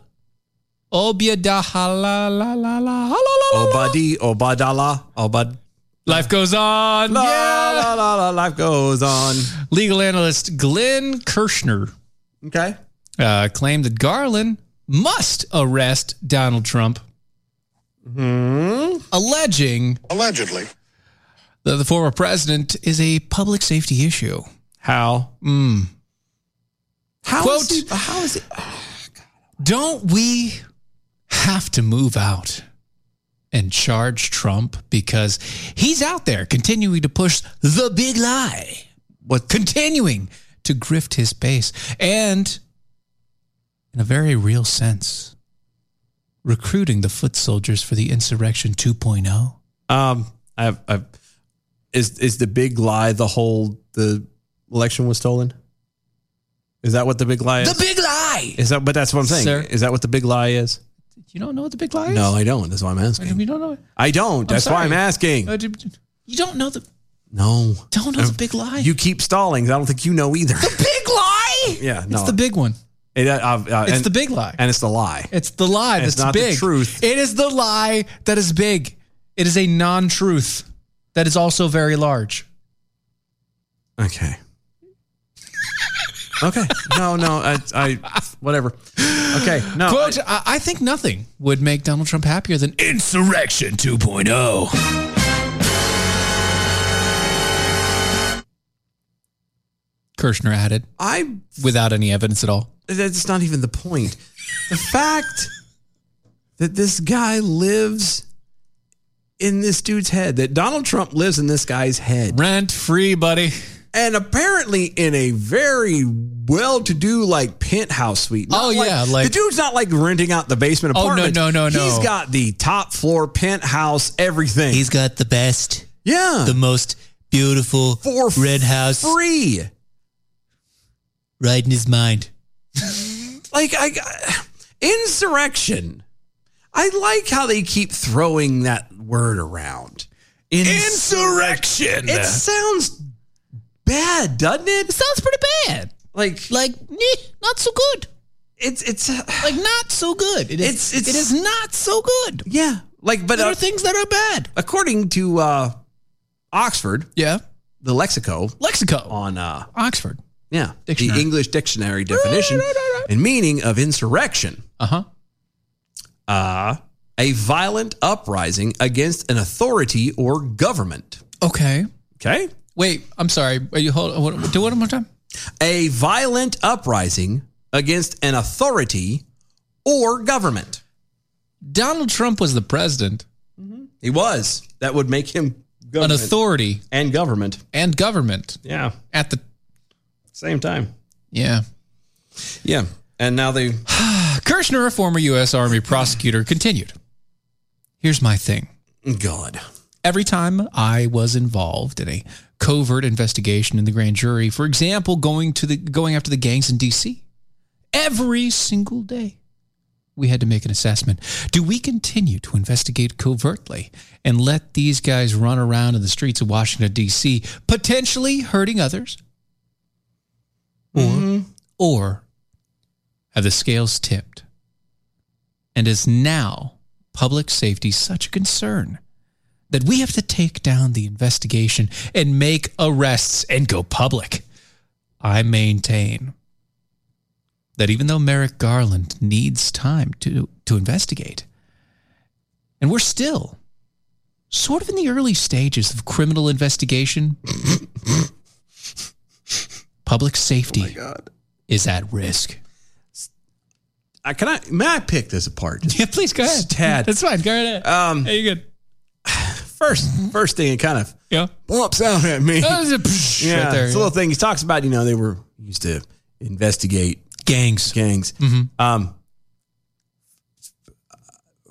Obadahala la la la la
Obadi Obadala Obad.
Life goes on.
La, la, la, la, life goes on.
Legal analyst Glenn Kirshner
Okay.
uh, claimed that Garland must arrest Donald Trump alleging
Allegedly.
that the former president is a public safety issue. How? Mm. How Quote, how is oh, it? Don't we have to move out and charge Trump because he's out there continuing to push the big lie? What? Continuing to grift his base and, in a very real sense, recruiting the foot soldiers for the insurrection oh? 2.0.
Um, I've, I've, is is the big lie the whole the election was stolen? Is that what the big lie is?
The big lie.
Is that? But that's what I'm saying.
Sir.
Is that what the big lie is?
You don't know what the big lie is?
No, I don't. That's why I'm asking.
You don't know it?
I don't. That's why I'm
sorry.
asking.
Uh, d- You don't know the
No.
Don't know the big lie.
Uh, You keep stalling. I don't think you know either.
big lie.
yeah. No.
It's the big one.
It, uh, uh,
It's
and-
the big lie.
And it's the lie.
It's the lie
And
that's
it's not the
big.
truth.
It is the lie that is big. It is a non-truth that is also very large.
Okay. okay. No, no. I, I whatever. Okay. No.
Quote, I, I think nothing would make Donald Trump happier than Insurrection oh. 2.0. Kirshner added,
I
without any evidence at all.
that's not even the point. The fact that this guy lives in this dude's head, that Donald Trump lives in this guy's head.
Rent free, buddy.
And apparently in a very well to do like penthouse suite. Not
Oh, yeah, like-
the dude's not like renting out the basement
Oh, no,
apartment.
no, no, no.
He's got the top floor penthouse, everything. He's
got the best.
Yeah.
The most beautiful
For
red house
free.
right in his mind.
like I insurrection. I like how they keep throwing that word around.
Insurrection.
It sounds bad, doesn't it? It
sounds pretty bad.
Like
like not so good.
It's it's uh,
like not so good. It
is- It's- it's- it is
not so good.
Yeah. Like but
There are
uh,
things that are bad.
according to uh Oxford,
yeah,
the lexico,
lexico
on uh
Oxford.
yeah,
Dictionary.
the English dictionary definition and meaning of insurrection.
Uh-huh.
Uh a violent uprising against an authority or government.
Okay.
Okay?
Wait, I'm sorry. Are you hold what, do it one more time?
a violent uprising against an authority or government.
Donald Trump was the president.
He was. That would make him
An
government
authority
and government.
and government
Yeah.
at the
Same time.
yeah.
Yeah. And now they
Kirshner, a former U.S. Army prosecutor, continued. Here's my thing.
God.
Every time I was involved in a covert investigation in the grand jury, for example, going to the going after the gangs in D.C., every single day, we had to make an assessment. Do we continue to investigate covertly and let these guys run around in the streets of Washington D.C., potentially hurting others, or or have the scales tipped? And is now public safety such a concern? that we have to take down the investigation and make arrests and go public. I maintain that even though Merrick Garland needs time to, to investigate, and we're still sort of in the early stages of criminal investigation, [laughs] public
Oh
safety is at risk. [laughs]
I can I may I pick this apart? [laughs]
Yeah, please go ahead.
Tad.
That's fine. Go right ahead.
Um
Hey, you good?
first first thing it kind of
Yeah.
bumps out at [laughs] me.
That was a psh
yeah,
right there,
it's a
yeah.
little thing. He talks about, you know, they were used to investigate
gangs.
Gangs.
Mm-hmm.
Um,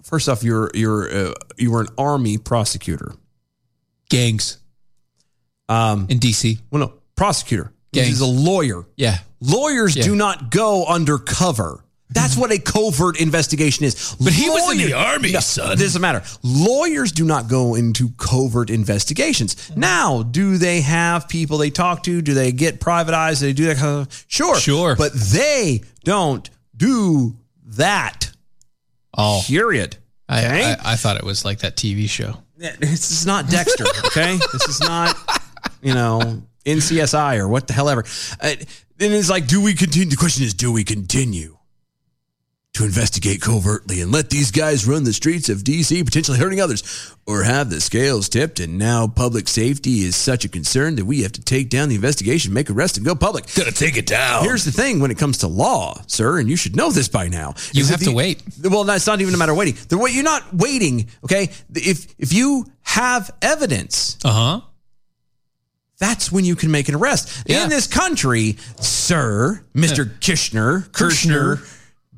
first off, you're you're uh, you were an army prosecutor.
Gangs.
Um,
in DC.
Well, no, prosecutor.
Gangs.
He's a lawyer.
Yeah.
Lawyers
Yeah. Mm-hmm.
do not go undercover. That's what a covert investigation is.
But he was in the army,
no,
son.
It doesn't matter. Lawyers do not go into covert investigations.
Mm-hmm.
Now, do they have people they talk to? Do they get private eyes? Do they do that? kind of- Sure.
Sure.
But they don't do that.
Oh.
Period.
I,
Okay?
I, I thought it was like that TV show.
This is not Dexter, okay? this is not, you know, NCSI or what the hell ever. Uh, And it's like, do we continue? The question is, do we continue to to investigate covertly and let these guys run the streets of D.C., potentially hurting others, or have the scales tipped. And now public safety is such a concern that we have to take down the investigation, make arrests, and go public. Gotta take it
Oh.
down. Here's the thing when it comes to law, sir, and you should know this by now.
You
is that
have to
the-
wait.
Well, no, it's not even a matter of waiting. The way you're not waiting, okay? If if you have evidence,
uh huh,
that's when you can make an arrest. In this country, sir, Mister Kishner, Kirshner,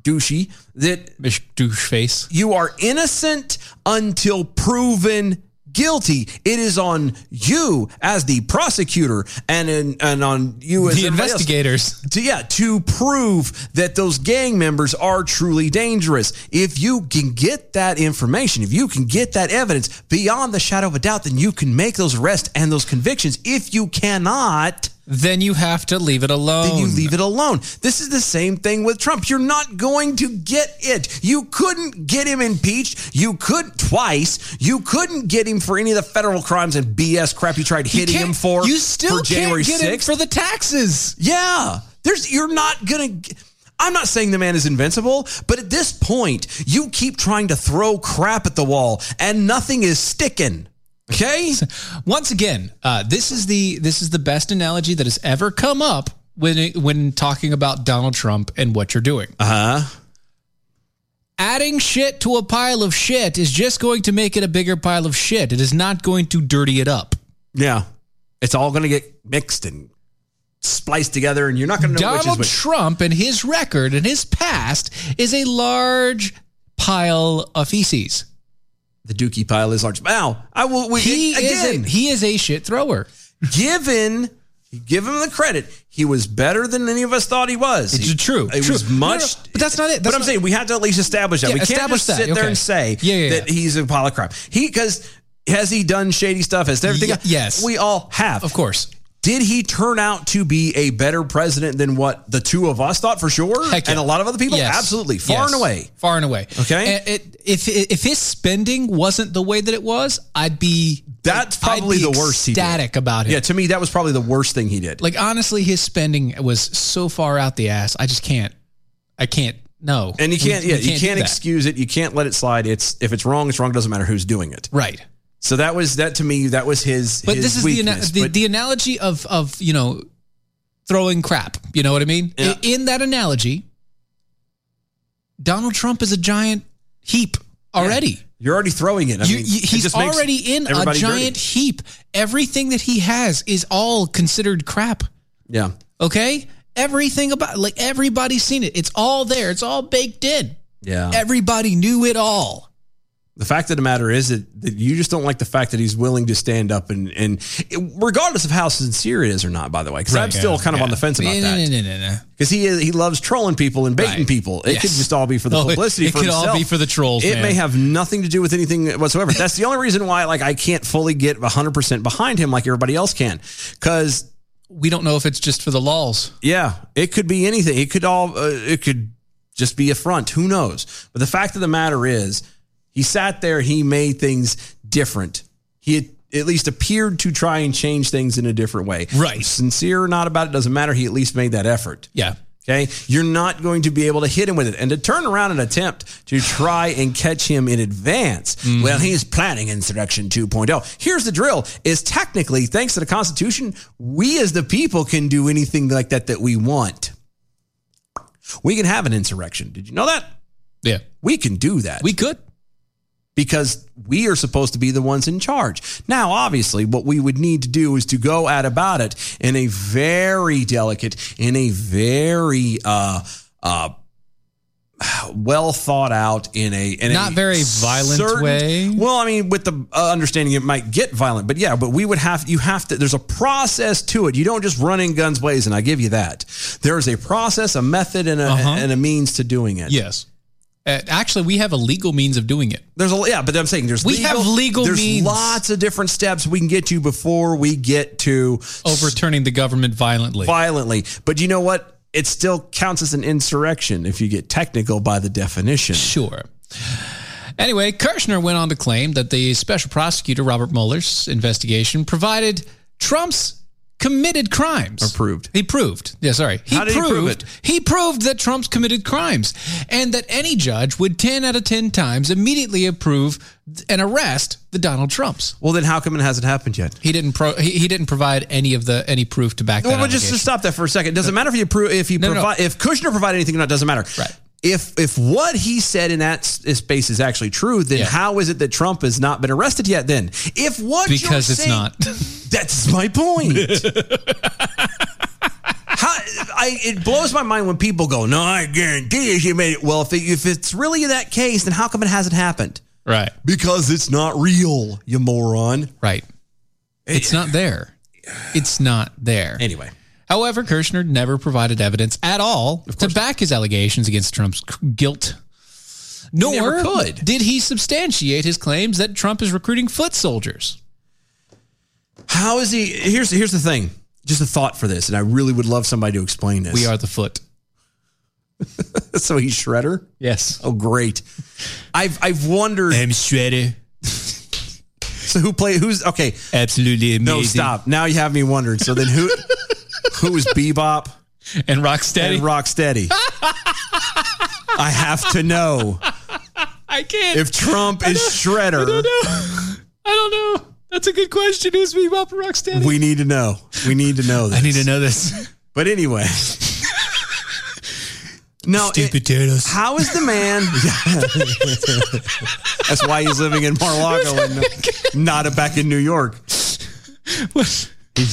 douchey, that
douche face,
you are innocent until proven guilty. It is on you as the prosecutor and in, and on you as
The
everybody else
investigators.
to yeah to prove that those gang members are truly dangerous. If you can get that information, if you can get that evidence beyond the shadow of a doubt, then you can make those arrests and those convictions. If you cannot,
then you have to leave it alone.
Then you leave it alone. This is the same thing with Trump. You're not going to get it. You couldn't get him impeached. You could twice. You couldn't get him for any of the federal crimes and BS crap you tried hitting him
can't-
for.
you still
for January
can't get him
6th.
for the taxes.
Yeah. There's you're not going to I'm not saying the man is invincible, but at this point, you keep trying to throw crap at the wall and nothing is sticking.
[laughs]
Okay?
Once again, uh, this is the this is the best analogy that has ever come up when it, when talking about Donald Trump and what you're doing.
Uh
Uh-huh.
huh.
Adding shit to a pile of shit is just going to make it a bigger pile of shit. It is not going to dirty it up.
Yeah. It's all going to get mixed and spliced together and you're not going to know which is
Donald
which.
Trump and his record and his past is a large pile of feces.
The dookie pile is large. Now, I will. We,
He is a-
again,
he is a shit thrower.
Given, give him the credit. He was better than any of us thought he was. It's
true.
It
true.
was
No, no,
much.
no, but that's not it. That's
but I'm
not-
saying we have to at least establish that.
Yeah,
we can't
establish
just
that.
sit there
Okay.
and say
Yeah, yeah,
that he's a pile of crap. He because has he done shady stuff? Has everything?
Ye- yes.
we all have, of
course.
Did he turn out to be a better president than what the two of us thought for sure,
Heck yeah.
and a lot of other people?
Yes.
Absolutely, far
Yes.
and away.
Far and away.
Okay.
And it- if if his spending wasn't the way that it was, I'd be
that's probably the worst he did.
Static about it.
Yeah, to me that was probably the worst thing he did.
Like honestly, his spending was so far out the ass. I just can't. I can't. No.
And you
We-
can't,
we
yeah, you
do
can't
that.
excuse it. You can't let it slide. It's if it's wrong, it's wrong. It doesn't matter who's doing it.
Right.
So that was that to me. That was his.
But
his
this is
weakness,
the, ana- the
but-
the analogy of of you know throwing crap. You know what I mean? I- In that analogy, Donald Trump is a giant heap already.
you're already throwing it. I
You-
mean,
you-
it
he's
just makes
already in a
everybody
giant
dirty.
heap. Everything that he has is all considered crap.
Yeah.
Okay? Everything about like everybody's seen it. It's all there. It's all baked in.
Yeah.
Everybody knew it all.
The fact of the matter is that, that you just don't like the fact that he's willing to stand up and and regardless of how sincere it is or not. By the way, because I'm still kind of on the fence about that.
No, no, no, no, no.
Because he is, he loves trolling people and baiting
Right.
people. It
Yes.
could just all be for the
[laughs] Oh, it-
publicity.
it
for
could all
himself.
be for the trolls,
It
man.
may have nothing to do with anything whatsoever. That's the only reason why, like, I can't fully get 100 percent behind him like everybody else can. Because
we don't know if it's just for the lols.
Yeah, it could be anything. It could all. Uh, it could just be a front. Who knows? But the fact of the matter is, he sat there. He made things different. He had, at least appeared to try and change things in a different way. Right. Sincere or not about it doesn't matter. He at least made that effort.
Yeah.
Okay. You're not going to be able to hit him with it. And to turn around and attempt to try and catch him in advance. Well, he's planning insurrection 2.0. Here's the drill is technically, thanks to the Constitution, we as the people can do anything like that that we want. We can have an insurrection. Did you know that?
Yeah.
We can do that.
We could.
Because we are supposed to be the ones in charge. Now, obviously, what we would need to do is to go at about it in a very delicate, in a very uh uh well thought out in a in
Not
a
very violent way.
Well, I mean, with the uh, understanding it might get violent, but yeah, but we would have you have to. There's a process to it. You don't just run in guns blazing. I give you that. There is a process, a method, and a
Uh-huh.
and a means to doing it.
Yes. Uh, actually, we have a legal means of doing it.
There's a yeah, but I'm saying there's
We have legal
there's
means.
lots of different steps we can get to before we get to
overturning the government violently.
Violently, but you know what? It still counts as an insurrection if you get technical by the definition.
Sure. Anyway, Kirshner went on to claim that the special prosecutor Robert Mueller's investigation provided Trump's committed crimes. Or proved. He proved. Yeah, sorry. He
How did he
proved
prove it?
he proved that Trump's committed crimes and that any judge would 10 out of 10 times immediately approve and arrest the Donald Trumps.
Well, then how come it hasn't happened yet?
He didn't pro- he, he didn't provide any of the any proof to back that
Well, but just to
allegation.
stop that for a second, doesn't matter if you prove if you
No, no, no.
provide if Kushner provided anything or not doesn't matter. Right. If if what he said in that s- space is actually true, then how is it that Trump has not been arrested yet? Then if what you're
Because it's
saying-
not.
[laughs] That's my
[laughs]
point. How, I, it blows my mind when people go, "No, I guarantee you, she made it." Well, if it, if it's really that case, then how come it hasn't happened?
Right.
Because it's not real, you moron.
Right. It's not there. It's not there.
Anyway.
However, Kirshner never provided evidence at all to back his allegations against Trump's c- guilt. Nor
never could.
did he substantiate his claims that Trump is recruiting foot soldiers.
How is he? Here's here's the thing. Just a thought for this, and I really would love somebody to explain this.
We are the foot.
[laughs] so he's Shredder.
Yes.
Oh, great. I've I've wondered. I'm
Shredder.
so who play? Who's okay?
Absolutely amazing.
No, stop. Now you have me wondering. So then [laughs] who? who is Bebop
and Rocksteady?
And Rocksteady. I have to know
I can't.
if [laughs] Trump is Shredder.
I don't know. That's a good question. Who's me, Bob Rocksteady?
We need to know. We need to know this. I need to
know [laughs] this.
But anyway. No,
Stupid potatoes.
How is the
[laughs]
man? That's why he's living in Mar-a-Lago and not back in New York. He's- he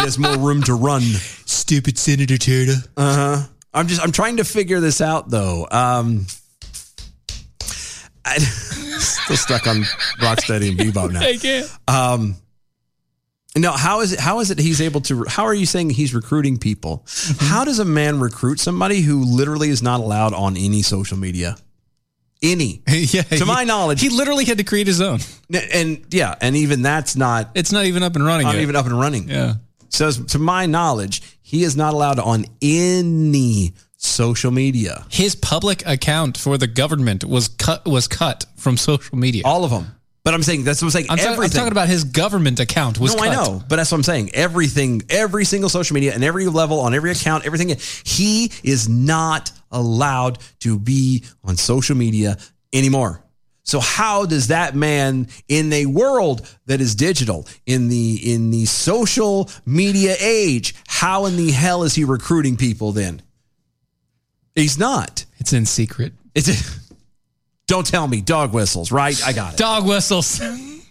has more room to run.
Stupid Senator Turtle.
Uh huh. I'm just I'm trying to figure this out though. Um, I, [laughs] still stuck on Rocksteady and Bebop now.
I can't.
Um, no, how is it? How is it he's able to? How are you saying he's recruiting people?
Mm-hmm.
How does a man recruit somebody who literally is not allowed on any social media? Any,
[laughs] [laughs] yeah,
to my knowledge,
he literally had to create his own.
And yeah, and even that's not.
It's not even up and running.
Not
yet.
even up and running.
Yeah.
So, as- to my knowledge, he is not allowed on any social media.
His public account for the government was cut was cut from social media.
All of them. But I'm saying that's what I'm saying.
I'm, ta- I'm
everything.
talking about his government account was
no,
cut.
I know, but that's what I'm saying. Everything, every single social media and every level on every account, everything. He is not allowed to be on social media anymore. So how does that man in a world that is digital, in the in the social media age, how in the hell is he recruiting people then? He's not.
It's in secret.
It's Don't tell me dog whistles, right? I got it.
Dog whistles.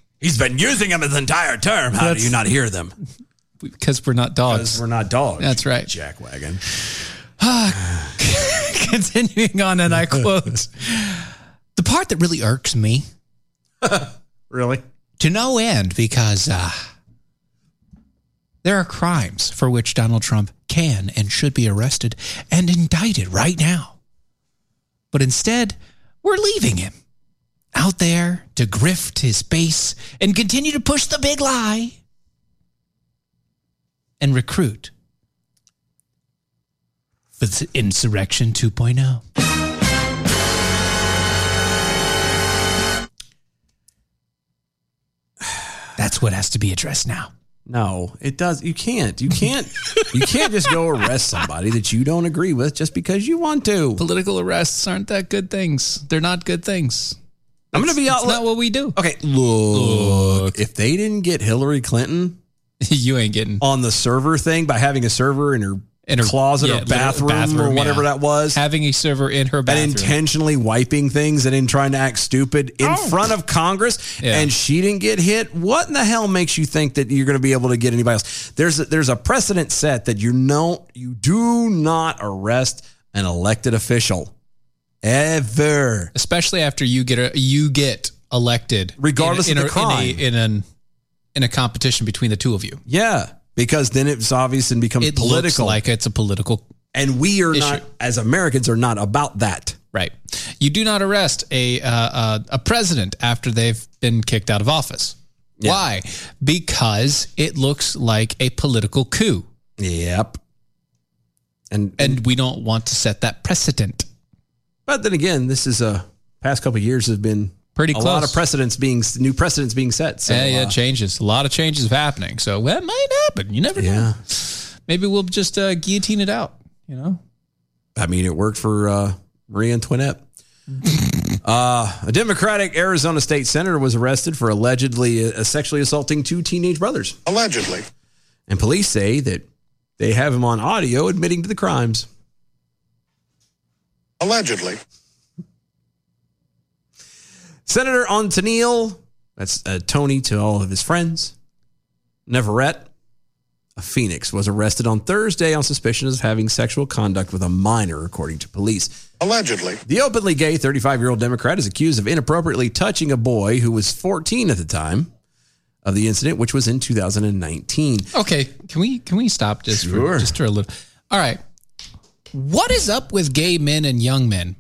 [laughs]
He's been using them his entire term. How do
That's-
you not hear them?
Because we're not dogs.
Because we're not dogs.
That's right.
Jackwagon.
[laughs] Continuing on,
[laughs]
and I quote The part that really irks me.
really?
To no end, because uh, there are crimes for which Donald Trump can and should be arrested and indicted right now. But instead, we're leaving him out there to grift his base and continue to push the big lie and recruit for the insurrection 2.0. That's what has to be addressed now.
No, it does. You can't. You can't. you can't just go arrest somebody that you don't agree with just because you want to.
Political arrests aren't that good things. They're not good things.
I'm going to be
It's-
out.
it's not what we do. [laughs]
Okay, look, If they didn't get Hillary Clinton,
you ain't getting
on the server thing by having a server in her in her closet
yeah,
or
literally
bathroom, or
bathroom,
whatever
yeah.
that was.
Having a server in her bathroom.
And intentionally wiping things and then trying to act stupid in front of Congress,
Oh. Yeah.
and she didn't get hit. What in the hell makes you think that you're going to be able to get anybody else? There's a, there's a precedent set that you know you do not arrest an elected official ever.
[laughs] especially after you get a, you get elected,
Regardless
in, in
of the
a,
crime.
in, a, in an in a competition between the two of you.
Yeah, because then it's obvious and becomes
It
political.
looks like it's a political,
and we are
issue.
not as Americans are not about that.
Right. You do not arrest a uh, uh, a president after they've been kicked out of office. Why? Because it looks like a political coup.
Yep. And
and we don't want to set that precedent.
But then again, this is a past couple of years have been
Pretty
a
close.
lot of precedents being new precedents being set. So,
yeah, yeah,
uh,
changes. A lot of changes happening. So well, that might happen. You never know. Maybe we'll just uh, guillotine it out. You know,
I mean, it worked for uh, Marie
[laughs]
Antoinette. uh, a Democratic Arizona state senator was arrested for allegedly uh, sexually assaulting two teenage brothers. Allegedly. And police say that they have him on audio admitting to the crimes.
Allegedly.
Senator Antonil, that's uh, Tony to all of his friends, Neverett, a Phoenix, was arrested on Thursday on suspicion of having sexual conduct with a minor, according to police.
Allegedly.
The openly gay 35 year old Democrat is accused of inappropriately touching a boy who was 14 at the time of the incident, which was in 2019.
Okay, can we can we stop just for, just for a little? All right, what is up with gay men and young men?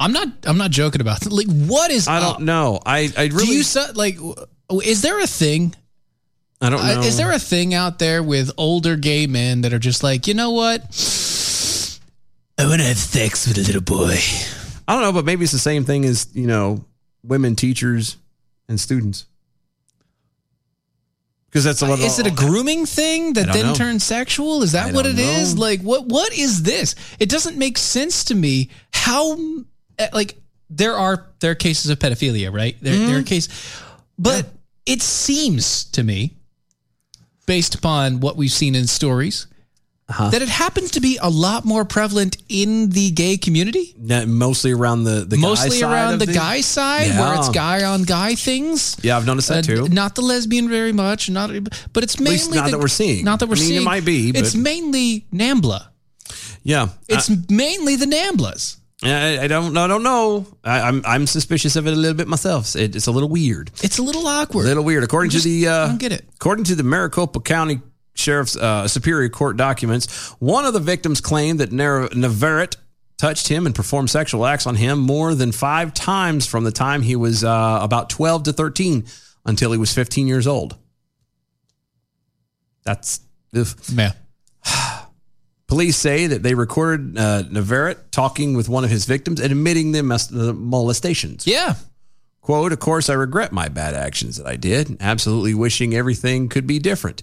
I'm not. I'm not joking about that. Like, what is?
I don't know. I I really
Oh. do you su- like? w- Is there a thing?
I don't
Uh,
know.
is there a thing out there with older gay men that are just like, you know what? I want to have sex with a little boy.
I don't know, but maybe it's the same thing as, you know, women teachers and students. Because that's a lot
Is it a grooming thing
Oh. I
that
don't
then
know.
turns sexual? Is that what it
don't
is?
know.
Like, what what is this? It doesn't make sense to me. How eh, like there are there are cases of pedophilia, right? There there are
Mm-hmm.
cases, but it seems to me, based upon what we've seen in stories,
Uh-huh.
that it happens to be a lot more prevalent in the gay community.
Not- mostly around the, the guy
mostly
side
around
of
the, guy side where it's guy on guy things.
Yeah, I've noticed that
Uh,
too.
Not the lesbian very much, not but it's mainly
least not
the-
that we're seeing.
Not that we're
I mean, it
seeing.
might be, but- Uh,
It's mainly Nambla.
yeah.
It's mainly the Namblas.
I, I don't know. I don't know. I, I'm I'm suspicious of it a little bit myself. It, it's a little weird.
It's a little awkward.
A little weird. According to the uh,
don't get it.
According to the Maricopa County Sheriff's uh, Superior Court documents, one of the victims claimed that Nar- Navarrete touched him and performed sexual acts on him more than five times from the time he was uh, about 12 to 13 until he was 15 years old. That's if
yeah.
Police say that they recorded uh, Navarrete talking with one of his victims and admitting the, mes- the molestations.
Yeah.
Quote, of course, I regret my bad actions that I did, absolutely wishing everything could be different.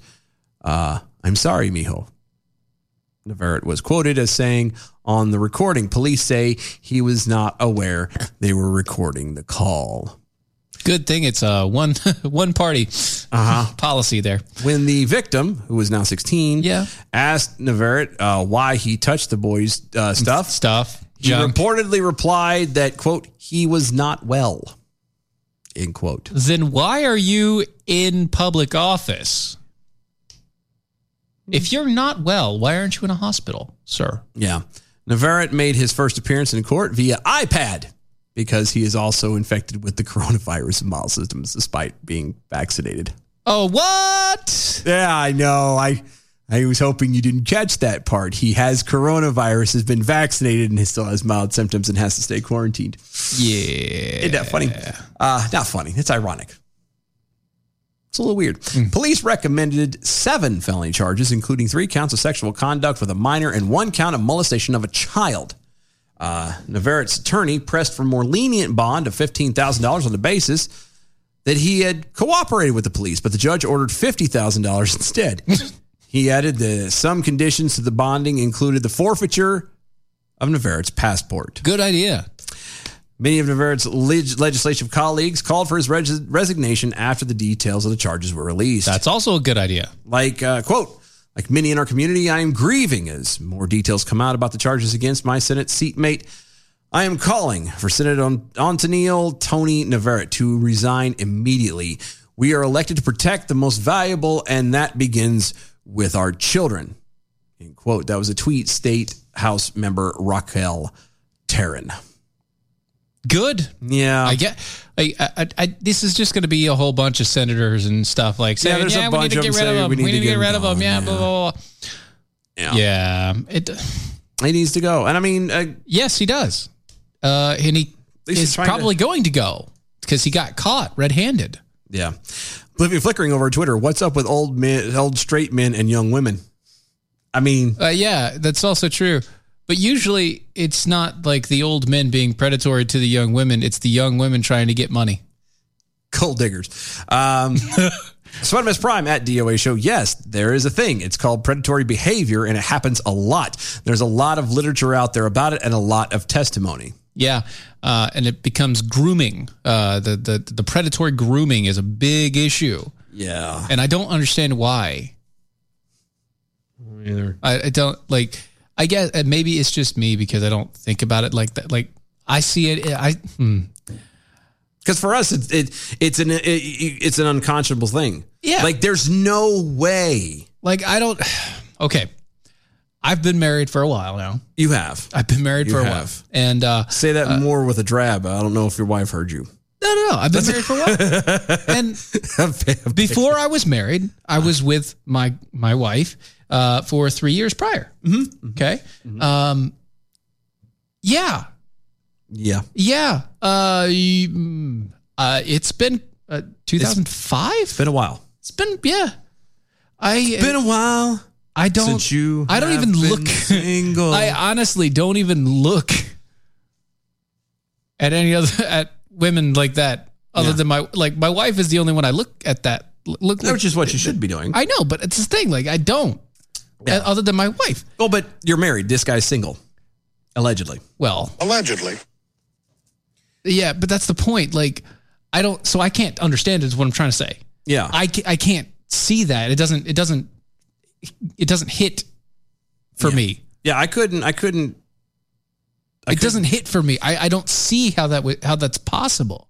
Uh, I'm sorry, mijo. Navarrete was quoted as saying on the recording, police say he was not aware they were recording the call.
Good thing it's a one [laughs] one party
Uh-huh.
[laughs] policy there.
When the victim, who was now 16, yeah. asked Navarrete uh, why he touched the boy's uh, stuff,
stuff,
he
junk.
reportedly replied that, quote, he was not well, end quote.
Then why are you in public office? If you're not well, why aren't you in a hospital, sir?
Yeah. Navarrete made his first appearance in court via iPad because he is also infected with the [laughs] coronavirus and mild symptoms despite being vaccinated.
Oh, what?
Yeah, I know. I I was hoping you didn't catch that part. He has coronavirus, has been vaccinated, and he still has mild symptoms and has to stay quarantined.
Yeah.
Isn't that funny? Uh, not funny. It's ironic. It's a little weird. Police recommended seven felony charges, including three counts of sexual conduct with a minor and one count of molestation of a child. Uh, Navarrete's attorney pressed for more lenient bond of $15,000 on the basis that he had cooperated with the police, but the judge ordered $50,000 instead. he added that some conditions to the bonding included the forfeiture of Navarrete's passport.
Good idea.
Many of Navarrete's leg- legislative colleagues called for his res- resignation after the details of the charges were released. That's
also a good idea.
Like, uh, quote, like many in our community, I am grieving as more details come out about the charges against my Senate seatmate. I am calling for Senator Antonil Tony Navarrete to resign immediately. We are elected to protect the most valuable, and that begins with our children. End quote. That was a tweet, State House member Raquel Taryn.
Good.
Yeah.
I get. I, I, I, this is just going to be a whole bunch of senators and stuff like
Yeah,
saying, yeah,
there's a
we need
bunch
to
of
get
them
rid of
saying
them. We need, to get rid of
them
them. Yeah,
gone,
blah, blah, blah.
Yeah.
Yeah. It,
he needs to go. And I mean, uh,
yes, he does. Uh, and he is
trying to-
probably going to go because he got caught red handed.
Yeah. Oblivion flickering over Twitter. What's up with old men, old straight men and young women? I mean,
Uh, yeah, that's also true. But usually it's not like the old men being predatory to the young women, it's the young women trying to get money.
Cold diggers.
[laughs]
Um, Spider-Man's Prime at DOA Show. Yes, there is a thing. It's called predatory behavior, and it happens a lot. There's a lot of literature out there about it and a lot of testimony.
Yeah, uh, and it becomes grooming. Uh, the the the predatory grooming is a big issue,
Yeah.
and I don't understand why.
Either.
I, I don't like. I guess and maybe it's just me because I don't think about it like that. Like I see it. I hmm.
Because for us, it's it, it's an it, it's an unconscionable thing.
Yeah.
like there's no way.
Like I don't. [sighs] Okay, I've been married for a while now.
You have.
I've been married
You
for a
have.
while, and uh,
Say that more with a drab. I don't know if your wife heard you. [laughs]
No, no, no. I've been married for a while. And before I was married, I
Uh-huh.
was with my my wife uh, for three years prior. Mm-hmm. Okay. Um, yeah,
Yeah.
yeah. Uh, you- mm, uh, it's been uh, 2005. It's
been a while.
It's been yeah. I it's
been a while.
I don't.
Since you
I don't
have
even
been
look.
single.
[laughs] I honestly don't even look at any other at women like that. Other than my like my wife is the only one I look at that look.
Which is what you should be doing.
I know, but it's the thing. Like I don't. Uh, Other than my wife.
Well, Oh, but you're married. This guy's single, allegedly.
Well,
allegedly.
Yeah, but that's the point. Like, I don't. So I can't understand. Is what I'm trying to say.
Yeah.
I ca- I can't see that. It doesn't. It doesn't. It doesn't hit for me.
Yeah, I couldn't. I couldn't.
it doesn't hit for me. I, I don't see how that would how that's possible.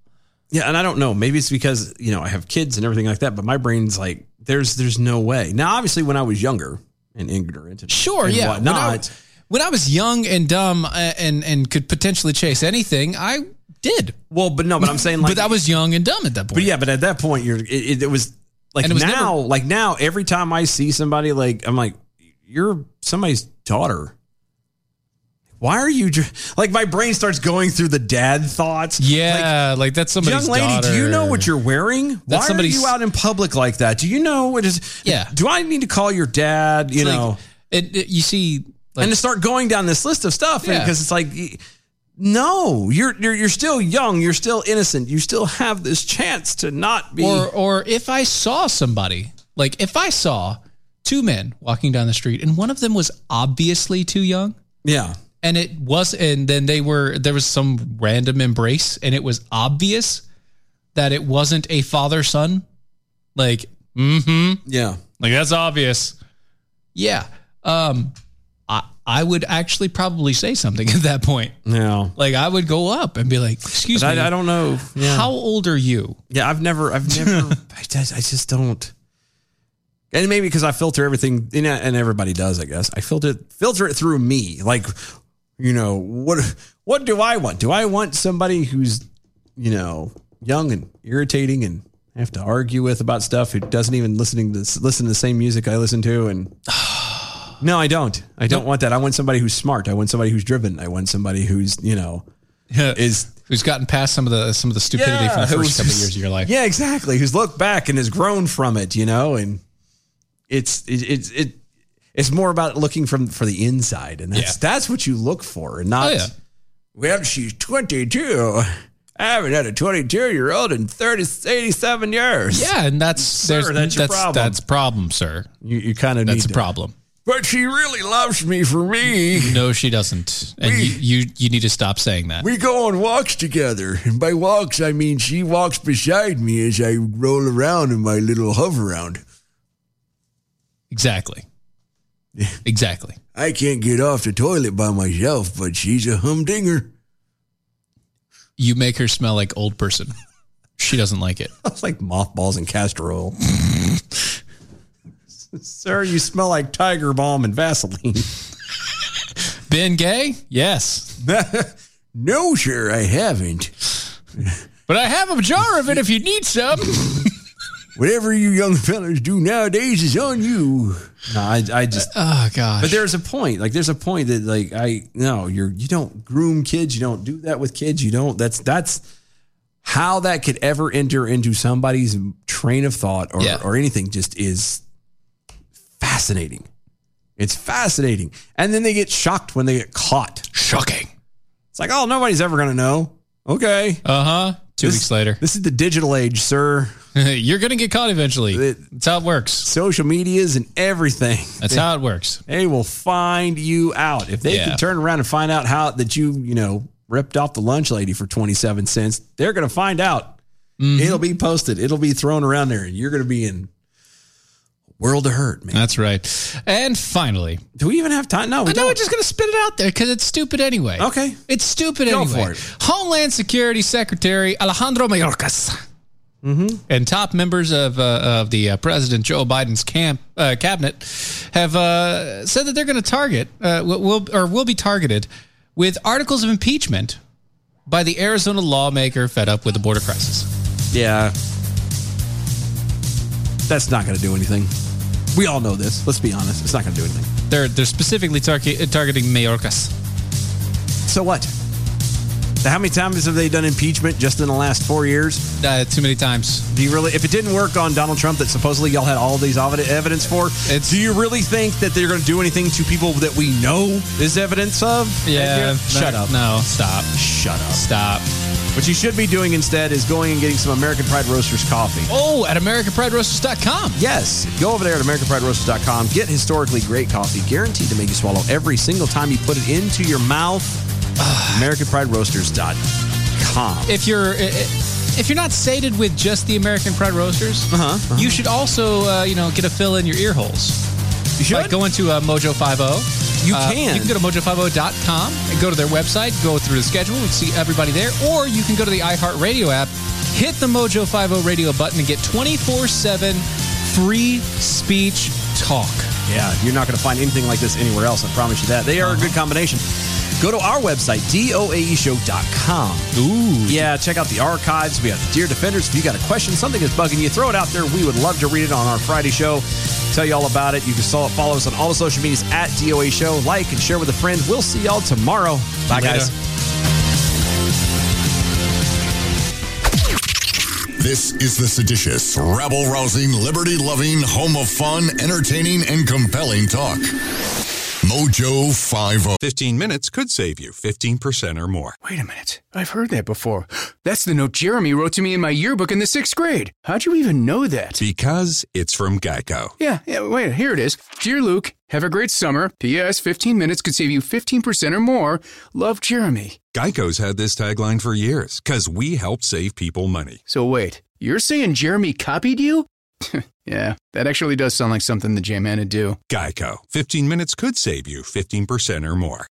Yeah, and I don't know. Maybe it's because you know I have kids and everything like that. But my brain's like, there's there's no way. Now, obviously, when I was younger and ignorant, and,
Sure.
and
yeah.
whatnot.
When I, when I was young and dumb uh, and and could potentially chase anything, I did.
Well, but no, but I'm saying like,
[laughs] but I was young and dumb at that point.
but yeah, but at that point, you're it, it, it was like
And it was
now,
never-
like now, every time I see somebody, like I'm like, you're somebody's daughter. Why are you dr- like my brain starts going through the dad thoughts?
Yeah, like, that's somebody's
young lady. Do you know what
daughter.
you're wearing?
That's
Why
somebody's-
are you out in public like that? Do you know what is?
Yeah.
Do I need to call your dad? You
It's like-
know,
it, it- you see, like-
and to start going down this list of stuff
Yeah.
because it's like, y- no, you're, you're you're still young. You're still innocent. You still have this chance to not be.
or or if I saw somebody, like if I saw two men walking down the street and one of them was obviously too young
yeah.
and it was and then they were there was some random embrace and it was obvious that it wasn't a father son like mhm
yeah
like that's obvious yeah um i i would actually probably say something [laughs] at that point
Yeah.
like i would go up and be like excuse
But
me
I, I don't know. Yeah.
how old are
[laughs]
you
Yeah, I've never,
[laughs]
I've never, I just, I just don't. And maybe because I filter everything, you know, and everybody does, I guess. I filter filter it through me, like, you know, what what do I want? Do I want somebody who's, you know, young and irritating and I have to argue with about stuff who doesn't even listening to listen to the same music I listen to? And
[sighs]
no, I don't. I don't want that. I want somebody who's smart. I want somebody who's driven. I want somebody who's, you know, is
who's gotten past some of the some of the stupidity from the first couple of years of your life.
Yeah, exactly. Who's looked back and has grown from it, you know, and it's it, it's it it's more about looking from for the inside, and that's that's what you look for, and not.
Oh, yeah.
Well, she's twenty two. I haven't had a twenty two year old in 30, 87 years.
Yeah, and that's
Sir,
there's,
that's
that's
your
that's
problem.
that's problem, sir.
You you kind of
that's
need
a
to-
problem.
But she really loves me for me.
No, she doesn't, and you, you you need to stop saying that.
We go on walks together, and by walks I mean she walks beside me as I roll around in my little hover round.
Exactly. Exactly.
I can't get off the toilet by myself, but she's a
[laughs]
humdinger.
You make her smell like old person. She doesn't like it.
It's like mothballs and castor oil. [laughs] Sir, you smell like tiger balm and Vaseline. [laughs]
Been gay? Yes.
no, sir, I haven't.
But I have a jar of it if you
[laughs]
need some.
Whatever you young fellas do nowadays is on you.
No, I, I just.
Oh gosh.
But there's a point. Like there's a point that like I no, you're you don't groom kids. You don't do that with kids. You don't. That's that's how that could ever enter into somebody's train of thought or or anything. Just is fascinating. It's fascinating. And then they get shocked when they get caught. Shocking. It's like, oh, nobody's ever going to know. Okay.
Uh huh. Two
This-
weeks later.
This is the digital age, sir.
[laughs] You're going to get caught eventually. That's how it works.
Social medias and everything.
That's how it works.
They will find you out. If they
Yeah.
can turn around and find out how that you, you know, ripped off the lunch lady for 27 cents, they're going to find out.
Mm-hmm.
It'll be posted. It'll be thrown around there and you're going to be in world of hurt, man.
That's right. And finally,
do we even have time? No, we
I know we're just going to spit it out there because it's stupid anyway.
Okay,
it's stupid
Go
anyway.
for it.
Homeland Security Secretary Alejandro Mayorkas and top members of uh, of the uh, President Joe Biden's camp uh, cabinet have uh, said that they're going to target uh, will, will or will be targeted with articles of impeachment by the Arizona lawmaker fed up with the border crisis.
Yeah. That's not going to do anything. We all know this. Let's be honest. It's not going to do anything.
They're they're specifically target, targeting Mayorkas.
So what? So how many times have they done impeachment just in the last four years?
Uh, too many times.
Do you really? If it didn't work on Donald Trump, that supposedly y'all had all these evi- evidence for, do you really think that they're going to do anything to people that we know is evidence of?
Yeah,
Shut
no,
up.
No, stop.
Shut up.
Stop.
What you should be doing instead is going and getting some American Pride Roasters coffee.
Oh, at AmericanPrideRoasters.com.
Yes. Go over there to AmericanPrideRoasters.com. Get historically great coffee, guaranteed to make you swallow every single time you put it into your mouth. [sighs] AmericanPrideRoasters.com.
If you're if you're not sated with just the American Pride Roasters,
Uh-huh,
you should also uh, you know get a fill in your ear holes.
You should
like go into uh, Mojo Five O.
You can.
You can go to mojo50.com and go to their website, go through the schedule, and see everybody there. Or you can go to the iHeartRadio app, hit the Mojo 50 radio button, and get 24 7 free speech talk.
Yeah, you're not going to find anything like this anywhere else. I promise you that. They are a good combination. Go to our website, E doaeshow.com.
Ooh.
Yeah, check out the archives. We have the Dear Defenders. If you got a question, something is bugging you, throw it out there. We would love to read it on our Friday show. Tell you all about it. You can sol- follow us on all the social medias at DOA Show. Like and share with a friend. We'll see y'all tomorrow. Bye,
Later.
guys.
This is the seditious, rabble rousing, liberty loving, home of fun, entertaining, and compelling talk. Mojo oh. 50.
15 minutes could save you 15% or more. Wait a minute.
I've heard that before. [gasps] That's the note Jeremy wrote to me in my yearbook in the sixth grade. How'd you even know that?
Because it's from Geico.
Yeah, yeah, wait, here it is. Dear Luke, have a great summer. P.S. 15 minutes could save you 15% or more. Love, Jeremy.
Geico's had this tagline for years because we help save people money.
So wait, you're saying Jeremy copied you? [laughs] yeah, that actually does sound like something the J-Man would do.
Geico. 15 minutes could save you 15% or more.